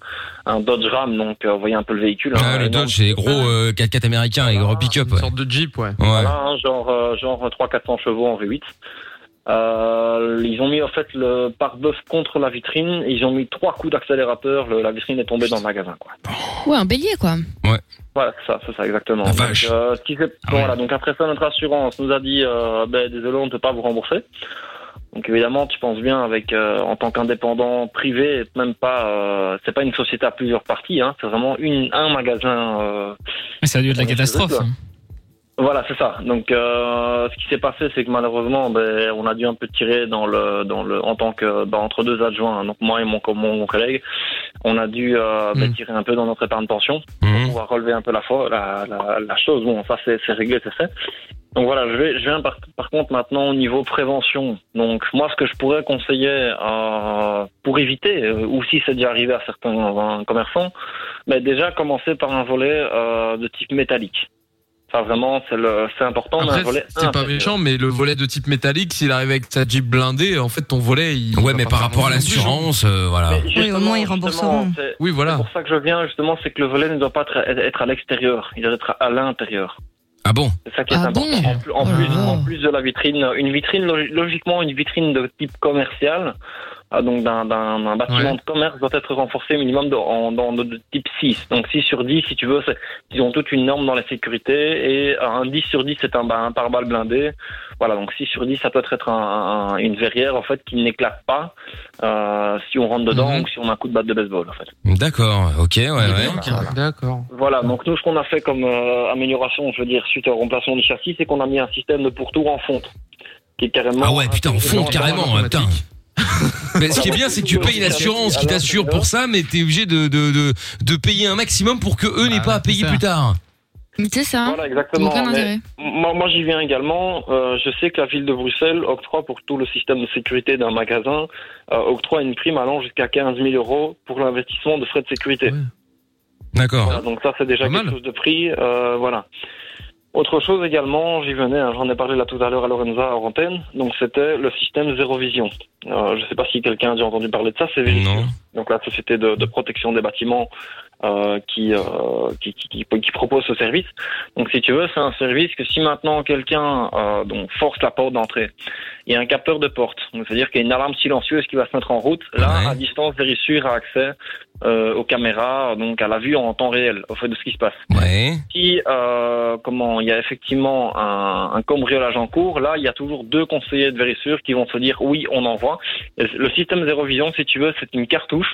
un Dodge Ram, donc euh, vous voyez un peu le véhicule. hein.
Ah, le Dodge, c'est les gros euh, 4x4 américains, les gros pick-up. Une sorte
de Jeep, ouais.
Ouais.
Voilà, hein, genre, euh, genre 300-400 chevaux en V8. Euh, ils ont mis en fait le pare-bœuf contre la vitrine. Ils ont mis trois coups d'accélérateur. le- La vitrine est tombée dans le magasin. Quoi.
Ouais, un bélier, quoi.
Voilà, c'est ça, c'est ça, exactement. Donc, euh, ce qui s'est- voilà, donc après ça, notre assurance nous a dit, euh, ben, désolé, on ne peut pas vous rembourser. Donc évidemment, tu penses bien, avec euh, en tant qu'indépendant privé, même pas, euh, c'est pas une société à plusieurs parties, hein, c'est vraiment une, un magasin. euh,
Mais ça a dû être la
on est chez eux,
catastrophe.
quoi. Voilà, c'est ça. Donc euh, ce qui s'est passé, c'est que malheureusement, ben, on a dû un peu tirer dans le, dans le, en tant que, ben, entre deux adjoints, hein, donc moi et mon, co- mon, mon collègue, on a dû euh, ben, tirer un peu dans notre épargne pension pour pouvoir relever un peu la, fo- la, la, la chose. Bon, ça c'est c'est réglé, c'est fait. Donc voilà, je vais, je viens par, par contre maintenant au niveau prévention. Donc moi, ce que je pourrais conseiller euh, pour éviter, euh, ou si c'est déjà arrivé à certains euh, commerçants, ben déjà commencer par un volet euh, de type métallique. Ça vraiment, c'est le- c'est important. mais
Après,
un volet
c'est pas méchant, mais le volet de type métallique, s'il arrive avec sa Jeep blindée, en fait, ton volet, il.
Ouais, mais par rapport à l'assurance, euh, voilà.
Justement,
au moins, ils
justement,
rembourseront.
c'est-
Oui, voilà.
C'est pour ça que je viens justement, c'est que le volet ne doit pas être, être à l'extérieur, il doit être à l'intérieur.
Ah bon
C'est ça qui est important. en, plus, en plus- en plus de la vitrine, une vitrine, logi- logiquement, une vitrine de type commercial, ah, donc d'un d'un- d'un bâtiment
Ouais.
de commerce, doit être renforcée minimum de, en, dans, de, de type 6. Donc 6 sur 10, si tu veux, c'est- ils ont toute une norme dans la sécurité, et un 10 sur 10, c'est un, ba- un pare-balles blindé. Voilà, donc 6 sur 10, ça peut être un- un- une verrière, en fait, qui n'éclate pas euh, si on rentre dedans ou si on a un coup de batte de baseball, en fait.
D'accord, ok, ouais, ouais.
D'accord.
Voilà, donc nous, ce qu'on a fait comme euh, amélioration, je veux dire, suite au remplacement du châssis, c'est qu'on a mis un système de pourtour en fonte. Qui est carrément.
Ah ouais, putain, on fonde carrément, hein, putain. Mais ce qui est bien, c'est que tu payes une assurance qui t'assure pour ça, mais t'es obligé de, de, de, de payer un maximum pour que eux
Bah,
n'aient pas à payer plus tard.
C'est ça.
Voilà, exactement.
Aucun
mais
intérêt.
moi, moi, j'y viens également. Euh, je sais que la ville de Bruxelles octroie pour tout le système de sécurité d'un magasin, euh, octroie une prime allant jusqu'à 15 000 euros pour l'investissement de frais de sécurité.
D'accord.
Voilà, donc ça, c'est déjà quelque chose de pris. euh, voilà. Autre chose également, j'y venais, hein, j'en ai parlé là tout à l'heure à Lorenza en antenne, donc c'était le système zéro vision. Euh, je ne sais pas si quelqu'un a déjà entendu parler de ça, c'est Vérisure. Donc la société de, de protection des bâtiments euh, qui, euh, qui, qui, qui- qui propose ce service. Donc si tu veux, c'est un service que si maintenant quelqu'un euh, donc force la porte d'entrée, il y a un capteur de porte, Donc, c'est-à-dire qu'il y a une alarme silencieuse qui va se mettre en route. Là, à distance, Vérissure a accès euh, aux caméras, donc à la vue en temps réel, au fait de ce qui se passe. Si euh, comment il y a effectivement un, un cambriolage en cours, là il y a toujours deux conseillers de Vérissure qui vont se dire oui on envoie. Et Le système zéro vision, si tu veux, c'est une cartouche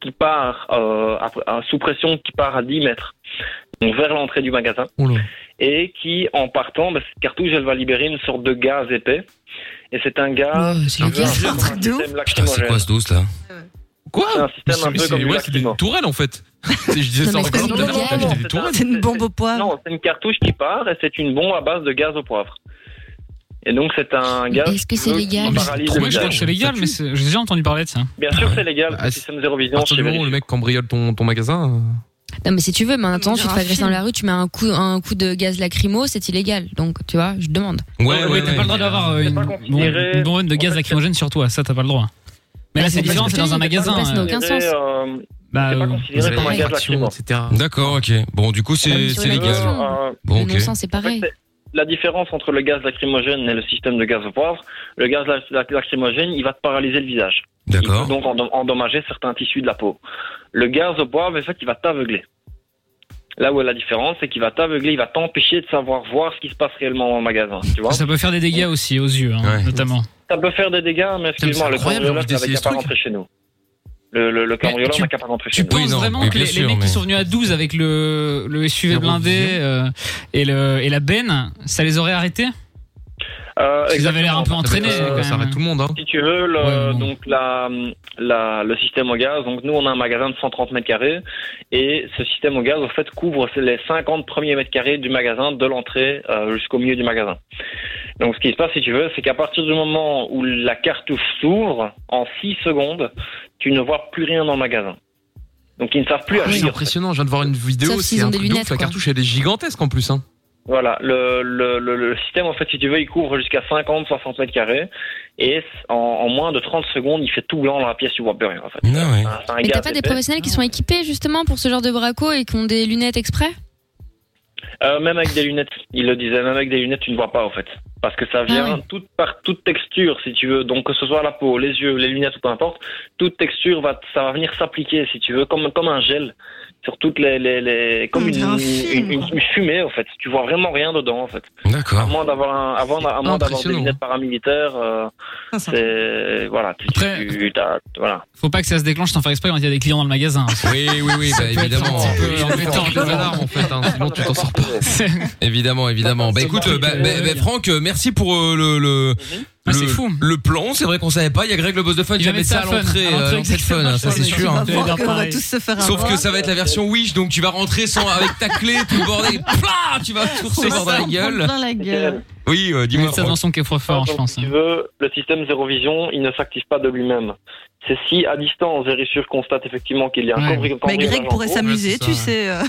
qui part euh, à- à- sous pression, qui part à 10 mètres donc vers l'entrée du magasin et qui en partant, bah, cette cartouche elle va libérer une sorte de gaz épais et c'est un gaz. si tu veux, un peu comme un système
Putain, c'est
lacrymogène.
quoi ce douce là
Quoi
C'est un système un
Mais
peu
c'est-
comme du
ouais, c'est des tourelles, en fait. Je disais ça en
c'est
rigolant,
une
peut-être que t'as
bombe.
acheté des tourelles.
C'est une bombe au poivre. Non, c'est une cartouche qui part et c'est une bombe à base de gaz au poivre. Et donc c'est un gaz.
est-ce que c'est
qui
légal
paralyse le
Moi, je
visage.
crois que c'est légal, mais c'est- j'ai déjà entendu parler de ça.
Bien sûr, c'est légal. le Système zéro
Ah, À
vision.
partir du moment où le mec cambriole ton, ton magasin. euh,
Non, mais si tu veux, mais en attendant,
dire
tu te
un
fais agresser dans
film.
la rue, tu mets un coup, un coup de gaz lacrymo, c'est illégal. Donc, tu vois, je demande.
Ouais, ouais, t'as pas le droit d'avoir euh, une,
considéré.
bon- une bonbonne de gaz lacrymogène sur toi, ça t'as pas le droit. Mais là, c'est différent, c'est dans un magasin. euh,
euh,
Bah, euh,
considéré comme un gaz lacrymo.
D'accord, ok. Bon, du coup,
Ah,
c'est c'est légal.
Euh,
Bon, ok.
c'est pareil.
La différence entre le gaz lacrymogène et le système de gaz au poivre, le gaz lac- lac- lacrymogène, il va te paralyser le visage.
D'accord.
Il peut donc endom- endommager certains tissus de la peau. Le gaz au poivre, c'est ça qui va t'aveugler. Là où est la différence, c'est qu'il va t'aveugler, il va t'empêcher de savoir voir ce qui se passe réellement au magasin. Tu vois
Ça peut faire des dégâts aussi aux yeux, hein, notamment.
Ça peut faire des dégâts, mais
Putain, mais c'est
excuse-moi, le
incroyable,
cambrioleur
j'ai envie
n'avait
d'essayer
qu'à
ce
pas
truc.
rentrer chez nous. Le, le, le cambrioleur n'a qu'à pas rentrer chez nous.
Je pense vraiment que les, les mecs qui sont venus à 12 avec le, le SUV blindé euh, et, le, et la benne, ça les aurait arrêtés Parce qu'ils avaient l'air un peu entraînés. quand même.
tout le monde. hein. Si tu veux, le, donc la, la- le système au gaz. Donc nous, on a un magasin de 130 mètres carrés et ce système au gaz, en fait, couvre les 50 premiers mètres carrés du magasin, de l'entrée euh, jusqu'au milieu du magasin. Donc ce qui se passe, si tu veux, c'est qu'à partir du moment où la cartouche s'ouvre, en 6 secondes, tu ne vois plus rien dans le magasin. Donc ils ne savent
Ah
plus
C'est
agir.
impressionnant, je viens de voir une vidéo,
Ah, Sauf s'ils
c'est
ont
un
des
truc de
lunettes,
ouf, la
quoi.
cartouche elle est gigantesque en plus. Hein.
Voilà, le, le, le, le système, en fait, si tu veux, il couvre jusqu'à 50, 60 mètres carrés. Et en, en moins de 30 secondes, il fait tout blanc dans la pièce, tu vois plus rien, en fait. C'est un
Mais
gaz
t'as pas des
euh,
épais.
professionnels qui sont équipés justement pour ce genre de braco et qui ont des lunettes exprès
Euh, Même avec des lunettes, il le disait, même avec des lunettes, tu ne vois pas, en fait. Parce que
Ah
ça vient toute, par toute texture, si tu veux. Donc, que ce soit la peau, les yeux, les lunettes, ou peu importe, toute texture, va, ça va venir s'appliquer, si tu veux, comme, comme un gel. Sur toutes les. les, les
Ah,
comme une, une, une- une fumée, en fait. Tu vois vraiment rien dedans, en fait.
D'accord.
À moins d'avoir un- avant d'a- à moins d'avoir des
impressionnant.
lunettes paramilitaires, euh,
Ah,
c'est. Voilà. Tu, tu- t'as- voilà.
Faut pas que ça se déclenche sans faire exprès quand il y a des clients dans le magasin. hein.
Oui, oui, oui, bah, évidemment. hein,
sinon tu t'en sors pas.
Évidemment, évidemment. Bah écoute, euh, bah, bah, bah, Franck, euh, merci pour euh, le le le, le plan. C'est vrai qu'on savait pas. Il y a Greg le boss de fun
Ah, Il
qui
va
va mettre
mettre
ça à
ça fun,
l'entrée,
à l'entrée,
euh, l'entrée de fun, hein, ça c'est
exactement.
sûr. hein.
Tu vas voir qu'on va
tous se faire
Sauf que
avoir.
ça va être la version Wish, donc tu vas rentrer sans avec ta clé, tout le bordel, et plah, tu vas
On
sourcer
va
dans la
s'en
gueule.
prendre plein la gueule.
Oui, euh, dis-moi.
Mettre ça dans son coffre-fort, je pense. hein.
Si tu veux, le système zéro vision, il ne s'active pas de lui-même. C'est si à distance, Vérissure constate effectivement qu'il y a un
Ouais.
cambriolage.
Mais Greg pourrait s'amuser, tu
sais.
sais. euh.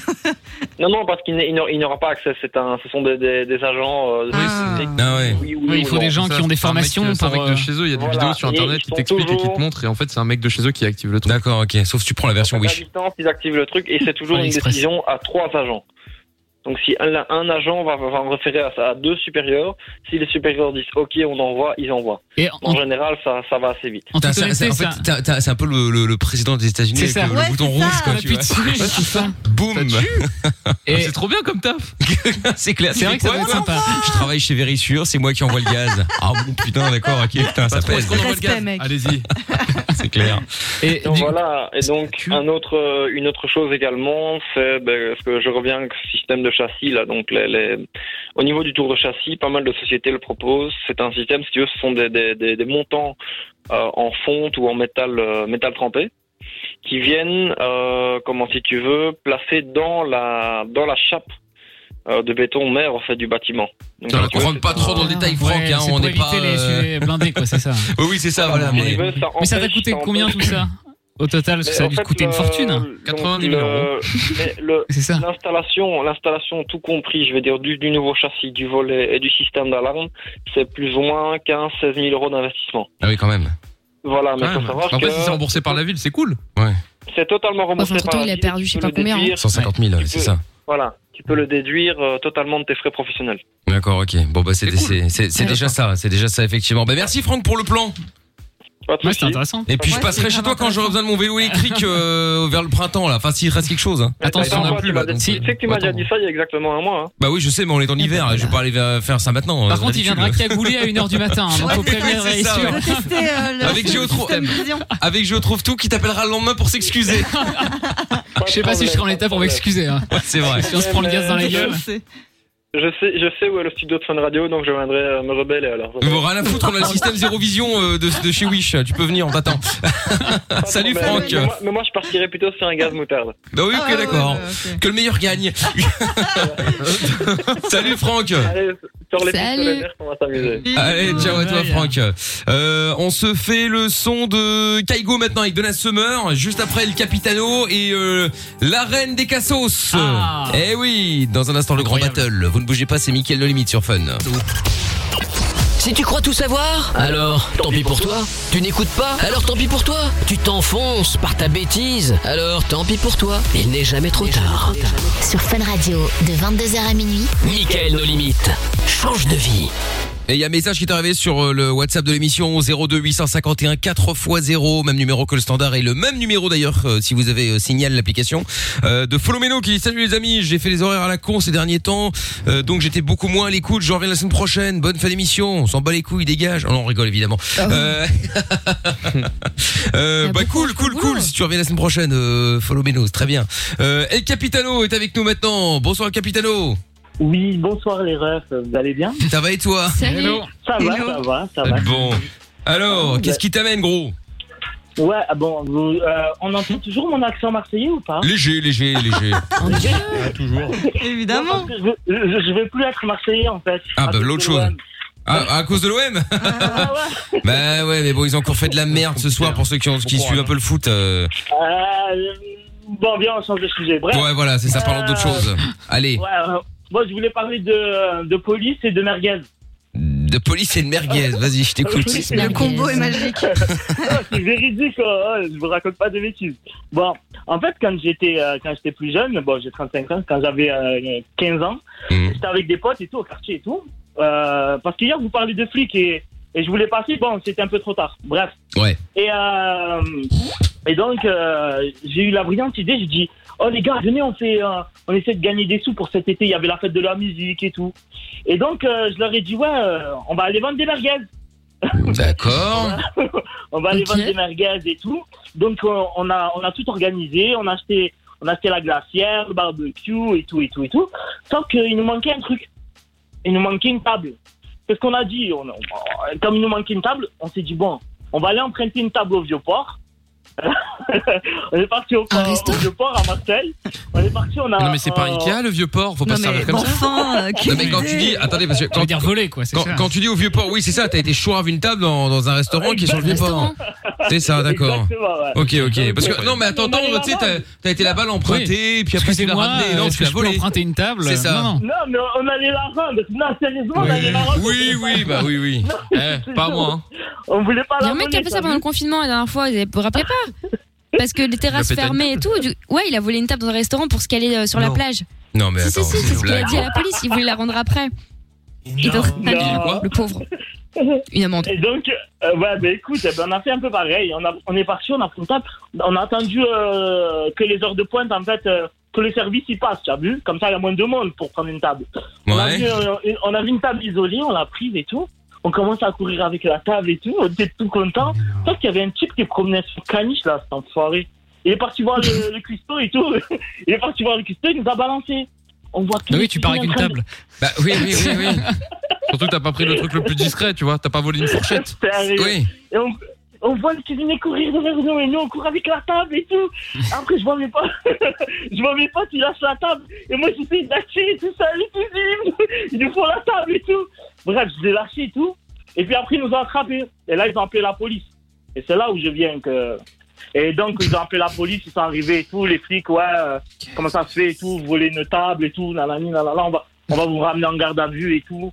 Non, non, parce qu'il n'est- il n'aura- il n'aura pas accès. C'est un, ce sont des, des, des agents. euh, des-
Ah
Oui, il faut
non.
des gens
Ça,
qui ont des
C'est un mec,
formations
euh, c'est un
pour.
mec
euh,
de chez eux, il y a des
Voilà.
vidéos sur
Et
internet
ils
qui
sont
t'expliquent et qui
toujours-
te montrent, et en fait c'est un mec de chez eux qui active le truc.
D'accord, ok. Sauf tu prends la version
à distance, ils activent le truc et c'est toujours une
AliExpress.
décision à trois agents. Donc si un, un agent va, va en référer à, ça, à deux supérieurs, si les supérieurs disent OK, on envoie, ils envoient.
Et
en général, ça, ça va assez vite.
T'as- ça- ça- En fait, t'as- t'as- c'est un peu le, le- le président des États-Unis
C'est
avec
ça.
le,
Ouais,
bouton
c'est
rouge,
ça.
quoi.
On
Tu
appuie
vois.
dessus.
Ouais, c'est ça.
Boum. Ah,
Et c'est trop bien comme taf.
c'est clair.
C'est vrai que ça
Ouais,
doit être
non,
sympa.
Je travaille chez Vérissure, c'est moi qui envoie le gaz. Ah bon, putain, d'accord, ok, putain, ça pèse.
Allez-y.
C'est clair.
Et
donc, voilà. Et donc un autre, euh, une autre chose également, c'est ben, parce que je reviens au système de châssis là. Donc les, les- au niveau du tour de châssis, pas mal de sociétés le proposent. C'est un système, si tu veux, ce sont des, des, des- des montants euh, en fonte ou en métal, euh, métal trempé qui viennent, euh, comment si tu veux, placer dans la dans la chape euh, de béton mère en fait du bâtiment. Donc, si tu
On
veux,
rentre pas trop dans le détail, Franck.
Ouais,
hein,
c'est
on
pour
n'est pas.
éviter les
euh,
sujets blindés, quoi, c'est ça.
Oui, oui, c'est ça, voilà.
Mais-
on est-
mais ça t'a coûté combien tout ça Au total, parce que ça a dû te coûter une fortune. hein.
Donc, euh, le- mais le- L'installation, l'installation, tout compris, je veux dire, du, du nouveau châssis, du volet et du système d'alarme, c'est plus ou moins 15 16 000 euros d'investissement.
Ah oui, quand même.
Voilà, mais
Ouais,
faut
mais-
savoir
Après,
que
si c'est remboursé par la ville, c'est cool.
Ouais.
c'est totalement remboursé
entre-temps,
par la
il a
ville,
perdu,
tu
je sais
peux
pas
le
combien, hein.
déduire-
150 000, ouais, c'est ça.
Voilà, tu peux le déduire euh, totalement de tes frais professionnels.
D'accord, ok. Bon, bah, c'est c'est- c'est- c'est déjà ça. C'est déjà ça, effectivement. Bah, merci, Franck, pour le plan.
Ouais,
c'était intéressant.
Et puis, je passerai chez toi quand j'aurai besoin de mon vélo électrique euh, vers le printemps, là. Enfin, s'il reste quelque chose. hein.
Attends, toi, tu m'as dit-
euh,
Tu sais que tu m'as déjà dit ça il y a exactement un mois. hein.
Bah oui, je sais, mais on est en hiver. là, Je vais pas aller vers- faire ça maintenant.
Par
euh,
contre, il
ridicule.
viendra cagouler à 1h du matin. hein, Donc, faut prévenir
c'est ça,
Réussure.
ouais.
euh,
Avec Géo Trouve- Avec Je trouve tout qui t'appellera le lendemain pour s'excuser.
Je sais pas si je serai en état pour m'excuser. hein.
Ouais, c'est vrai.
Si on se prend le gaz dans la gueule.
Je sais, je sais où est le studio de Fun Radio, donc je viendrai euh, me rebeller alors.
Bon, rien à foutre, on a le système zéro vision euh, de, de chez Wish. Tu peux venir, on t'attend. Salut
Mais-
Franck.
Mais, moi, mais moi, je partirais plutôt sur un gaz moutarde.
Bah oui, ok, d'accord. Que le meilleur gagne. Salut Franck.
Allez, sors les
Salut.
pistoles verts, on va s'amuser.
Allez, ciao à toi Franck. Euh, on se fait le son de Kaigo maintenant avec Donna Summer, juste après le Capitano et euh, la reine des Cassos. Eh oui, dans un instant le grand battle. Vous ne bougez pas, c'est Mickaël No Limite sur Fun.
Si tu crois tout savoir, alors tant pis pour toi. Tu n'écoutes pas, alors tant pis pour toi. Tu t'enfonces par ta bêtise, alors tant pis pour toi. Il n'est jamais trop tard.
Sur Fun Radio, de 22h à minuit.
Mickaël nos limites. Change de vie.
Et il y a un message qui est arrivé sur euh, le WhatsApp de l'émission 02 851 4 x 0, même numéro que le standard et le même numéro d'ailleurs euh, si vous avez euh, signal l'application euh, de Folomeno qui dit salut les amis, j'ai fait les horaires à la con ces derniers temps, euh, donc j'étais beaucoup moins à l'écoute, j'en reviens la semaine prochaine, bonne fin d'émission, on s'en bat les couilles, dégage. Oh, non, on rigole évidemment. Euh, euh, bah cool, cool, cool, si tu reviens la semaine prochaine, euh, Folomeno, c'est très bien. Euh, El Capitano est avec nous maintenant. Bonsoir El Capitano.
Oui, bonsoir les refs, vous allez bien
Ça va et toi Salut. Hello.
Ça va, ça va, ça va.
Bon. Alors, qu'est-ce qui t'amène gros
Ouais, ah bon, vous, euh, on entend toujours mon accent marseillais ou pas
Léger, léger, léger. Ah, toujours.
Évidemment. je, veux- je, je veux plus être marseillais en fait.
Ah bah l'autre chose.
l'OM.
Ah, à cause de l'OM
Ah,
Bah ouais, mais bon, ils ont encore fait de la merde ce soir pour ceux qui, ont, qui suivent un peu le foot. euh.
Euh, hein, bon, bien, on change de sujet. Bref.
Ouais, voilà, c'est ça, parlons d'autre chose. Allez.
Euh, Ouais, euh, moi, je voulais parler de, de police et de merguez.
De police et de merguez, vas-y, je t'écoute.
Ah. Le combo est magique. c'est véridique, hein, je vous raconte pas de bêtises. Bon, en fait, quand j'étais euh, quand j'étais plus jeune, bon, j'ai 35 ans, quand j'avais euh, 15 ans,
Mm.
j'étais avec des potes et tout au quartier et tout. Euh, parce qu'hier, vous parlez de flics et, et je voulais passer, bon, c'était un peu trop tard. Bref.
Ouais.
Et, euh, et donc, euh, j'ai eu la brillante idée, je dis, oh les gars, venez, on, fait, euh, on essaie de gagner des sous pour cet été, il y avait la fête de la musique et tout. Et donc, euh, je leur ai dit, ouais, euh, on va aller vendre des merguez.
D'accord.
on va aller vendre des merguez et tout. Donc, on, on a, on a tout organisé, on a acheté, on a acheté la glacière, le barbecue et tout, et tout, et tout. Sauf qu'il nous manquait un truc. Il nous manquait une table. Qu'est-ce qu'on a dit on, on- Comme il nous manquait une table, on s'est dit, bon, on va aller emprunter une table au Vieux-Port. on est parti au, au Vieux-Port à Marseille. On est parti, on a.
Non mais c'est pas
euh,
Ikea le vieux port, faut pas
Non,
se servir
mais
comme
enfin,
ça.
euh, quelle
Non, mais quand tu dis, attendez, parce que quand,
dire voler, quoi, c'est
quand,
ça.
quand tu dis au vieux port, oui, c'est ça, t'as été chourave une table dans, dans un restaurant qui est sur le vieux port. C'est ça, d'accord.
Exactement, ouais.
Ok, ok. Parce que
Ouais.
non, mais attends, attends, tu sais, t'as- t'as été là-bas l'emprunter, puis après tu l'as
Excusez-moi,
ramené, non,
est-ce
tu
que
l'as
je peux
volé.
emprunter une table
C'est ça.
Non, non.
Non, mais on allait la rendre. Non, sérieusement, on allait la rendre.
Oui, oui, bah oui, oui.
Eh.
c'est
pas
sûr.
moi. hein.
On voulait pas
Il y
la
a un mec qui a fait ça pendant le confinement la dernière fois, vous vous rappelez pas Parce que les terrasses
pété à une
fermées et tout. du- Ouais, il a volé une table dans un restaurant pour se caler euh, sur la plage.
Non, mais
Si,
attends,
si, si,
c'est
c'est
une
ce qu'il a
blague.
dit à la police, il voulait la rendre après. Il est en train de- le pauvre. Une amende.
Et donc, euh, ouais, bah, écoute, eh ben, on a fait un peu pareil. On, a- on est parti, on a pris une table. On a attendu euh, que les heures de pointe, en fait, euh, que le service y passe, tu as vu Comme ça, il y a moins de monde pour prendre une table. On, a
Ouais.
vu, euh, une- on a vu une table isolée, on l'a prise et tout. On commence à courir avec la table et tout. On était tout content. Sauf qu'il y avait un type qui promenait sur caniche, là, cet enfoiré. Il est parti voir le, le cuistot et tout. Il est parti voir le cuistot, il nous a balancé. On voit tout.
Bah oui, tu pars avec une table.
Bah oui, oui, oui, oui.
Surtout que t'as pas pris le truc le plus discret, tu vois, t'as pas volé une fourchette.
Sérieux. Et on, on voit le cuisinier courir derrière nous et nous on court avec la table et tout. Après je vois mes potes, je vois mes potes, ils lâchent la table et moi j'essaie de lâcher et tout ça, les cuisines, ils nous font la table et tout. Bref, je l'ai lâché et tout. Et puis après ils nous ont attrapés. Et là ils ont appelé la police. Et c'est là où je viens que. Et donc ils ont appelé la police, ils sont arrivés et tout, les flics, ouais, euh, comment ça se fait et tout, voler une table et tout, nanani, nanana, on va, on va vous ramener en garde à vue et tout.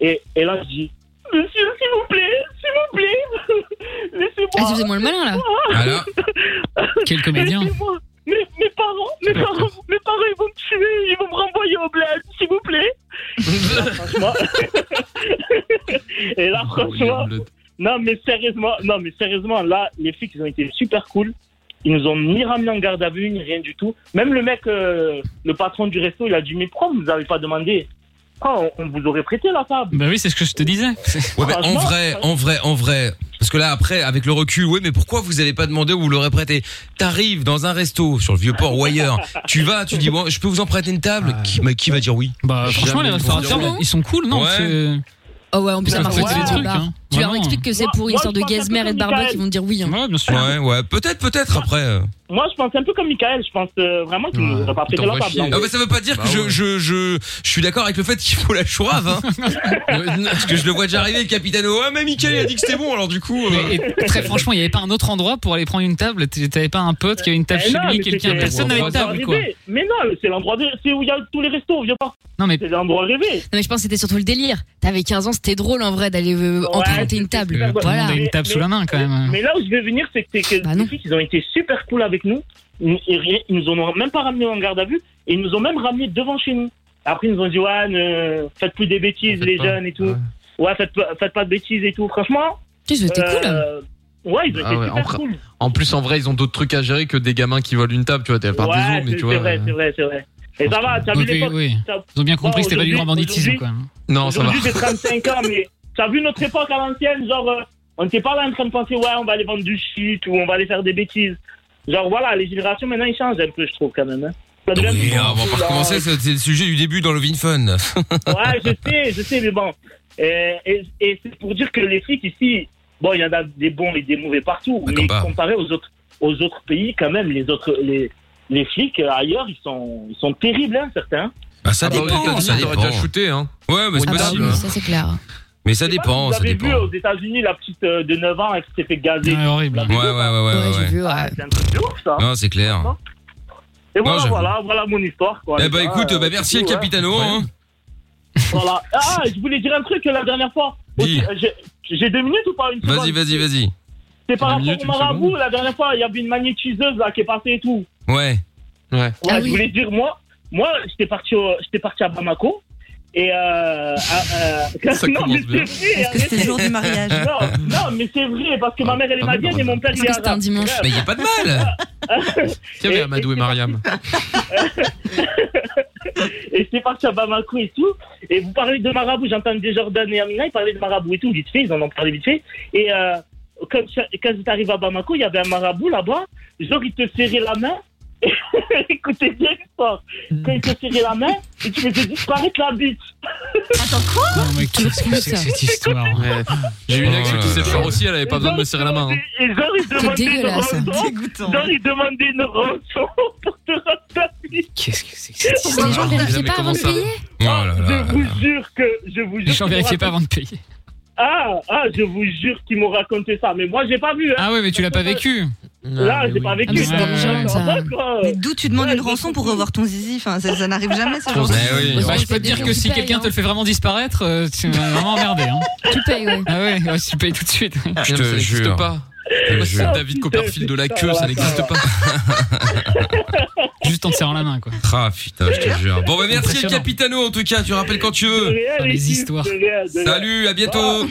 Et, et là je dis, Monsieur, s'il vous plaît, s'il vous plaît, laissez-moi.
Ah, tu faisais moins le malin, là.
Quel comédien.
Laissez-moi. Mes, mes parents, mes parents, mes parents, ils vont me tuer, ils vont me renvoyer au bled, s'il vous plaît. Et là, franchement, et là, franchement, non mais sérieusement, non mais sérieusement, là, les flics, ils ont été super cool. Ils nous ont ni ramené en garde à vue, ni rien du tout. Même le mec, euh, le patron du resto, il a dit, mais pourquoi vous nous avez pas demandé Pourquoi on, on vous aurait prêté la table
Bah oui, c'est ce que je te disais.
Ouais, mais en
Franchement,
euh,
vrai, en vrai, en vrai. Parce que là, après, avec le recul, ouais, mais pourquoi vous avez pas demandé ou vous l'aurez prêté T'arrives dans un resto, sur le vieux port ou ailleurs, tu vas, tu dis, bon, je peux vous en prêter une table qui, mais qui va dire oui
Bah, Franchement, les restaurateurs, ils sont cool, non
Ouais.
c'est-
Oh ouais, en plus,
Ils
ça
peuvent
marche
prêter
aussi
des
dans le
trucs,
bar.
hein.
Tu leur expliques que c'est
Moi-
pour une
moi,
histoire de
je pense un peu
gazmère et de
comme
barbec,
Michael.
ils vont te dire oui. hein.
Ouais, ouais, peut-être, peut-être après. euh.
Moi, je pense un peu comme Michael. Je pense euh, vraiment qu'il nous aurait pas prêté leur table.
Ah bah, ça veut pas dire que je, je, je, je suis d'accord avec le fait qu'il faut la chourave, hein. Euh, non, Parce que je le vois déjà arriver, le capitaine. oh, Ouais, mais Michael, il a dit que c'était bon, alors du coup. euh,
Mais, et très franchement, il n'y avait pas un autre endroit pour aller prendre une table. T- T'avais pas un pote qui avait une table
Eh
chez
non,
lui,
mais
quelqu'un,
c'était-
personne n'avait de
c'est
table,
l'endroit
quoi.
rêvé. Mais non, c'est l'endroit de- c'est où il y a tous les restos, viens pas.
Non mais
c'est l'endroit rêvé.
Non, mais je pense que c'était surtout le délire. T'avais 15 ans, c'était drôle en vrai d'aller euh, emprunter une table.
Euh, tout le
voilà.
monde a une table sous la main, quand même.
Mais là où je veux venir, c'est que, c'est que les flics, ils ont été super cool avec nous. Ils, ils- ils nous ont même pas ramené en garde à vue. Et ils nous ont même ramené devant chez nous. Après, ils nous ont dit, ouais, ne faites plus des bêtises,
Ah,
les
pas.
jeunes et tout. Ouais, faites, pas- faites pas de bêtises et tout. Franchement.
Ils
étaient
cool. Ouais, ils étaient
Ah ouais,
super
en-
cool.
En plus, en vrai, ils ont d'autres trucs à gérer que des gamins qui volent une table, tu vois. T'as peur
Ouais,
des
c'est
mais
c'est
tu vois.
euh,
vrai, c'est vrai, c'est vrai. Et ça va, t'as
Oui,
vu
oui,
l'époque
oui.
t'as-
Ils ont bien compris que c'était pas du grand
aujourd'hui-
banditisme, quand même.
Non, ça va.
Aujourd'hui, j'ai 35 ans, mais t'as vu notre époque à l'ancienne, genre, euh, on n'était pas là en train de penser, ouais, on va aller vendre du shit ou on va aller faire des bêtises. Genre, voilà, les générations maintenant, ils changent un peu, je trouve, quand même. hein. Ça devient
Oui,
plus
ah, on va
cool,
pas
là.
recommencer, c'est c'est le sujet du début dans le Vin Fun.
euh, Ouais, je sais, je sais, mais bon. Euh, et et c'est pour dire que les flics ici, bon, il y en a des bons et des mauvais partout, mais
bah.
comparé aux autres, aux autres pays, quand même, les autres, les, les flics euh, ailleurs, ils sont, ils sont terribles, hein, certains.
Ah,
bah,
ça dépend, ça
T'aurais déjà
dépend.
shooté, hein.
Ouais, mais c'est
Ah bah
possible.
oui,
Ça, c'est clair.
Mais ça
Je sais pas si
dépend,
vous
ça
avez vu
dépend. Ah,
aux États-Unis la petite euh, de 9 ans, elle qui s'est fait gazer.
Ouais, horrible.
Ouais, ouais, ouais, ouais. ouais.
C'est un truc de ouf, ça.
Non, c'est clair.
Et
Non,
voilà,
j'avoue.
voilà, voilà mon histoire. Quoi,
Eh
Les
bah
gars,
écoute,
euh,
bah merci
c'est
le
tout,
capitano.
ouais.
hein.
Voilà. Ah, je voulais dire un truc euh, la dernière fois.
Dis.
Euh, j'ai- J'ai deux minutes ou pas une
Vas-y,
seconde
vas-y, vas-y.
C'est
Deux
par rapport
minutes,
au
une seconde.
marabout, la dernière fois, il y avait une magnétiseuse là qui est passée et tout.
Ouais. Ouais.
Ouais, je voulais dire, moi, moi j'étais parti, au- j'étais parti à Bamako. Et euh, à- euh,
Ça
non,
commence
mais
bien.
c'est vrai,
Est-ce que c'était le jour du mariage
Non, non, mais c'est vrai, parce que ma mère elle est malienne et mon père
Est-ce
il est
que c'était un
arabe.
dimanche
Bref.
Mais y a pas de mal.
Tiens, mais Amadou et Mariam.
Et c'est parti à Bamako et tout. Et vous parlez de marabout, j'entendais Jordan et Amina, ils parlaient de marabout et tout, vite fait, ils en ont parlé vite fait. Et euh, quand, quand j'arrive à Bamako, il y avait un marabout là-bas, genre il te serrait la main. Écoutez bien l'histoire. Quand il te serrait la main, et tu faisais disparaître la bite. Attends, quoi
Non, mais qu'est-ce que c'est que cette histoire
J'ai
Oh
eu une ex qui s'est fait faire aussi, elle avait pas
Et
besoin de me
genre,
serrer la main. hein.
Et genre, il
C'est
demandait une
dégueulasse.
hein.
rançon. Genre, il demandait une rançon pour te rendre ta bite.
Qu'est-ce que c'est que
cette histoire Les gens vérifiaient
pas avant de payer
Oh
Je vous jure que je vous jure.
Ah. Les gens
qu'ils m'ont
vérifiaient pas
raconté-
avant de payer.
Ah, ah, je vous jure qu'ils m'ont raconté ça, mais moi j'ai pas vu. hein.
Ah ouais, mais tu l'as pas vécu.
Là, j'ai pas vécu.
Ah, mais c'est
Ouais,
dérangeant, ça.
en fait, quoi,
Mais
D'où tu demandes une rançon pour revoir ton zizi Enfin, ça, ça n'arrive jamais ce genre de
Bah,
choses.
je peux te dire que si quelqu'un te le fait vraiment disparaître, euh, tu vas vraiment emmerdé. Hein.
Tu payes, ouais.
Ah ouais, ouais, tu payes tout de suite.
Je te jure. pas. Moi, c'est David Copperfield de la queue, ça n'existe pas.
Juste en te serrant la main, quoi.
Ah putain, je te jure. Bon bah merci le
Impressionnant.
capitano en tout cas, tu rappelles quand tu veux.
Réel, équipe, de réel, de réel.
Salut, à bientôt.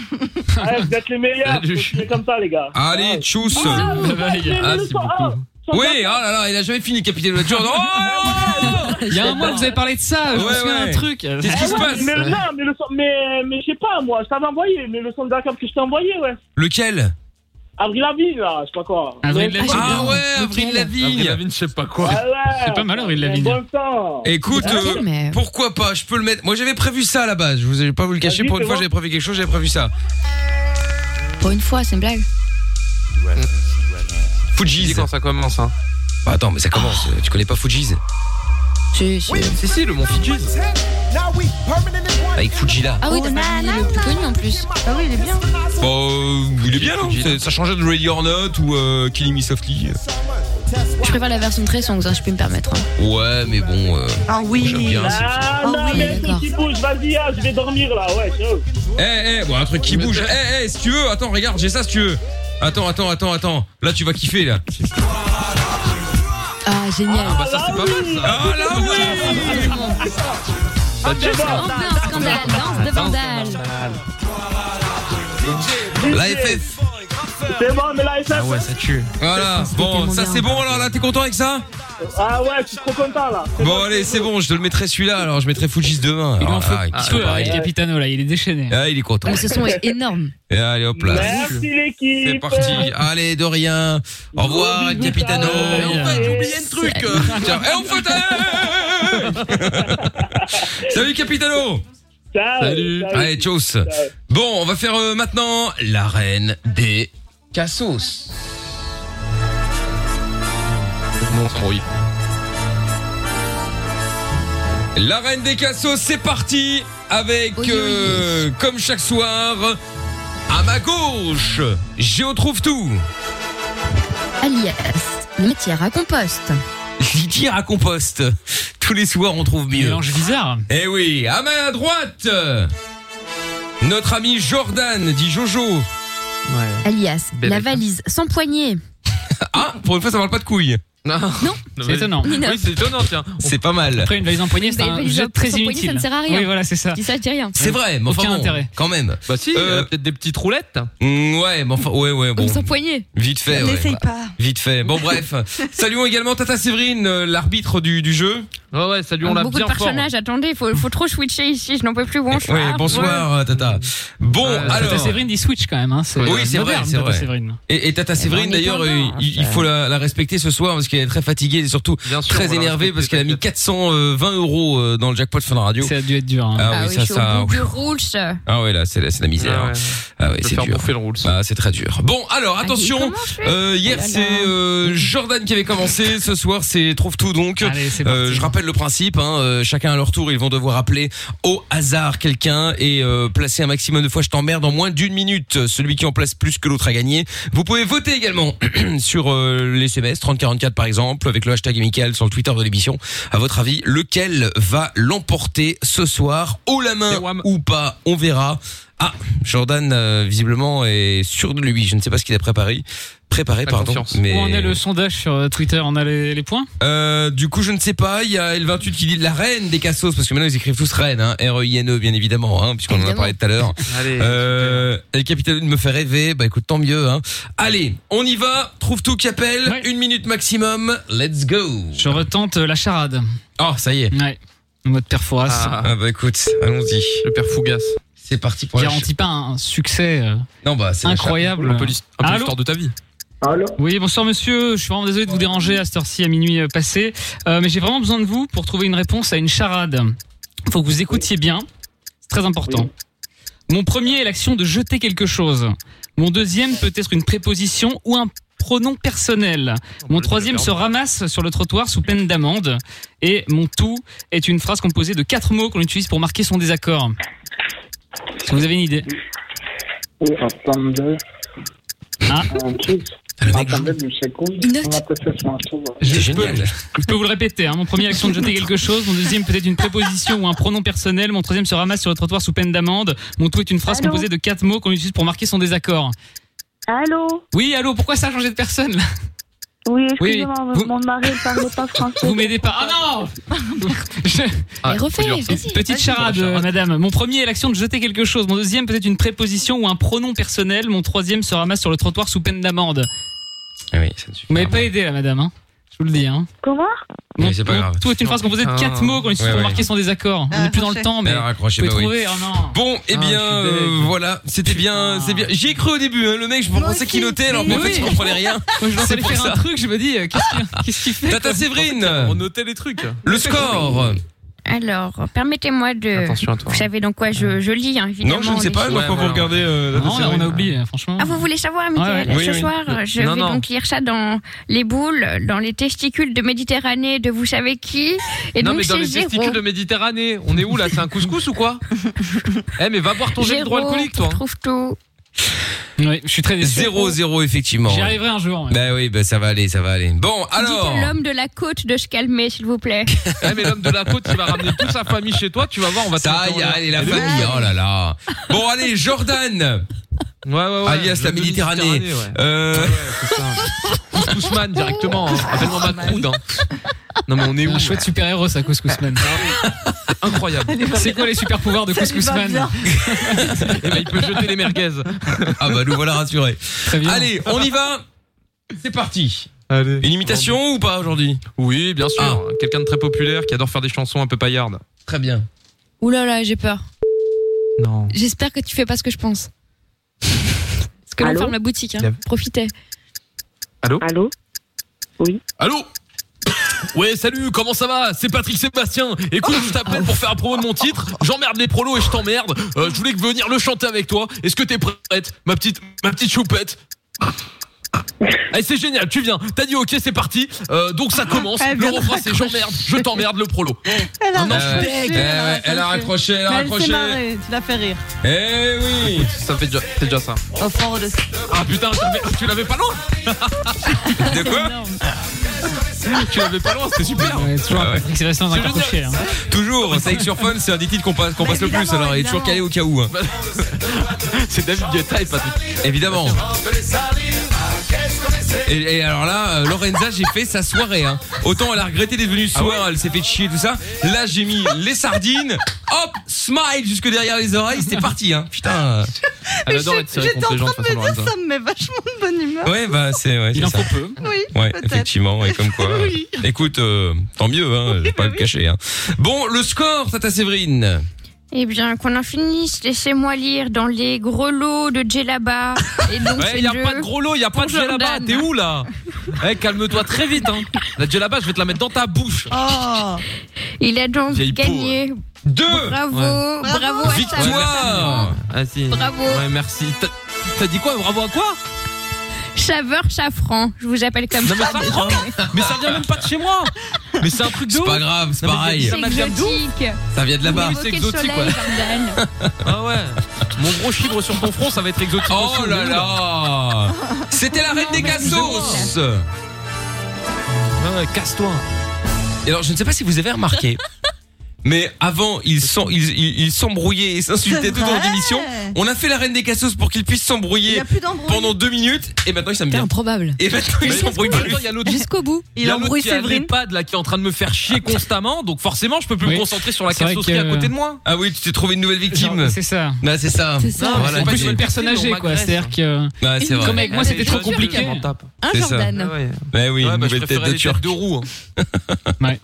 Ah, vous êtes les meilleurs. C'est comme ça, les gars.
Allez, tchuss.
Ah,
Bye bye.
j'ai aimé le
Merci
soir. Ah,
Oui, oh là là, il a jamais fini capitaine Oh, de la Journée.
Il y a un mois, vous avez parlé de ça. Je me
oh. Ouais,
souviens d'un
ouais.
truc.
Qu'est-ce
Ah,
qui se passe
mais non, mais le son, mais, mais je sais pas, moi, je t'avais envoyé, mais le son de la cam que je t'ai envoyé, ouais.
Lequel
Avril Lavigne, là, je sais pas quoi.
Avril
Mais-
Lavigne. Ah ouais, Avril Lavigne.
David, je sais pas quoi.
Ah ouais.
C'est pas mal, Avril Lavigne.
Bon sang.
Écoute,
Ah,
euh, pourquoi pas Je peux le mettre. Moi, j'avais prévu ça à la base. Je vous ai pas vous le cacher.
Vas-y,
Pour une
fais
fois,
voir.
j'avais prévu quelque chose. J'avais prévu ça.
Pour une fois, c'est une blague.
Fuji's.
quand ça commence, hein.
Bah, attends, mais ça commence. Tu connais pas Fuji's
Si,
si, si, le mont Fidji's.
Ah
Avec Fujila.
Ah oui, t'as le plus connu en plus.
Ah oui, il est bien.
Bon, euh, il est bien, non C'est- Ça changeait de Ready or Not ou euh, Killing Me Softly.
Je préfère la version très songs, hein, je peux me permettre. hein.
Ouais, mais bon. euh,
Ah oui.
J'aime bien. c'est-
Ah non, mais un truc qui bouge, vas-y, ah, je vais dormir là, ouais, ciao.
Eh, eh, bon, un truc qui bouge. Eh, eh, si tu veux, attends, regarde, j'ai ça si tu veux. Attends, attends, attends, attends. Là, tu vas kiffer, là.
Ah, génial.
Ah bah ça, c'est pas mal, ça.
Ah là,
oui
Ça, déjà, ça.
Ambiance scandale, danse de vandale.
La FF.
C'est bon, mais la FF.
Ah ouais, ça tue.
Voilà, bon, ça c'est
hein.
bon, alors là, t'es content avec ça
Ah ouais, je suis trop content là.
Bon, allez, c'est bon, je te le mettrai celui-là, alors je mettrai Fujis demain. Ah,
Il en
Alors
faut
là,
un
qu'est-ce
peu,
que-
hein, le Capitano, là. Il est déchaîné.
Ah, il est content.
Mais ce son est énorme.
Et allez, hop là.
Merci l'équipe.
C'est parti. Ah. Allez, de rien. Au revoir, le Capitano. Et on fait- j'ai oublié un truc. Tiens, et on fait. Salut, Capitano.
Ciao.
Allez, tchuss. Bon, on va faire euh, maintenant la reine des cassos. Montreuil. La reine des cassos, c'est parti avec, euh, comme chaque soir, à ma gauche, je trouve tout.
Alias, matière à compost.
Litière à compost. Tous les soirs, on trouve mieux. Mélange
bizarre.
Eh oui, à ma droite, notre ami Jordan, dit Jojo. Ouais.
Alias,
Belle
la
réponse.
valise sans poignée.
Ah, pour une fois, ça parle pas de couilles. Non,
C'est mais- étonnant. Oui,
c'est étonnant, tiens. C'est pas mal.
Après, une valise en poignée, c'est
Une
un
valise
jet
sans
très
poignée,
inutile.
ça ne sert à rien.
Oui, voilà, c'est ça.
Qui ça dit rien.
C'est vrai, mais enfin
Aucun
bon,
intérêt.
quand même. Bah si, peut-être des petites roulettes. ouais, mais enfin, ouais, ouais, bon.
Comme sans poignée.
Vite fait, ouais.
N'essaye
pas.
Vite fait. Bon, bref. Saluons également Tata Séverine, euh, l'arbitre du, du jeu. Ouais, ouais, saluons
Beaucoup de personnages, attendez, il faut, faut trop switcher ici, je n'en peux plus. Bonsoir.
Ouais, bonsoir, euh, Tata. Bon, alors.
Ah, Tata Euh, Séverine dit Switch quand même. Hein.
oui, c'est vrai,
moderne,
c'est
Tata
vrai.
Séverine.
Et, et Tata Séverine,
ben, on est
d'ailleurs,
pas
euh,
mal,
il,
hein,
il faut la, la respecter ce soir parce qu'elle est très fatiguée et surtout
sûr, on
très
la
énervée
respecte,
parce qu'elle a mis 420 euros euh, dans le jackpot Fun Radio.
Ça a dû être dur. hein.
Ah, oui, ça, ça.
Du rouge.
Ah ouais, là, c'est la, c'est la misère. Ah ouais, c'est dur. Ah, c'est très dur. Bon, alors attention. Euh, hier, c'est euh, Jordan qui avait commencé. Ce soir, c'est trouve tout donc. Euh, je rappelle le principe. Hein, euh, chacun à leur tour, ils vont devoir appeler au hasard quelqu'un et euh, placer un maximum de fois je t'emmerde en moins d'une minute. Celui qui en place plus que l'autre a gagné. Vous pouvez voter également sur euh, les SMS 3044 par exemple avec le hashtag Michael sur le Twitter de l'émission. À votre avis, lequel va l'emporter ce soir, haut la main ou pas On verra. Ah, Jordan, euh, visiblement, est sûr de lui. Je ne sais pas ce qu'il a préparé. Préparé, Eh, pardon. Mais...
Où en est le sondage sur euh, Twitter On a les, les points
Euh, du coup, je ne sais pas. Il y a L28 qui dit la reine des cassos, parce que maintenant ils écrivent tous reine, hein, R-E-I-N-E, bien évidemment, hein, puisqu'on en a parlé tout à l'heure. Euh, El Capitano me fait rêver. Bah écoute, tant mieux. Hein. Allez, on y va. Trouve tout qui appelle. Une minute maximum. Let's go.
Je retente euh, la charade.
Oh, ça y est.
Ouais. En Mode perforas.
Ah, bah écoute, allons-y. Le père Fougas. C'est parti pour la
Garantit pas un succès euh,
Non, bah, c'est la
incroyable.
charade. Un peu l'hist- un peu
Allô
l'histoire de ta vie.
Oui, bonsoir monsieur. Je suis vraiment désolé de vous déranger à cette heure-ci à minuit euh, passé, Euh, mais j'ai vraiment besoin de vous pour trouver une réponse à une charade. Faut que vous écoutiez bien. C'est très important. Mon premier est l'action de jeter quelque chose. Mon deuxième peut être une préposition ou un pronom personnel. Mon troisième se ramasse sur le trottoir sous peine d'amende. Et mon tout est une phrase composée de quatre mots qu'on utilise pour marquer son désaccord. Est-ce que vous avez une idée
Un stand-up.
Ah.
Un truc. Un stand-up de seconde. On appelle ça sur un tour.
Je, je peux, je peux vous le répéter. hein. Mon premier action de jeter quelque chose. Mon deuxième peut-être une préposition ou un pronom personnel. Mon troisième se ramasse sur le trottoir sous peine d'amende. Mon tout est une phrase
Allô
composée de quatre mots qu'on utilise pour marquer son désaccord.
Allô
Oui, allô, pourquoi ça a changé de personne là
Oui,
Oui,
excusez-moi,
vous-
mon mari ne parle pas français.
Vous m'aidez pas. Ah non Je-
Mais refais, vas-y,
Petite
vas-y.
charade, euh, madame. Mon premier est l'action de jeter quelque chose. Mon deuxième peut-être une préposition ou un pronom personnel. Mon troisième se ramasse sur le trottoir sous peine d'amende.
Ah oui, ça ne suffit
Vous m'avez pas aidé là, madame. hein. je vous le dis. Hein.
Comment
Mais c'est pas grave.
Tout est une phrase composée de quatre
Ah.
mots qu'on utilise
Ouais,
pour
ouais.
marquer son désaccord.
Ah,
On n'est plus dans le temps, mais.
Alors, raccrochez,
vous
bah
pouvez
oui.
trouver, oh non.
Bon, eh
je
bien,
suis
euh,
deg.
voilà, c'était bien, c'est bien. J'y ai cru au début, hein, le mec, je pensais qu'il notait, alors
mais
qu'en fait,
oui.
il comprenait rien.
Moi, je leur
C'est
fallait
pour
faire
ça.
un truc, je me dis, euh, qu'est-ce qu'il- qu'est-ce qu'il fait
Tata
quoi
Séverine.
On
notait les trucs. Le score.
Alors, permettez-moi de.
Attention à toi.
Vous savez dans quoi je, je lis, hein, évidemment.
Non, je ne sais
les
pas,
filles.
moi, quand vous regardez. euh,
Non,
Tata
là, on
Séverine.
a oublié, franchement.
Ah, vous voulez savoir, Michael
Ouais, ouais.
Ce
Oui, oui.
soir, je
Non,
vais
non.
donc lire ça dans les boules, dans les testicules de Méditerranée de vous savez qui. Et
non,
donc,
mais dans
c'est
les
zéro.
testicules de Méditerranée, on est où là C'est un couscous ou quoi Eh, mais va boire ton gel
Géraud,
hydroalcoolique,
hein.
toi. hein.
Trouve tout.
Oui, je suis très déçu.
0-0, effectivement.
J'y arriverai un jour.
Bah oui, bah ça va aller, ça va aller. Bon, alors.
Dites à l'homme de la côte de se calmer, s'il vous plaît.
Eh, mais l'homme de la côte, il va ramener toute sa famille chez toi, tu vas voir, on va te
Ça
mettre en
y est,
l'air.
allez, la famille, oh là là. Bon, allez, Jordan.
Ouais, ouais, ouais.
Alias la
Le
Méditerranée.
Méditerranée, ouais.
Euh,
Couscousman directement, hein. appelle-moi hein. Macroud.
Non, mais on est
Un chouette super-héros, ça, Couscousman.
Incroyable.
C'est quoi les super-pouvoirs de
Ça lui va
Couscousman
bien. Eh ben, il peut jeter les merguez.
Ah bah nous voilà rassurés.
Très bien.
Allez, on y va. C'est parti. Une imitation ou pas aujourd'hui Ah.
Oui, bien sûr. Quelqu'un de très populaire qui adore faire des chansons un peu paillardes.
Très bien.
Ouh là là, j'ai peur.
Non.
J'espère que tu fais pas ce que je pense. Parce que l'on
Allô
ferme la boutique, hein.
Il y a-
profitez.
Allô
Allô Oui.
Allô
Ouais, salut, comment ça va C'est Patrick Sébastien. Écoute, je t'appelle pour faire un promo de mon titre. J'emmerde les prolos et je t'emmerde. Euh, je voulais venir le chanter avec toi. Est-ce que t'es prête, ma petite, ma petite choupette Allez, c'est génial, tu viens. T'as dit ok, c'est parti. Euh, donc ça commence.
Elle
Le
vient de
refrain, c'est j'emmerde, je t'emmerde, le prolo.
Elle a
Non, non, je
raccroché.
t'ai-
elle a raccroché.
Ah, Eh, elle a raccroché, elle a
Mais
raccroché.
Ah, s'est marrée, tu l'as fait rire.
Eh oui Ça fait déjà, c'est déjà ça.
Au fond de...
Ah putain, je l'avais- tu l'avais pas loin De quoi Tu l'avais pas loin, c'était super
toujours un Patrick Sébastien dans un hein. crochet.
Toujours, c'est avec sur Fun, c'est un des titres qu'on passe, qu'on passe le plus, alors il est toujours calé au cas où. hein.
C'est David Guetta et Patrick.
Évidemment. Et, et alors là, euh, Lorenza, j'ai fait sa soirée. hein. Autant elle a regretté d'être venue ce
Ah
soir, elle s'est fait chier tout ça. Là, j'ai mis les sardines. Hop, smile jusque derrière les oreilles, c'était parti. Hein. Putain. euh,
Mais je- J'étais en train de me dire, ça me met vachement de bonne humeur.
Ouais, bah c'est ouais, c'est ça.
Oui,
Ouais,
peut-être.
effectivement, et comme quoi. euh,
Oui. bah
Écoute, euh, tant mieux, hein, je vais pas le cacher. Hein. Bon, le score, Tata Séverine.
Eh bien, qu'on en finisse, laissez-moi lire dans les gros lots de Djellaba. Et donc,
Ouais, y a pas de gros lot, y a pas de gel là-bas, t'es où là Eh, calme-toi très vite, hein. La gel là-bas, je vais te la mettre dans ta bouche.
Oh.
Il a donc
Vieille peau, hein.
gagné.
Deux
Bravo,
Ouais.
bravo à
Victoire Ah, si.
Bravo.
Ouais, merci. T'as- T'as dit quoi Bravo à quoi
Chaveur Chafran, je vous appelle comme
Non, mais
ça.
ça prend. Mais ça vient même pas de chez moi Mais c'est un truc de
C'est pas
ouf.
grave, c'est
Non, mais
pareil.
ça vient d'où
Ça vient de là-bas.
Oui, c'est exotique, ouais. Ah ouais. Mon gros chibre sur ton front, ça va être exotique.
Oh là là C'était la reine des cassos
Casse-toi
Ah, Et alors, je ne sais pas si vous avez remarqué, mais avant, ils sont- ils- ils ils s'embrouillaient et s'insultaient
C'est
tout dans
vrai.
l'émission. On a fait la reine des cassos pour qu'ils puissent
Il y
s'embrouiller
a plus d'embrouille.
pendant deux minutes, et maintenant ils s'aiment bien.
improbable.
ben,
Et maintenant ils s'embrouillent plus.
Jusqu'au bout.
Il y a l'autre qui a l'EHPAD là qui est en train de me faire chier constamment, donc forcément je peux plus me concentrer sur la
C'est vrai
casse qui est à
que-
côté de moi.
Ah oui, tu t'es trouvé une nouvelle victime.
Genre, c'est ça.
Ah, c'est ça.
C'est ça.
Voilà,
en plus,
t'es-
je suis le personne âgée,
on
quoi.
m'agresse,
hein.
C'est-à-dire que. euh,
Ouais, c'est vrai.
Comme avec moi,
Ouais,
c'était
les
trop
choses,
compliqué.
je m'en tape.
C'est ça. Ouais, Eh
Ouais,
oui, une
bah, je
nouvelle tête
préférais
de
les têtes
turc.
de roue. hein.
Ouais.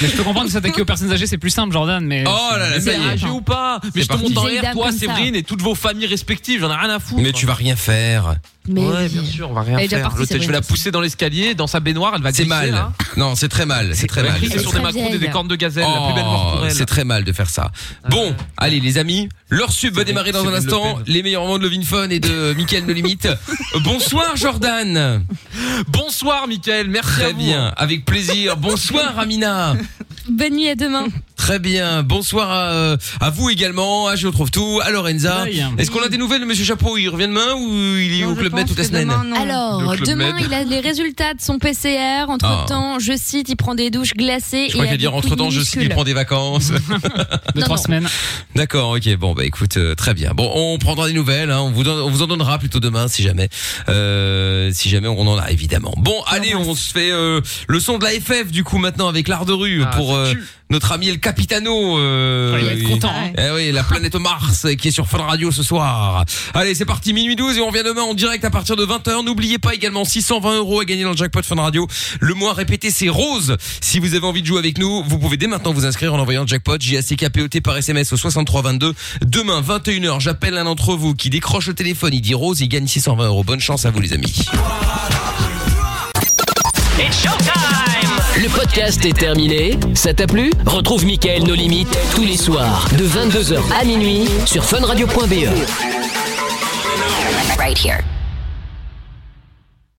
Mais je peux comprendre de s'attaquer aux personnes âgées, c'est plus simple, Jordan. Mais
Oh là là, ça
c'est
y est.
âgé
Ou pas, mais je te monte en l'air, toi, Séverine, et toutes vos familles respectives, j'en ai rien à foutre. hein.
Mais tu vas rien faire.
ouais, bien sûr, on va rien
Elle est déjà
faire.
partie,
L'hôtel, je vais la
Séverine.
pousser dans l'escalier, dans sa baignoire, elle va
C'est
glisser,
mal.
là.
Non, c'est très mal. C'est très
Elle va
mal.
glisser sur des macarons et des cornes de gazelle, la plus belle mort pour
Oh,
elle. Ah
C'est très mal de faire ça. Bon, allez les amis, leur sub va démarrer dans un
Céline Le
instant.
Pen.
Les meilleurs moments de Levin Fun et de Mickaël de Limite. Bonsoir Jordan.
Bonsoir Mickaël, merci
Très
à vous.
bien, avec plaisir. Bonsoir Amina.
Bonne nuit à demain.
Très bien. Bonsoir à, euh, à vous également, à Je trouve tout, à Lorenza.
Bye.
Est-ce qu'on a des nouvelles de Monsieur Chapeau Il revient demain ou il est au Club Med toute la semaine
Alors,
Le Club
demain,
Med.
il a les résultats de son PCR. Entre
Ah.
temps, je cite, il prend des douches glacées.
Je crois
et a
qu'à
des
dire entre temps,
couilles
je sais qu'il
minuscules.
prend des vacances.
Deux, trois semaines.
D'accord, ok. Bon, bah écoute, euh, très bien. Bon, on prendra des nouvelles. hein, on, vous donne- on vous en donnera plutôt demain, si jamais, euh, si jamais on en a évidemment. Bon,
Ah,
allez, on se fait euh, le son de la FF du coup maintenant avec l'art de rue pour euh, notre ami El Capitano. euh,
Ah, il va être
oui.
content, hein.
Eh oui, la planète Mars euh, qui est sur Fun Radio ce soir. Allez, c'est parti minuit 12 et on revient demain en direct à partir de 20h. N'oubliez pas également 620 euros à gagner dans le jackpot Fun Radio. Le mois répété, c'est rose. Si vous avez envie de jouer avec nous, vous pouvez dès maintenant vous inscrire en envoyant jackpot j a c k p o t par SMS au 6322. Demain 21h, j'appelle un d'entre vous qui décroche le téléphone, il dit rose, il gagne 620 euros. Bonne chance à vous les amis.
Le podcast est terminé. Ça t'a plu Retrouve Mickaël nos limites tous les soirs E. de 22h à minuit sur funradio.be.
Right here.